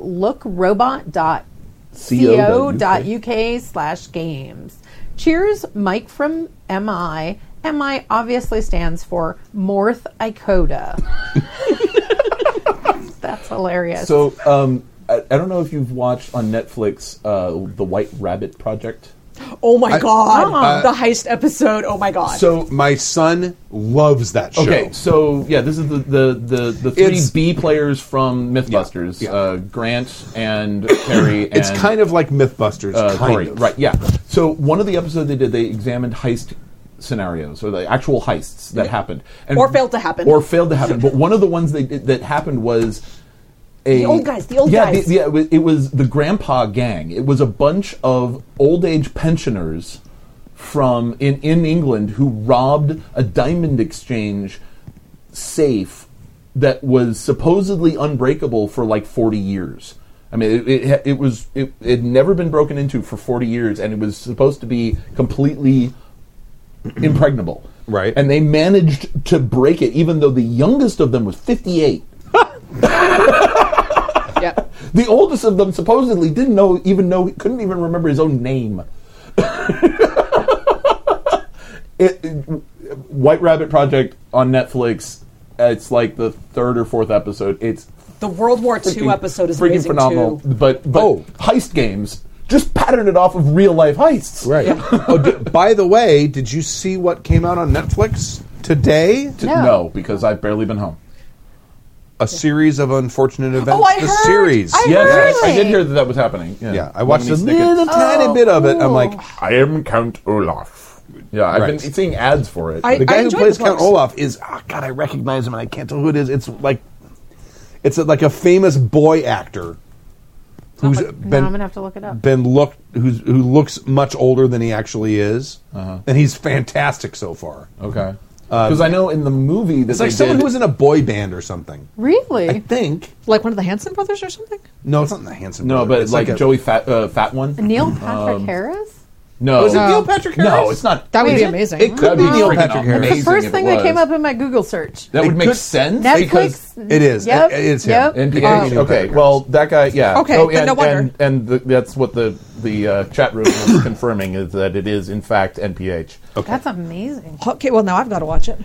S5: lookrobot.co.uk slash games. Cheers, Mike from MI. MI obviously stands for Morth Icoda. That's hilarious.
S4: So um, I, I don't know if you've watched on Netflix uh, the White Rabbit Project.
S3: Oh my god.
S8: Uh-huh.
S2: Uh,
S3: the heist episode. Oh my god.
S4: So
S2: My son loves that show.
S4: Okay, so yeah, this is the the the, the three
S2: It's-
S4: B players from MythBusters,
S2: yeah.
S4: Uh, Grant and Terry. And,
S2: It's kind of like MythBusters,
S4: uh,
S2: kind
S4: Corey.
S2: of.
S4: right? Yeah. So one of the episodes they did, they examined heist scenarios or the actual heists that happened, and
S3: Or failed to happen.
S4: or failed to happen. but one of the ones they did that happened was. A,
S3: The old guys, the old
S4: yeah,
S3: guys.
S4: The, yeah, it was, it was the grandpa gang. It was a bunch of old age pensioners from in, in England who robbed a diamond exchange safe that was supposedly unbreakable for like 40 years. I mean, it, it, ha- it was it it had never been broken into for 40 years, and it was supposed to be completely impregnable.
S2: Right.
S4: And they managed to break it, even though the youngest of them was 58.
S3: Yep.
S4: The oldest of them supposedly didn't know, even know, couldn't even remember his own name. it, it- White Rabbit Project on Netflix. It's like the third or fourth episode. It's
S3: The World War II
S4: freaking-
S3: episode is
S4: freaking
S3: amazing
S4: phenomenal.
S3: too.
S4: But but
S2: Oh.
S4: heist games just pattern it off of real life heists.
S2: Right. oh, d- by the way, did you see what came out on Netflix today?
S4: T-
S5: No.
S4: no. because I've barely been home.
S2: A series of unfortunate events.
S3: Oh, I
S2: the
S3: heard!
S2: series.
S3: I
S4: Yes,
S3: Really?
S4: I did hear that that was happening. Yeah,
S2: Yeah, I watched a
S4: Lemony
S2: little
S4: Snicket.
S2: tiny bit of it. I'm like,
S9: I am Count Olaf.
S4: Yeah, I've
S2: Right.
S4: been seeing ads for it.
S3: I-
S2: the guy who
S3: enjoyed
S2: plays
S3: the
S2: Count
S3: books.
S2: Olaf is oh God, I recognize him and I can't tell who it is. It's like it's a, like a famous boy actor who's been
S5: now I'm gonna have to look it up.
S2: been looked who's who looks much older than he actually is,
S4: Uh-huh.
S2: and he's fantastic so far.
S4: okay, because I know in the movie that
S2: Uh, It's like
S4: they
S2: someone
S4: did-
S2: who was in a boy band or something.
S5: really?
S2: I think
S8: Like one of the Hanson brothers or something?
S2: no, it's not the Hanson.
S4: No,
S2: Brother.
S4: but
S2: It's
S4: like,
S2: a-
S5: Um,
S4: Joey Fat uh, Fat One.
S5: Neil Patrick Harris?
S4: No.
S2: Was it Neil Patrick Harris?
S4: No, it's not.
S8: That would
S5: Wait,
S8: be
S5: it-
S8: amazing.
S2: It could
S4: That'd
S2: be
S4: be
S2: Neil
S4: freaking
S2: Patrick Harris.
S4: amazing.
S5: The first
S4: if
S5: thing
S4: it
S5: that came
S4: was.
S5: up in my Google search.
S4: That
S2: It
S4: would make
S2: could-
S4: sense because
S5: Netflix.
S2: It is.
S5: Yep.
S2: It- it is him.
S5: Yep.
S4: NPH.
S2: Um,
S4: okay, well that guy, yeah.
S8: Okay,
S4: oh,
S8: then
S4: and,
S8: no wonder.
S4: and, and the, that's what the the uh, chat room is confirming is that it is in fact NPH.
S2: Okay.
S5: That's amazing.
S8: Okay, well now I've got to watch it.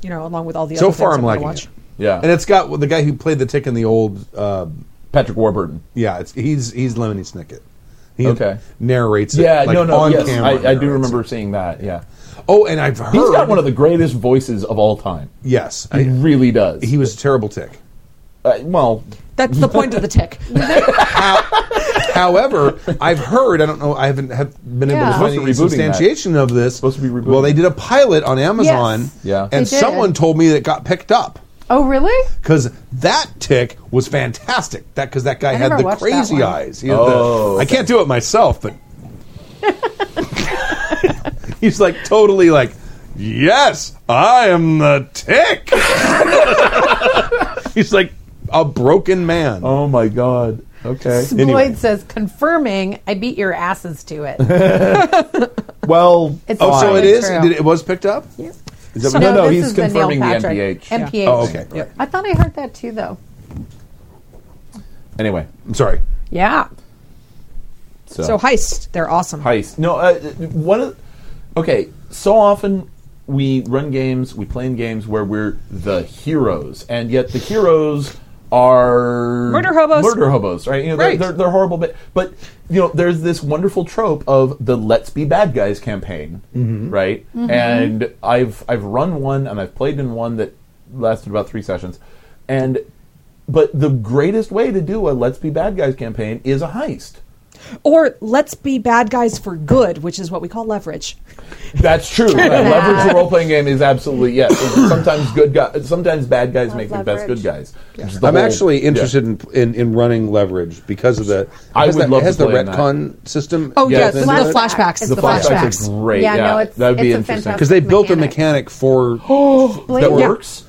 S8: You know, along with all the
S2: So
S8: other
S2: far,
S8: things
S2: I'm
S8: gonna
S2: liking
S8: watch.
S2: it.
S4: Yeah,
S2: And it's got well, the guy who played the tick in the old. Uh,
S4: Patrick Warburton.
S2: yeah, it's he's he's Lemony Snicket. He
S4: Okay.
S2: narrates it.
S4: Yeah,
S2: like,
S4: no, no,
S2: on
S4: yes,
S2: camera
S4: I, I do
S2: narrates
S4: remember
S2: it.
S4: seeing that. Yeah,
S2: Oh, and I've heard
S4: he's got one of the greatest voices of all time.
S2: Yes,
S4: He
S2: I,
S4: really does.
S2: he was a terrible tick.
S4: uh, well,
S8: That's the point of the tick.
S2: However, I've heard, I don't know, I haven't have been able
S5: Yeah.
S2: to
S5: Supposed
S2: find
S4: to
S2: any
S4: rebooting that.
S2: substantiation of this.
S4: Supposed to be rebooting
S2: Well, they did a pilot on Amazon,
S4: Yeah. They
S2: and
S5: did.
S2: someone told me that it got picked up.
S5: Oh, really?
S2: Because that tick was fantastic. That because that guy had
S5: never
S2: the
S5: watched that
S2: crazy
S5: one.
S2: eyes. He had the-
S4: Oh,
S2: I can't do it myself, but he's like totally like, yes, I am the tick. he's like a broken man.
S4: oh my god. Okay.
S2: Anyway.
S5: Floyd says, confirming, I beat your asses to it.
S4: Well,
S5: It's
S2: Oh, so
S5: fine.
S2: it is.
S5: True.
S2: Did it, it was picked up. Yes. Is that what-
S4: No, no,
S5: this
S4: he's
S5: is the Neil
S4: confirming the
S5: Patrick.
S4: NPH. Yeah.
S5: NPH.
S2: Oh, okay.
S8: Yeah.
S5: I thought I heard that too, though.
S4: anyway,
S2: I'm sorry.
S5: Yeah.
S4: so,
S8: so heist, they're awesome.
S4: heist. No, uh, one of okay. So often we run games, we play in games where we're the heroes, and yet the heroes are
S8: Murder hobos.
S4: Murder hobos, right? You know, they're-
S8: Right.
S4: They're, they're horrible, but but you know, there's this wonderful trope of the "Let's be bad guys" campaign, right?
S8: Mm-hmm.
S4: And I've I've run one and I've played in one that lasted about three sessions, and. But the greatest way to do a "Let's Be Bad Guys" campaign is a heist.
S8: Or let's be bad guys for good, which is what we call leverage.
S4: That's true. Right. leverage the role playing game is absolutely yes. It's sometimes good guys, sometimes bad guys make the best good
S5: leverage.
S4: guys. which is the
S2: I'm
S4: whole-
S2: actually
S4: yeah.
S2: interested in, in in running leverage because of the.
S4: I
S2: has
S4: would
S2: that-
S4: love
S2: has
S4: to
S2: the
S4: play in that.
S2: retcon system.
S8: Oh
S4: Yeah,
S8: yes,
S4: the
S8: the,
S4: flashback.
S8: flashbacks.
S5: It's
S4: The
S8: the
S4: flashbacks are
S8: flashbacks.
S4: great.
S5: Yeah,
S4: Yeah,
S5: no, it's-
S4: that would be
S5: it's a
S4: interesting
S2: because they built a
S5: mechanic.
S2: mechanic for that
S5: Yeah.
S4: works.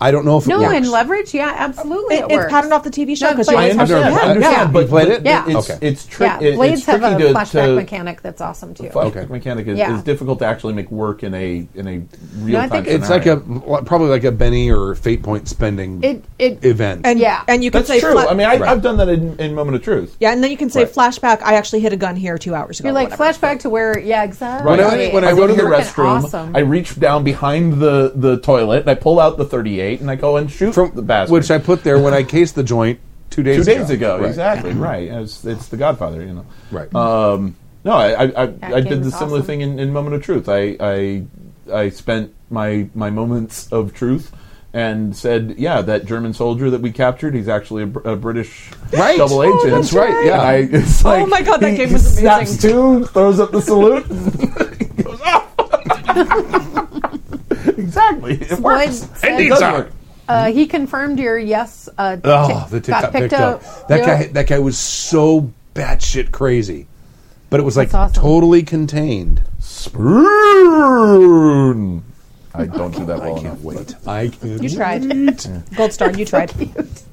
S2: I don't know if it
S5: No,
S2: works.
S5: and leverage, yeah, absolutely.
S8: It-
S5: It,
S8: it's
S5: works.
S8: patterned off the TV show
S5: No,
S8: because
S5: but
S8: you
S5: I
S8: always have to.
S4: understand,
S2: yeah.
S4: I understand,
S2: Yeah.
S4: but
S2: You played it?
S5: Yeah.
S4: it's
S2: Okay.
S4: it's
S5: yeah,
S4: tricky.
S5: Blades
S4: it's
S5: have
S4: tricky
S5: a
S4: to,
S5: flashback
S4: to-
S5: mechanic that's awesome too.
S4: Flashback
S2: Okay.
S4: mechanic is,
S5: Yeah.
S4: is difficult to actually make work in a in a real time.
S5: think
S2: It's like a probably like a Benny or Fate Point spending
S5: It- it-
S2: event.
S8: And,
S5: Yeah.
S8: and you can
S4: that's
S8: say
S4: true.
S8: fla-
S4: I mean, I,
S2: Right.
S4: I've done that in, in Moment of Truth.
S8: yeah, and then you can say
S4: Right.
S8: flashback. I actually hit a gun here two hours ago.
S5: You're
S8: or
S5: like
S8: whatever.
S5: flashback to where, yeah, exactly.
S4: Right.
S2: When I- when I
S5: It's
S2: go
S4: go to the
S5: freaking
S4: restroom,
S5: awesome.
S4: I reach down behind the, the toilet and I pull out the 38 and I go and shoot
S2: From
S4: the bastard.
S2: which I put there when I cased the joint two days
S4: two
S2: ago.
S4: days ago.
S2: Right.
S4: Exactly right. It's, it's the Godfather, you know.
S2: Right.
S4: Um, no, I I, I, I
S5: game
S4: did the
S5: is
S4: similar
S5: awesome.
S4: thing in, in Moment of Truth. I, I I spent my my moments of truth and said, yeah, that German soldier that we captured, he's actually a, Br- a British
S2: Right.
S4: double
S2: Oh,
S4: agent.
S2: that's right.
S4: Yeah. I, it's like,
S8: my God, that
S4: he-
S8: game was
S4: he Snaps
S8: amazing.
S4: two, throws up the salute. and goes, "Ah!" exactly. It
S5: Floyd
S4: works.
S5: said-
S4: It does work.
S5: Uh, he confirmed your yes. Uh,
S2: Oh,
S5: tick
S2: the tick got picked up. That
S5: You're-
S2: guy, that guy was so batshit crazy, but it was like
S5: That's awesome.
S2: totally contained.
S4: Spoon. I don't do that well enough.
S2: Wait, I can.
S8: You tried. Gold star. You tried.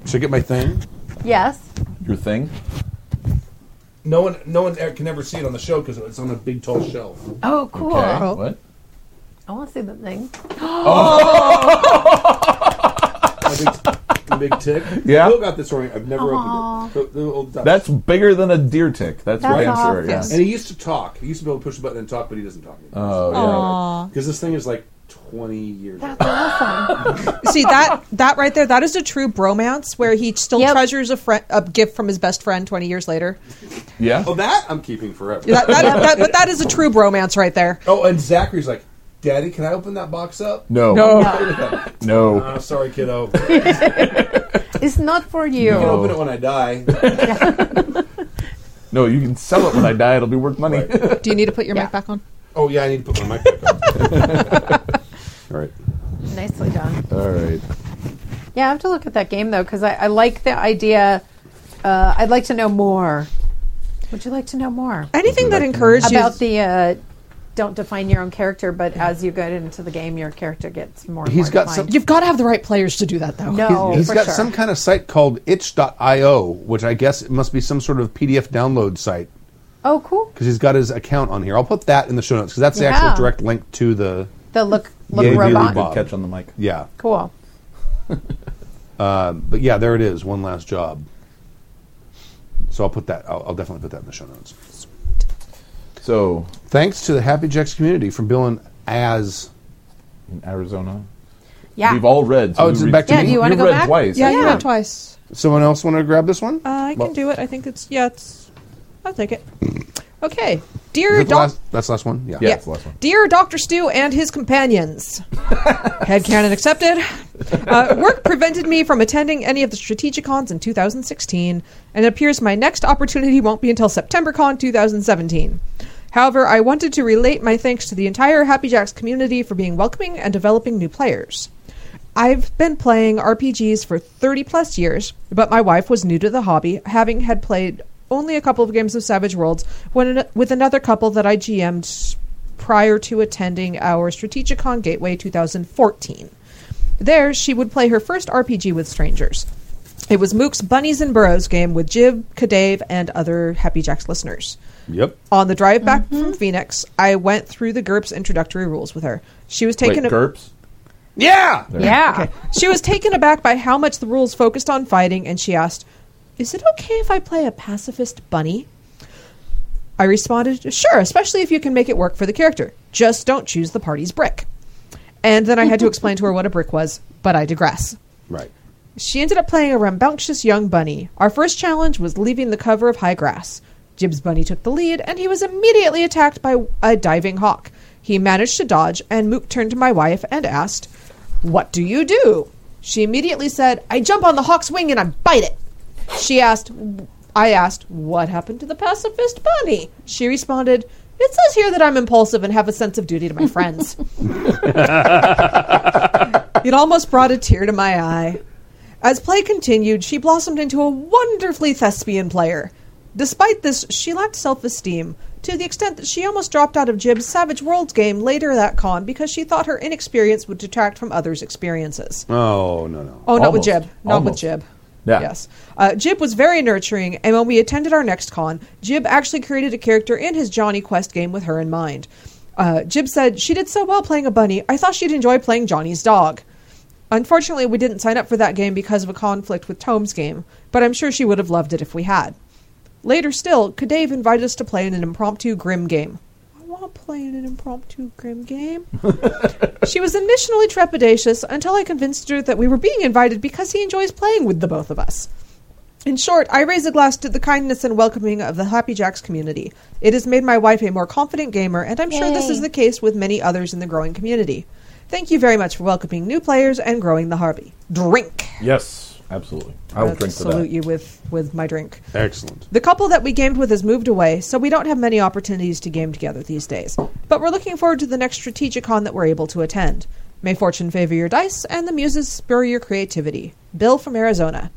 S2: Should I get my thing?
S5: Yes.
S4: Your thing?
S2: No one, no one can ever see it on the show because it's on a big tall shelf.
S5: Oh, cool.
S4: Okay. What?
S5: I want to see the thing.
S2: A big, a big tick.
S4: Yeah.
S2: Still got this ring. I've never opened it. The- the old Dutch.
S4: That's bigger than a deer tick. That's,
S5: That's
S4: right. Sure,
S5: awesome.
S4: yeah.
S2: And he used to talk. He used to be able to push the button and talk, but he doesn't talk anymore.
S4: Oh,
S2: Because this thing is like 20 years old.
S5: That's awesome.
S8: See that that right there. That is a true bromance where he still
S5: Yep.
S8: treasures a, fri a gift from his best friend twenty years later.
S4: yeah.
S2: Oh,
S4: Yeah.
S2: that I'm keeping forever.
S8: That, that, that, but that is a true bromance right there.
S2: Oh, and Zachary's like, Daddy, can I open that box up?
S4: No.
S2: No.
S4: No.
S2: Uh, sorry, kiddo. You
S5: It's not for
S2: can
S5: you.
S2: open it when I die.
S4: No, you can sell it when I die. It'll be worth money.
S2: Right.
S8: Do you need to put your
S5: Yeah.
S8: mic back on?
S2: Oh, yeah, I need to put my mic back on.
S4: All right.
S5: Nicely done.
S4: All right.
S5: Yeah, I have to look at that game though because I, I like the idea. Uh, I'd like to know more. Would you like to know more
S8: Anything that encourages
S5: about the? Uh, don't define your own character, but as you get into the game, your character gets more. and
S2: He's
S5: more
S2: got
S5: defined.
S2: some-
S8: You've got to have the right players to do that, though.
S5: No,
S2: He's
S5: Oh, for
S2: got
S5: sure.
S2: some kind of site called itch.io, which I guess it must be some sort of PDF download site.
S5: Oh, cool.
S2: because he's got his account on here. I'll put that in the show notes because that's the
S5: Yeah.
S2: actual direct link to the
S5: The look look
S2: Yay, Billy
S5: robot.
S2: Bob.
S4: Good catch on the mic.
S2: yeah.
S5: Cool.
S2: But yeah, there it is. One last job. So I'll put that. I'll, I'll definitely put that in the show notes.
S4: So
S2: Thanks to the Happy Jacks community from Bill and As.
S4: in Arizona,
S5: Yeah.
S4: we've all read. So
S2: Oh,
S4: who
S2: it's
S4: reads-
S2: back to
S5: Yeah,
S2: me.
S5: do you want to
S4: You
S5: go
S4: read
S5: back?
S4: twice.
S3: Yeah, you
S5: Yeah.
S3: went twice.
S2: Someone else want to grab this one?
S3: Uh, I
S4: Well-
S3: can do it. I think it's yeah. It's I'll take it. Okay,
S2: Is
S3: dear
S2: that the
S3: Doc.
S2: last, that's the last one. Yeah.
S4: Yeah,
S3: Yeah.
S4: it's the last one.
S3: Dear Dr. Stu and his companions, headcanon accepted. Uh, work prevented me from attending any of the Strategicons in 2016, and it appears my next opportunity won't be until SeptemberCon 2017. However, I wanted to relate my thanks to the entire Happy Jacks community for being welcoming and developing new players. I've been playing RPGs for 30 plus years, but my wife was new to the hobby, having had played only a couple of games of Savage Worlds when, with another couple that I GM'd prior to attending our Strategicon Gateway 2014. There, she would play her first RPG with strangers. It was Mook's Bunnies and Burrows game with Jib, Kadave, and other Happy Jacks listeners.
S2: Yep.
S3: On the drive back
S4: Mm-hmm.
S3: from Phoenix, I went through the GURPS introductory rules with her. She was
S4: Wait,
S3: taken ab-
S4: GURPS.
S2: Yeah.
S5: Yeah.
S3: she was taken aback by how much the rules focused on fighting, and she asked, Is it okay if I play a pacifist bunny? I responded, Sure, especially if you can make it work for the character. Just don't choose the party's brick. And then I had to explain to her what a brick was, but I digress.
S2: Right.
S3: She ended up playing a rambunctious young bunny. Our first challenge was leaving the cover of high grass. Jib's bunny took the lead, and he was immediately attacked by a diving hawk. He managed to dodge, and Mook turned to my wife and asked, What do you do? She immediately said, I jump on the hawk's wing and I bite it. She asked, I asked, What happened to the pacifist bunny? She responded, It says here that I'm impulsive and have a sense of duty to my friends. It almost brought a tear to my eye. As play continued, she blossomed into a wonderfully thespian player. Despite this, she lacked self esteem, to the extent that she almost dropped out of Jib's Savage Worlds game later that con because she thought her inexperience would detract from others' experiences.
S2: Oh no no.
S3: Oh, not with
S4: Almost.
S3: Jib. Not with
S4: Almost.
S3: Jib.
S4: Yeah.
S3: Yes. Uh, Jib was very nurturing, and when we attended our next con, Jib actually created a character in his Johnny Quest game with her in mind. Uh, Jib said, She did so well playing a bunny, I thought she'd enjoy playing Johnny's dog. Unfortunately, we didn't sign up for that game because of a conflict with Tome's game, but I'm sure she would have loved it if we had. Later still, Kadave invited us to play in an impromptu Grim game. I want to play in an impromptu Grim game. She was initially trepidatious until I convinced her that we were being invited because he enjoys playing with the both of us. In short, I raise a glass to the kindness and welcoming of the Happy Jacks community. It has made my wife a more confident gamer, and I'm sure this is the case with many others in the growing community. Thank you very much for welcoming new players and growing the hobby. Drink.
S4: Yes, absolutely. I will drink to
S3: salute
S4: that.
S3: you with with my drink.
S2: Excellent.
S3: The couple that we gamed with has moved away, so we don't have many opportunities to game together these days. But we're looking forward to the next Strategicon that we're able to attend. May fortune favor your dice and the muses spur your creativity. Bill from Arizona.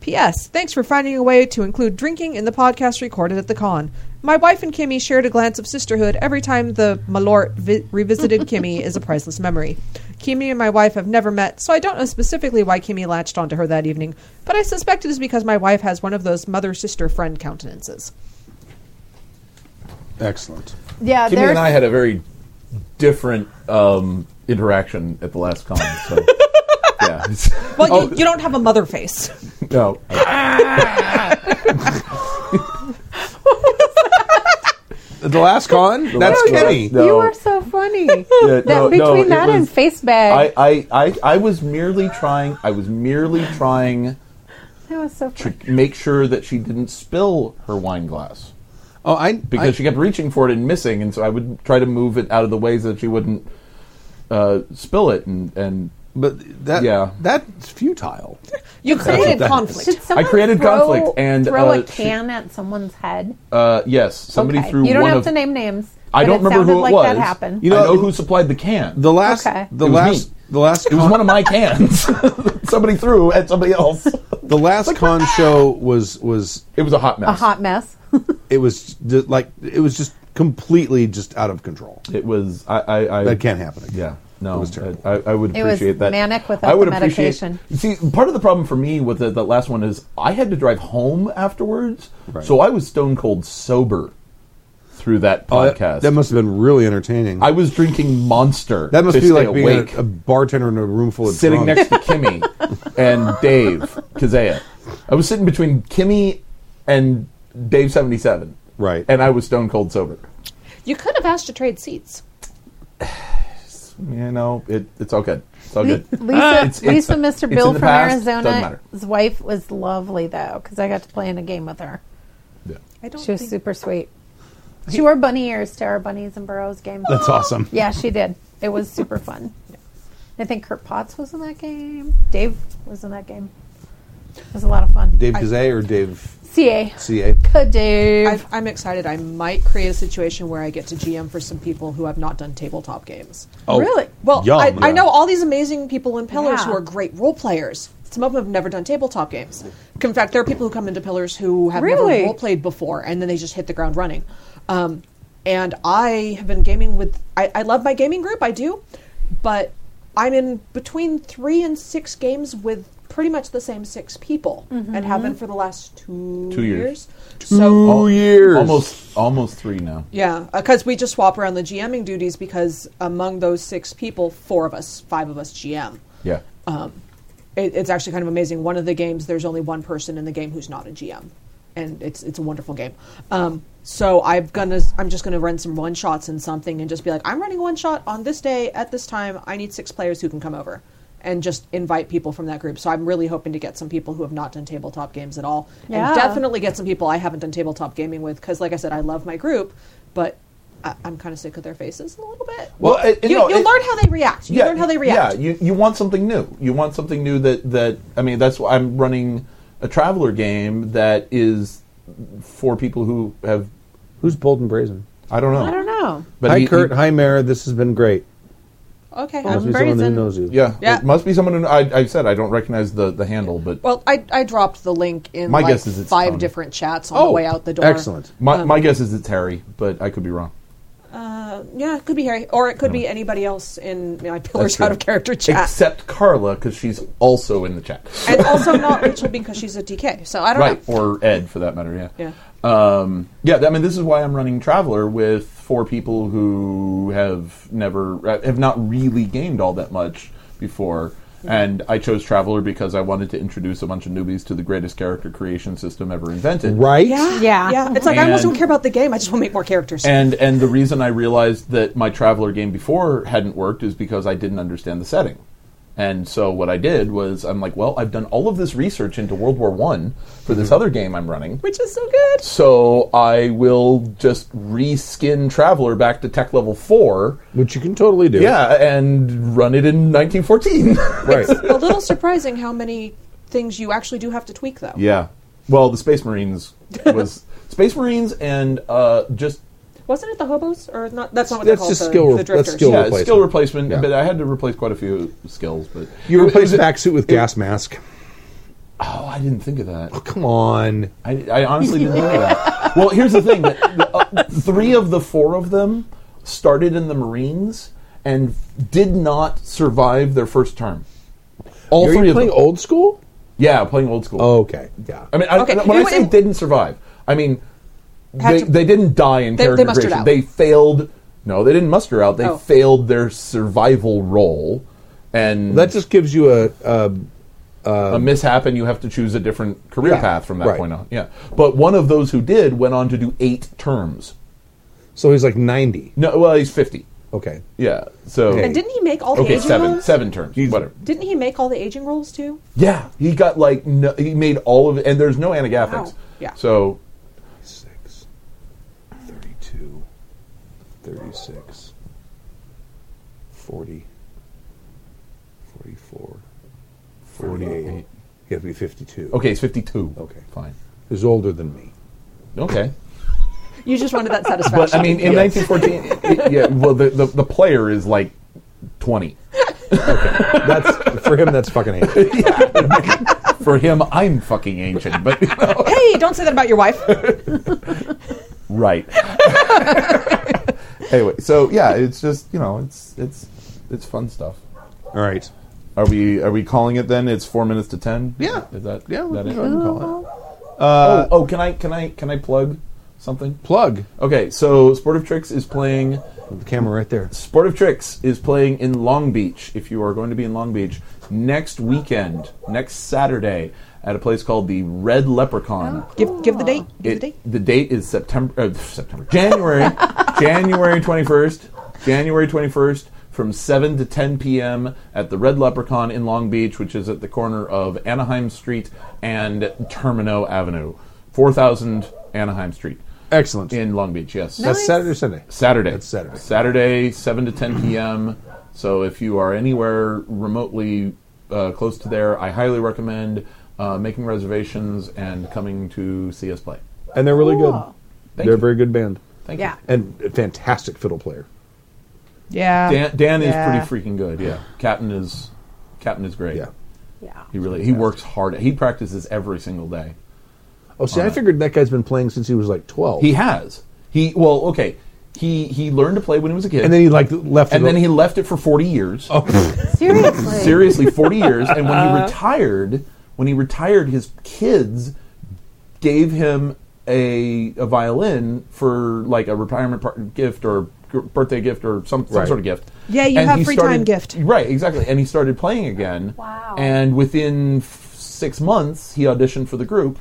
S3: P.S. Thanks for finding a way to include drinking in the podcast recorded at the con. My wife and Kimmy shared a glance of sisterhood every time the Malort vi- revisited Kimmy is a priceless memory. Kimmy and my wife have never met, so I don't know specifically why Kimmy latched onto her that evening, but I suspect it is because my wife has one of those mother sister friend countenances.
S2: Excellent.
S5: Yeah.
S4: Kimmy
S5: There's
S4: and I had a very different um, interaction at the last con. So, yeah.
S3: Well,
S2: Oh.
S3: you, you don't have a mother face.
S4: no.
S2: The last con. That's
S4: last con.
S2: Kenny.
S4: No.
S5: you are so funny.
S4: Yeah,
S5: that
S4: no, no,
S5: between
S4: it
S5: that and
S4: was-
S5: face bag,
S4: I, I, I, I was merely trying. I was merely trying
S5: that was so funny.
S4: to make sure that she didn't spill her wine glass
S2: Oh, I
S4: because
S2: I-
S4: she kept reaching for it and missing, and so I would try to move it out of the way so that she wouldn't uh, spill it. And, and
S2: But that
S4: Yeah.
S2: that's futile.
S3: You created
S2: that is.
S3: conflict.
S5: Did someone
S4: created
S5: throw,
S4: conflict and,
S5: throw
S4: uh,
S5: a can at someone's head.
S4: uh, yes, somebody
S5: okay.
S4: threw
S5: You don't
S4: one
S5: have
S4: of.
S5: to name names.
S4: I
S5: but
S4: don't
S5: it
S4: remember who it
S5: sounded like
S4: was.
S5: That happened.
S4: You
S2: know-
S4: know, I know who supplied the can.
S2: Uh, The last
S5: Okay.
S2: the
S4: It was
S2: last
S4: me.
S2: the last
S4: It was
S2: con-
S4: one of my cans. somebody threw at somebody else.
S2: the last con show was was
S4: It was a hot mess.
S5: a hot mess.
S2: it was ju- like it was just completely just out of control.
S4: It was. I. I, I
S2: That can't happen again.
S4: Yeah. No.
S2: It was terrible.
S4: I, I would
S5: It was
S4: appreciate that.
S5: manic without
S4: I would
S5: the
S4: appreciate-
S5: medication.
S4: See, part of the problem for me with the, that last one is I had to drive home afterwards,
S2: Right.
S4: so I was stone cold sober. through that
S2: Oh, that-
S4: podcast.
S2: That, must have been really entertaining.
S4: I was drinking Monster.
S2: that must
S4: to
S2: be
S4: stay
S2: like being
S4: awake,
S2: a, a bartender in a room full of
S4: sitting
S2: drunks.
S4: next to Kimmy and Dave Kazaya. I was sitting between Kimmy and Dave seventy seven.
S2: Right.
S4: and I was stone cold sober.
S3: You could have asked to trade seats.
S4: You know, it, it's all good. It's all
S5: Le-
S4: good.
S5: Lisa,
S4: Uh, It's- it's-
S5: Lisa, Mr.
S4: it's in
S5: Bill
S4: the
S5: from
S4: past, doesn't matter.
S5: Arizona's wife was lovely though, because I got to play in a game with her.
S8: I don't
S5: She was
S8: think-
S5: super sweet. She wore bunny ears to our bunnies and burrows game.
S2: That's awesome.
S5: Yeah, she did. It was super fun. I think Kurt Potts was in that game. Dave was in that game. It was a lot of fun.
S2: Dave Gazay or Dave
S5: CA.
S2: CA?
S5: Dave.
S3: I've, I'm excited. I might create a situation where I get to GM for some people who have not done tabletop games.
S5: really?
S3: Well,
S2: Yum.
S3: I, I
S2: Yeah.
S3: know all these amazing people in Pillars who
S5: Yeah.
S3: are great role players. Some of them have never done tabletop games. In fact, there are people who come into Pillars who have
S5: Really?
S3: never role played before, and then they just hit the ground running. Um, and I have been gaming with. I, I love my gaming group. I do, but I'm in between three and six games with pretty much the same six people, and
S5: Mm-hmm.
S3: have been for the last two,
S4: Two years.
S3: So
S2: Two years.
S4: Almost, almost three now.
S3: yeah, because we just swap around the GMing duties because among those six people, four of us, five of us GM.
S4: Yeah.
S3: Uh, It, it's actually kind of amazing. One of the games, there's only one person in the game who's not a GM, and it's it's a wonderful game. Um, so I'm gonna I'm just gonna run some one shots in something and just be like, I'm running one shot on this day at this time. I need six players who can come over, and just invite people from that group. So I'm really hoping to get some people who have not done tabletop games at all,
S5: Yeah.
S3: and definitely get some people I haven't done tabletop gaming with because, like I said, I love my group, but. I- I'm kind of sick of their faces a little bit.
S4: Well, it- it-
S3: you,
S4: no,
S3: you
S4: it-
S3: learn how they react. You learn how they react.
S4: Yeah, you, you want something new. You want something new that, that I mean, that's why I'm running a traveler game that is for people who have
S2: Who's bold and brazen?
S4: I don't know.
S5: I don't know.
S4: But
S2: hi,
S4: he-
S2: Kurt.
S4: he-
S2: hi, Mara. This has been great.
S3: okay.
S2: Must be someone who
S5: brazen.
S2: knows you.
S4: yeah,
S3: Yeah.
S4: It must be someone who I, I said I don't recognize the, the handle, but
S3: Well, I, I dropped the link in
S4: My
S3: like
S4: guess is it's
S3: five
S4: Tony.
S3: different chats on
S2: Oh,
S3: the way out the door.
S2: excellent.
S4: my,
S3: um,
S4: my guess is it's Harry, but I could be wrong.
S3: Uh, Yeah, it could be Harry, or it could be anybody else in my pillars
S4: true.
S3: out of character chat,
S4: Except Carla, because she's also in the chat.
S3: and also not Rachel because she's a DK. So I don't
S4: right,
S3: know.
S4: or Ed for that matter. Yeah.
S3: Oh. Yeah.
S4: Um, yeah. I mean, this is why I'm running Traveler with four people who have never uh, have not really gamed all that much before. And I chose Traveler because I wanted to introduce a bunch of newbies to the greatest character creation system ever invented.
S2: Right?
S3: Yeah,
S5: Yeah.
S3: yeah. It's like I almost
S4: And-
S3: don't care about the game. I just want to make more characters.
S4: And and the reason I realized that my Traveler game before hadn't worked is because I didn't understand the setting. And so what I did was I'm like, well, I've done all of this research into World War One for this other game I'm running.
S3: which is so good.
S4: So I will just reskin Traveler back to tech level four.
S2: Which you can totally do.
S4: Yeah, and run it in 1914.
S2: Right.
S3: a little surprising how many things you actually do have to tweak, though.
S4: yeah. Well, the Space Marines was Space Marines and uh, just
S3: Wasn't it the hobos or not? That's not what
S2: That's
S3: they're called.
S2: just
S3: the,
S2: skill
S3: the
S2: rep- that's
S3: drifters.
S2: skill
S4: yeah,
S2: replacement.
S4: skill replacement.
S2: Yeah.
S4: But I had to replace quite a few skills. But
S2: You replace
S4: It was-
S2: backsuit with gas mask.
S4: Oh, I didn't think of that.
S2: Come on.
S4: I, I honestly didn't know that. Well, here's the thing: that, uh, three of the four of them started in the Marines and did not survive their first term. All
S2: Are
S4: three
S2: you
S4: of
S2: playing
S4: them.
S2: old school?
S4: yeah, playing old school.
S2: Okay. Yeah.
S4: I mean, I,
S3: Okay,
S4: when I
S3: you-
S4: say
S3: it-
S4: didn't survive, I mean
S3: Had
S4: they,
S3: to-
S4: they didn't die in
S3: They- they
S4: character
S3: mustered
S4: creation.
S3: out.
S4: They failed. No, they didn't muster out. They
S3: Oh.
S4: failed their survival role, and
S2: that just gives you a. a
S4: a mishap and you have to choose a different career
S2: um, Yeah,
S4: path from that
S2: right.
S4: point on. Yeah. But one of those who did went on to do eight terms.
S2: so he's like 90.
S4: No, well, he's 50.
S2: Okay.
S4: Yeah. So
S3: And didn't he make all the
S4: Okay,
S3: aging
S4: seven
S3: roles?
S4: seven terms, whatever.
S3: Didn't he make all the aging roles too?
S4: Yeah, he got like no, he made all of it and there's no anagaphics.
S3: Wow. Oh, Yeah.
S4: So
S2: 6, 32, 36, 40, 44, 48. He has to be 52.
S4: okay, it's 52.
S2: Okay.
S4: Fine.
S2: He's older than me.
S4: Okay.
S3: You just wanted that
S4: But
S3: satisfaction.
S4: I mean in 1914 it- yeah, well the, the the player is like 20.
S2: That's For him, that's fucking ancient.
S4: For him I'm fucking ancient, but you know.
S3: hey, don't say that about your wife.
S4: Right. anyway, so yeah, it's just you know, it's it's it's fun stuff.
S2: All right.
S4: Are we are we calling it then? It's four minutes to ten.
S2: Yeah.
S4: Is that
S2: Yeah,
S4: That
S2: we
S4: it? Uh,
S2: can
S4: Call it. oh, oh, can I can I can I plug something.
S2: Plug.
S4: Okay, so Sportive Tricks is playing.
S2: The camera right there.
S4: Sportive Tricks is playing in Long Beach. If you are going to be in Long Beach next weekend, next Saturday, at a place called the Red Leprechaun.
S8: Give, give the date. Give Oh, the
S4: It-
S8: date.
S4: the date is September, uh, September, January, January 21st, January 21st from 7 to 10 p.m. at the Red Leprechaun in Long Beach, which is at the corner of Anaheim Street and Termino Avenue, 4000 Anaheim Street
S2: Excellent.
S4: in Long Beach. Yes.
S2: That's Saturday or Sunday?
S4: Saturday.
S2: That's Saturday.
S4: Saturday, 7 to 10 p.m. So if you are anywhere remotely uh, close to there, I highly recommend uh, making reservations and coming to see us play.
S2: And they're really good. They're a
S4: you.
S2: very good band.
S4: Thank
S5: Yeah.
S2: And a fantastic fiddle player.
S8: Yeah.
S4: you. Dan, Dan
S8: Yeah.
S4: is pretty freaking good. Yeah. Captain is Captain is great.
S2: Yeah.
S5: Yeah.
S4: He really he works hard. He practices every single day.
S2: Oh, see, I figured that guy's been playing since he was like 12.
S4: He has. He well, okay. He he learned to play when he was a kid.
S2: and then he Oh. like left
S4: and
S2: it
S4: then
S2: o-
S4: he left it for 40 years.
S5: Seriously.
S4: seriously 40 years and when
S8: Uh-huh.
S4: he retired when he retired his kids gave him a, a violin for like a retirement par- gift or g- birthday gift or some, some
S2: Right.
S4: sort of gift
S8: Yeah, you have
S4: he
S8: free time gift.
S4: right exactly and he started playing again
S5: Wow.
S4: and within f- six months he auditioned for the group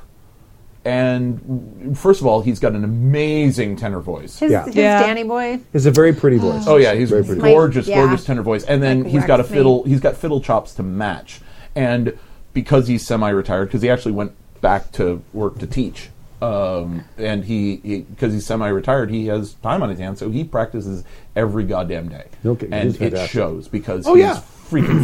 S4: and w- first of all he's got an amazing tenor voice
S5: His,
S2: Yeah.
S5: his
S8: Yeah.
S5: Danny boy.
S2: He's a very pretty voice.
S4: Oh yeah, he's
S2: very pretty.
S5: My-
S4: gorgeous,
S5: yeah.
S4: gorgeous tenor voice, and then
S5: Like,
S4: he's got a
S5: waxed me.
S4: fiddle. He's got fiddle chops to match, and because he's semi-retired, because he actually went back to work to teach, um, and he because he's semi-retired, he has time on his hands, so he practices every goddamn day,
S2: Okay,
S4: and
S2: he's
S4: it
S2: fantastic.
S4: shows because
S2: Oh,
S4: he's
S2: yeah.
S4: freaking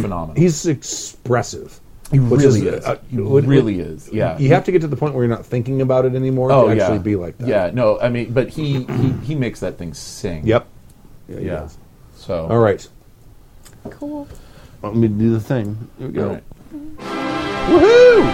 S4: phenomenal.
S2: He's expressive.
S4: he
S2: which
S4: really
S2: uh,
S4: is.
S2: uh,
S4: he
S2: would-
S4: really
S2: would-
S4: is. Yeah.
S2: You have to get to the point where you're not thinking about it anymore
S4: oh
S2: to
S4: yeah.
S2: actually be like that.
S4: Yeah. No, I mean, but he he, he makes that thing sing.
S2: Yep. he
S4: Yeah.
S2: does.
S4: So
S2: All right.
S5: Cool.
S2: Let me do the thing. Here we
S4: All
S2: go.
S4: right.
S2: Woohoo!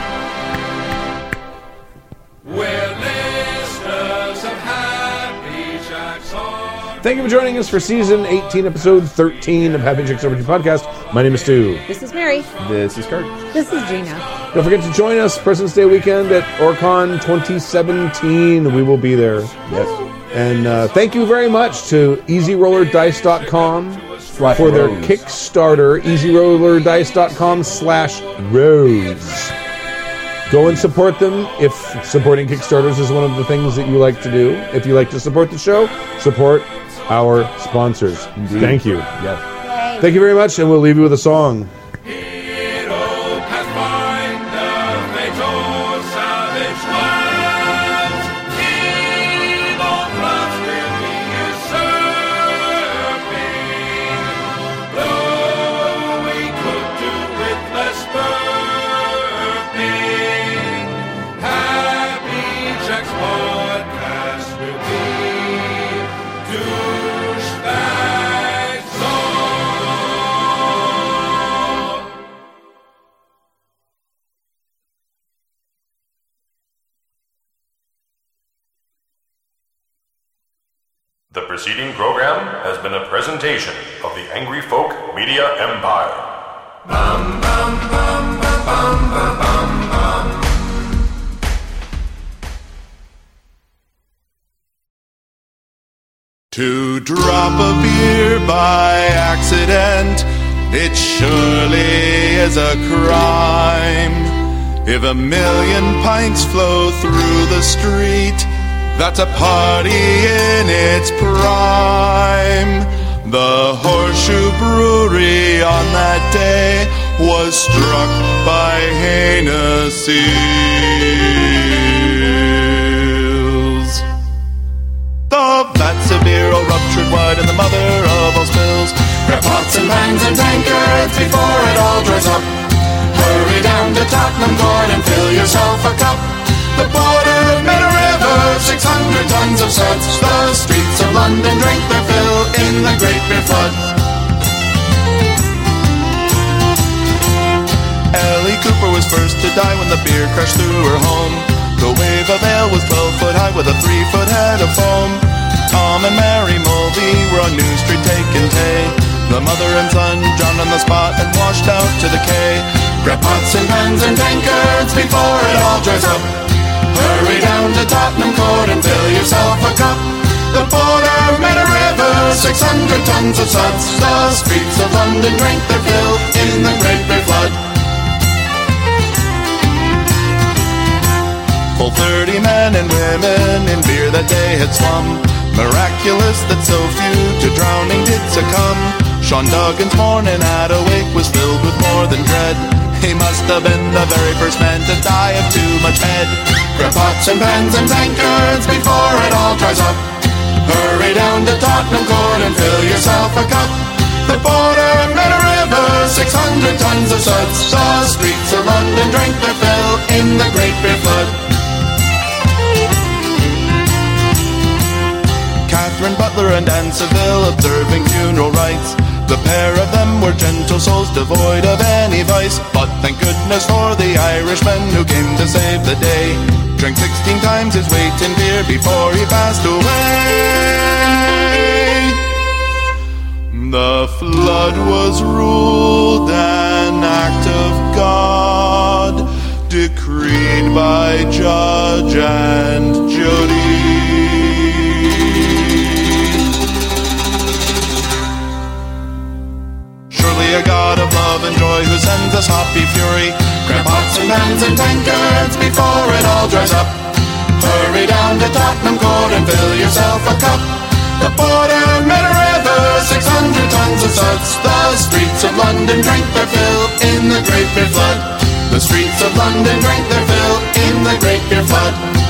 S2: Thank you for joining us for season 18, episode 13 of Happy Chicks RPG Podcast. My name is Stu.
S3: This is Mary.
S4: This is Kurt.
S5: This is Gina.
S2: Don't forget to join us President's Day weekend at Orcon 2017. We will be there.
S4: Yes.
S2: And uh, thank you very much to E EasyRollerDice.com
S4: Slash
S2: for their
S4: Rose.
S2: Kickstarter, EasyRollerDice.com slash Rose. Go and support them if supporting Kickstarters is one of the things that you like to do. If you like to support the show, support our sponsors. Thank you.
S4: Yes.
S2: Thank you very much, and we'll leave you with a song.
S1: Jack's podcast will be douchebags on.
S10: The preceding program has been a presentation of the Angry Folk Media Empire.
S11: To drop a beer by accident, it surely is a crime. If a million pints flow through the street, that's a party in its prime. The Horseshoe Brewery on that day was struck by Hennessy. The vats of beer all ruptured wide and the mother of all spills. Grab pots and pans and tankards before it all dries up. Hurry down to Tottenham Court and fill yourself a cup. The border made a river, 600 tons of suds. The streets of London drink their fill in the Great Beer Flood. Ellie Cooper was first to die when the beer crashed through her home. The wave of ale was 12 foot high with a 3 foot head of foam. Tom and Mary Mulvey were on New Street taking pay. The mother and son drowned on the spot and washed out to the quay. Grab pots and pans and tankards before it all dries up. Hurry Hurry down to Tottenham Court and fill yourself a cup. The border met a river, 600 tons of suds. The streets of London drank their fill in the Great Bay Flood. Full 30 men and women in beer that day had swum. Miraculous that so few to drowning did succumb. Sean Duggan's morning at awake was filled with more than dread. He must have been the very first man to die of too much head. Grab pots and pans and tankards before it all dries up. Hurry down to Tottenham Court and fill yourself a cup. The border met a river, 600 tons of suds. The streets of London drank their fill in the Great Beer Flood. Catherine Butler and Anne Seville observing funeral rites. The pair of them were gentle souls devoid of any vice. But thank goodness for the Irishman who came to save the day. Drank 16 times his weight in beer before he passed away. The flood was ruled an act of God, decreed by Judge and Judy. Surely a God of love and joy who sends us happy fury. Grab pots and pans and tankards before it all dries up. Hurry down to Tottenham Court and fill yourself a cup. The border met a river, 600 tons of suds. The streets of London drank their fill in the Great Beer Flood. The streets of London drank their fill in the Great Beer Flood.